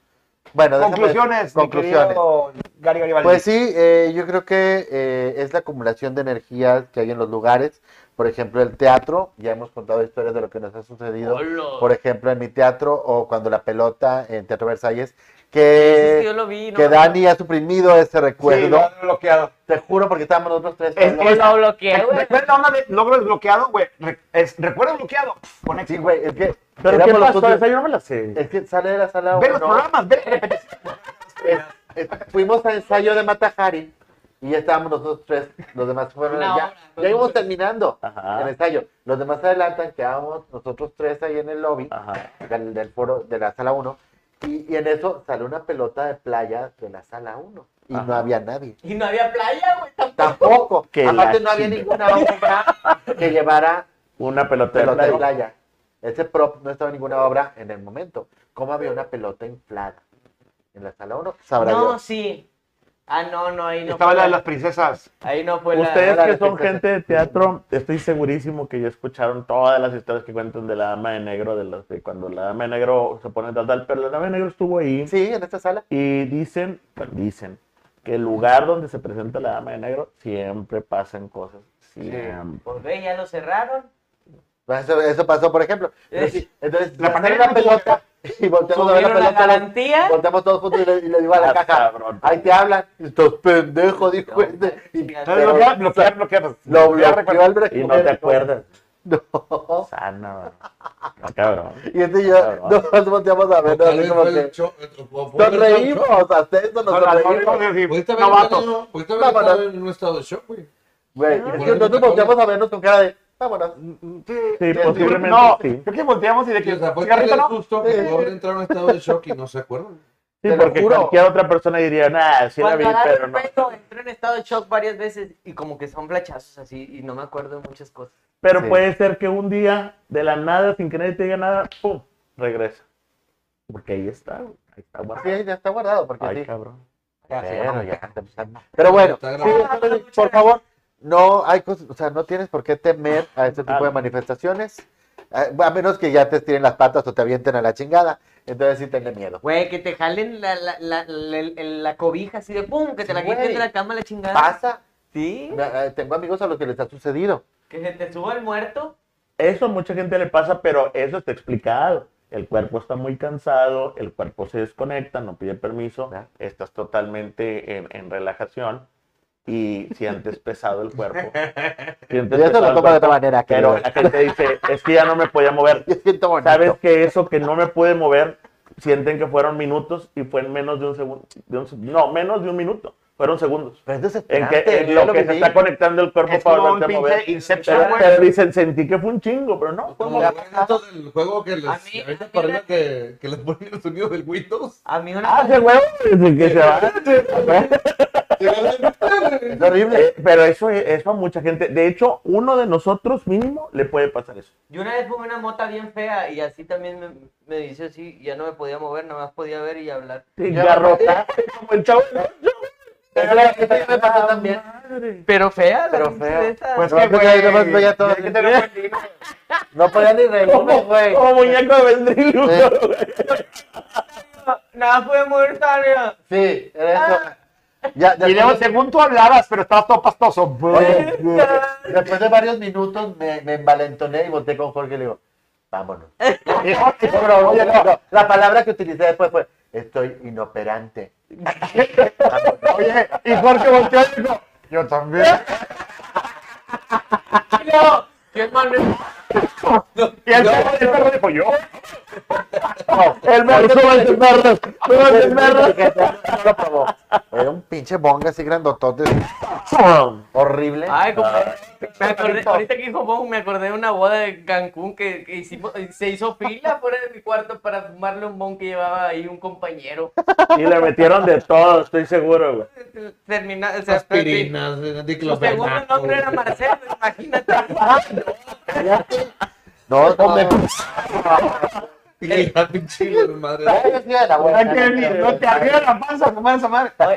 C: Bueno, déjame-
B: Conclusiones, mi
C: conclusiones.
B: querido Gary Garibaldi.
C: Pues sí, eh, yo creo que eh, es la acumulación de energías que hay en los lugares. Por ejemplo, el teatro, ya hemos contado historias de lo que nos ha sucedido.
D: Hola.
C: Por ejemplo, en mi teatro o cuando la pelota en Teatro Versalles,
D: Sí, sí,
C: que,
D: yo lo vi, no,
C: que
D: no,
C: Dani ha suprimido ese
B: Sí,
C: recuerdo.
B: lo han bloqueado.
C: Te juro porque estábamos nosotros tres.
B: Es-
C: solos.
D: no, lo bloqueé, güey.
B: Recuerda una de logro desbloqueado, güey. Re- es- Recuerdo bloqueado. Pff, Con
C: Sí,
B: éxito.
C: güey, es que...
E: ¿Pero qué
C: éramos los
E: pasó?
C: últimos-
E: Esa yo no me la sé.
C: Es que sale de la sala
B: Ve
C: uno.
B: los programas, ve. repeticiones.
C: Es- es- fuimos al ensayo de Matajari y ya estábamos nosotros tres, los demás fueron
D: Una
C: ya,
D: hora,
C: ya íbamos
D: nosotros.
C: terminando
E: Ajá.
C: el ensayo. Los demás se adelantan, quedábamos nosotros tres ahí en el lobby
E: Ajá.
C: del, del foro de la sala 1 y, y en eso sale una pelota de playa de la sala 1 y no
E: Ajá.
C: había nadie.
D: Y no había playa, güey, tampoco.
C: Tampoco,
E: Que
C: aparte
E: la
C: no había
E: chinga.
C: ninguna obra que llevara
E: Una pelota de
C: pelota de
E: playa.
C: playa. Ese prop no estaba en ninguna obra en el momento. ¿Cómo había una pelota inflada en la sala 1? Sabrá
D: No,
C: Dios.
D: sí. Ah, no, no, ahí no
B: Estaba
D: fue
B: la de
D: la-
B: las princesas.
D: Ahí no fue la...
E: Ustedes
C: la
E: que son
C: defensa.
E: gente de teatro, estoy segurísimo que ya escucharon todas las historias que cuentan de la dama de negro, de, las, de cuando la dama de negro se pone tal, tal, pero la dama de negro estuvo ahí
C: Sí, en esta sala.
E: y dicen, bueno, dicen, que el lugar donde se presenta la dama de negro siempre pasan cosas. Siempre.
D: Pues ve, ya lo cerraron.
C: Eso, eso pasó, por ejemplo.
D: Eh.
C: Entonces,
B: La
C: la
B: pandemia
C: una
B: no
C: pelota Y volteamos a ver
D: Subieron la
C: la pelota.
D: garantía.
C: Volteamos todos juntos y le, y le digo a la
E: Ah,
C: caja.
E: cabrón.
C: Ahí te hablan. Estos pendejos, dijo este. Y-
E: Pero-
B: bloquear, bloquear, bloquear. pues,
C: Lo
B: bloquear,
C: bloqueó al
E: Y no te acuerdas.
C: No.
E: Sana, no, cabrón.
C: Y este y yo, nos volteamos a ver.
A: Tal vez
C: Nos como
A: fue el
C: que.
A: show- o fue- fue
C: Nos
A: el show,
C: reímos, hasta esto nos
B: No, las
C: reímos.
B: morras, sí,
A: Pudiste haber
B: novatos.
A: estado- pudiste haber estado
C: Vámonos.
A: en un estado de shock, güey.
C: Güey,
A: Ah,
C: y nosotros volteamos a vernos con cara de. Vámonos.
E: Mm, Sí, posiblemente
B: No,
E: sí.
B: creo que volteamos y de
A: Sí,
B: que
A: o sea, fue
B: cigarrito
A: tan
B: no.
A: susto que pudo haber entrado en un estado de shock y no se acuerdan.
E: Sí,
C: Te lo
E: porque
C: juro.
E: cualquier otra persona diría, nah, sí la vi,
D: Cuando agarro
E: pero
D: el
E: no.
D: pedo, entré en estado de shock varias veces y como que son flachazos así y no me acuerdo de muchas cosas.
E: Pero
C: Sí.
E: puede ser que un día, de la nada, sin que nadie te diga nada, ¡pum! Regresa. Porque ahí está, güey. ahí está
C: Sí,
E: guardado.
C: ahí ya está guardado, porque
E: Ay,
C: sí.
E: cabrón.
C: Pero ya, te empezaron. Pero bueno,
A: Está
C: sí,
A: grabado.
C: entonces, por favor, no hay cosas, o sea, no tienes por qué temer a este tipo de manifestaciones, a a menos que ya te estiren las patas o te avienten a la chingada. Entonces sí tenle miedo.
D: Güey, que te jalen la, la, la, la, el- la cobija así de pum, que te la
C: Güey. Ah,
D: quiten de la cama la
A: ¿Ah?
D: chingada.
C: Pasa,
D: ¿Sí?
C: me- eh, tengo amigos a los que les ha sucedido.
D: Que se te suba el muerto.
E: Eso a mucha gente le pasa, pero eso está explicado. El cuerpo está muy cansado, el cuerpo se desconecta, no pide permiso,
C: Claro.
E: estás totalmente en, en relajación y sientes pesado el cuerpo. Sientes
C: Yo eso
E: pesado
C: lo
E: el
C: tomo de otra
E: cuerpo,
C: manera, que
E: Pero la gente dice, es que ya no me podía mover.
C: *laughs* yo siento bonito.
E: Sabes que eso que no me pude mover, sienten que fueron minutos y fue en menos de un segundo. de un se- no, menos de un minuto. Fueron segundos.
C: Pero es
E: En
C: desesperante,
E: que en
C: yo
E: lo que
C: viví.
E: se está conectando el cuerpo
B: Es
E: para
B: como un
E: volverse a mover.
B: pinche Inception,
E: Pero,
B: güey.
E: pero dicen, sentí que fue un chingo, pero no. fue
A: Como
E: mover.
A: los estos del juego que les
D: A mí-
A: ahorita
D: a mí
A: para
D: me-
A: arriba que, que les ponen el sonido del
D: *laughs*
A: Windows.
D: A mí una
E: Ah, ese huevo, desde que se va.
C: Es horrible.
E: Eh, Pero eso, es- eso a mucha gente. De hecho, uno de nosotros mínimo le puede pasar eso.
D: Yo una vez fumé una mota bien fea y así también me, me dice así, ya no me podía mover, nada más podía ver y hablar.
E: Garrota, *laughs* como el chavo.
C: Eso es lo que me pasó también.
E: Madre.
D: Pero fea,
C: Pero
D: pinche
C: fea.
D: de esa.
B: Pues
C: No,
B: que,
C: creo
B: güey,
C: que ahí nomás veía todo
B: hay que
C: así.
B: tener buen vino.
C: No podía ni reírme,
E: Como,
C: güey.
E: como muñeco de vendrillo.
C: Eh.
D: Nada más podía mover tarea.
C: Sí, era eso. Ya, ya
B: Y luego, según tú hablabas, pero estabas todo pastoso.
C: Oye, después de varios minutos me, me envalentoné y volteé con Jorge y le digo, vámonos. Pero, oye, no, no, la palabra que utilicé después fue, estoy inoperante.
B: Oye, y Jorge volteó y dijo, yo también.
D: No, ¿Qué manuel?
B: Y el perro, el perro dijo, yo.
E: El perro, el perro, el
C: No lo probó. Era un pinche bonga así grandotote,
E: perro.
C: horrible.
D: Ay, como...
A: Ah.
D: Me acordé, ahorita que dijo Bob, me acordé de una boda de Cancún que, que hicimos, se hizo fila fuera de mi cuarto para fumarle un bon que llevaba ahí un compañero.
E: Y le metieron de todo, estoy seguro, güey.
D: Termina, o sea,
A: Aspirinas, eh,
D: Su segundo
A: diclofenaco.
D: nombre era Marcelo, imagínate.
C: No, no, no.
A: *laughs* Y la pinche madre.
C: Ay, yo sí, de la buena.
B: Ay, que ni- No te abrió la panza, como esa madre.
D: Oye,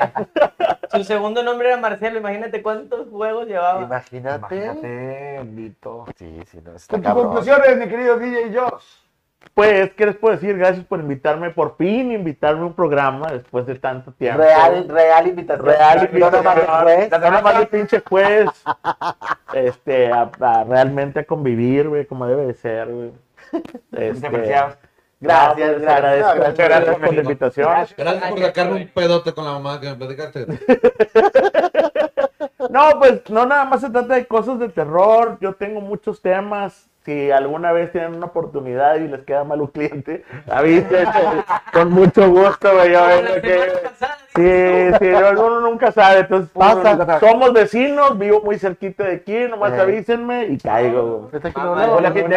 D: Su segundo nombre era Marcelo, imagínate cuántos juegos llevaba.
C: Imagínate.
B: Vito.
C: Sí, sí, no, está
B: Con tus
C: cabrón.
B: conclusiones, mi querido DJ Josh.
E: Pues, ¿qué les puedo decir? Gracias por invitarme, por fin invitarme a un programa después de tanto tiempo.
C: Real, real invitación.
E: Real
C: No, no mames, pues.
E: La verdad, más el pinche juez. Este, a, a realmente a convivir, güey, como debe de ser, güey. Este,
B: Demasiado.
C: Gracias,
E: no, pues, les
C: gracias.
E: agradezco,
C: No, gracias,
E: muchas gracias por la
B: Benito.
E: invitación.
A: Gracias por sacarme un pedote con la mamá que me platicaste.
E: No, pues no nada más se trata de cosas de terror. Yo tengo muchos temas. Si alguna vez tienen una oportunidad y les queda mal un cliente,
C: *laughs*
E: avisen. Con mucho gusto, güey. Yo
D: Como
E: vengo
D: la
E: aquí.
D: semana pasada,
E: Sí, sí, uno nunca sabe, entonces
B: Uno
E: pasa.
B: nunca sabe.
E: Somos vecinos, vivo muy cerquita de aquí, nomás
C: Eh.
E: avísenme y caigo. güey.
C: Está aquí,
D: Mamá,
C: no,
B: De, de,
C: Este no, hola,
B: de,
C: ¿qué
B: de-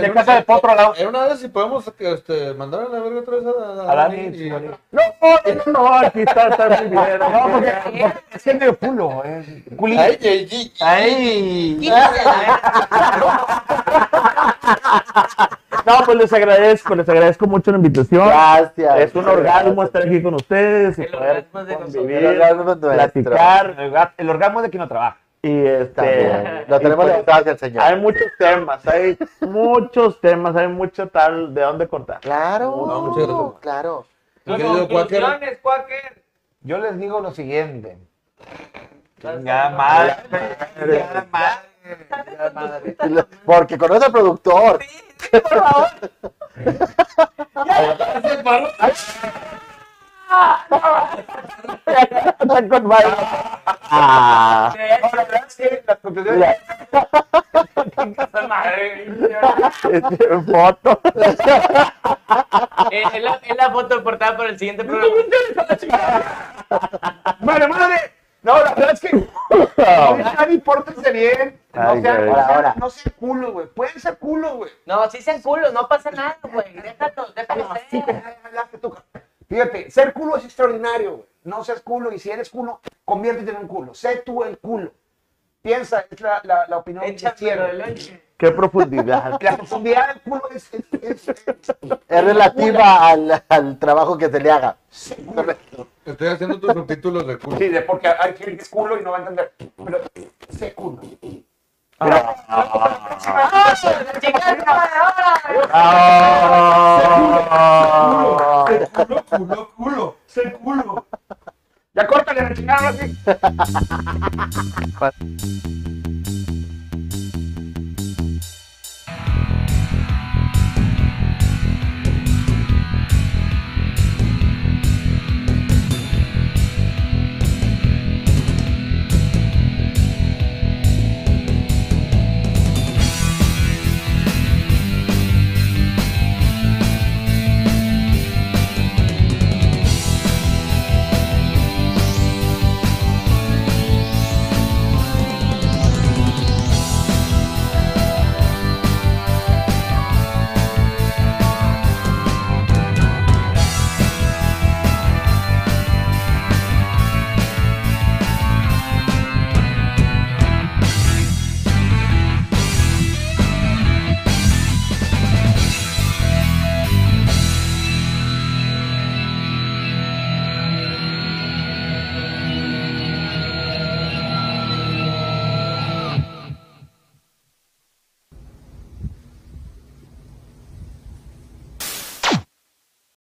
B: de- de casa de potro al lado.
A: Era una vez si podemos este, mandar a la verga otra vez a, a,
B: A Dani,
A: Dani.
B: sí,
A: y-
B: Dani.
E: No, no, no, no, aquí está, está
C: *laughs*
E: muy bien.
B: No, porque, porque es que es medio culo. eh. Culillo.
A: Ay, ay, ay.
B: Ay.
D: quítate la verga.
E: No, pues les agradezco, les agradezco mucho la invitación.
C: Gracias.
E: es un orgasmo
B: este
E: estar aquí con ustedes y
D: El
E: poder
D: orgasmo es de
C: El
E: convivir,
C: orgasmo es nuestro.
E: platicar
B: El orga- El orgasmo de quien no trabaja.
E: y este.
C: También. Lo
E: y
C: tenemos
E: pues,
C: levantado hacia el señor.
E: hay muchos temas, hay muchos temas, hay mucho tal de dónde cortar.
C: Claro,
A: No, muchas gracias.
C: claro.
A: Mi querido Quaker,
D: Conclusiones, Quaker.
B: Yo les digo lo siguiente.
D: Chingada
B: madre.
D: Chingada madre.
C: Porque conoce al productor.
D: Por favor.
B: Ya
A: Se paró.
E: Está con madre. Ah,
B: No, la verdad es que las conclusiones-
E: mira, este, foto.
D: Es la, es la foto de portada para el siguiente programa.
B: Madre, madre. No, la verdad es que. Javi, pórtense bien. No
E: Ay,
B: sean,
E: güey.
B: no sean-
C: Ahora.
B: no sean culo, güey. Pueden ser culo, güey.
D: No, sí sean culo, no pasa nada, güey. Déjalo, déjalo
B: Sí,
D: ser.
B: ya hablaste tú. Fíjate, ser culo es extraordinario, güey. No seas culo y si eres culo, conviértete en un culo. Sé tú el culo. Piensa, es la, la, la opinión que
D: Échame
B: quiero.
D: lo del lonche.
E: Qué profundidad.
B: La profundidad del culo es, es, es- es-
C: Es relativa al, al trabajo que se le haga.
A: Estoy haciendo tus subtítulos de culo.
B: Sí, de- porque hay gente que es culo y no va a entender. Pero sé culo.
D: Chica, no, ahora.
A: Culo, culo, culo. Sé culo.
B: Ya córtale, la chingada, ahora sí.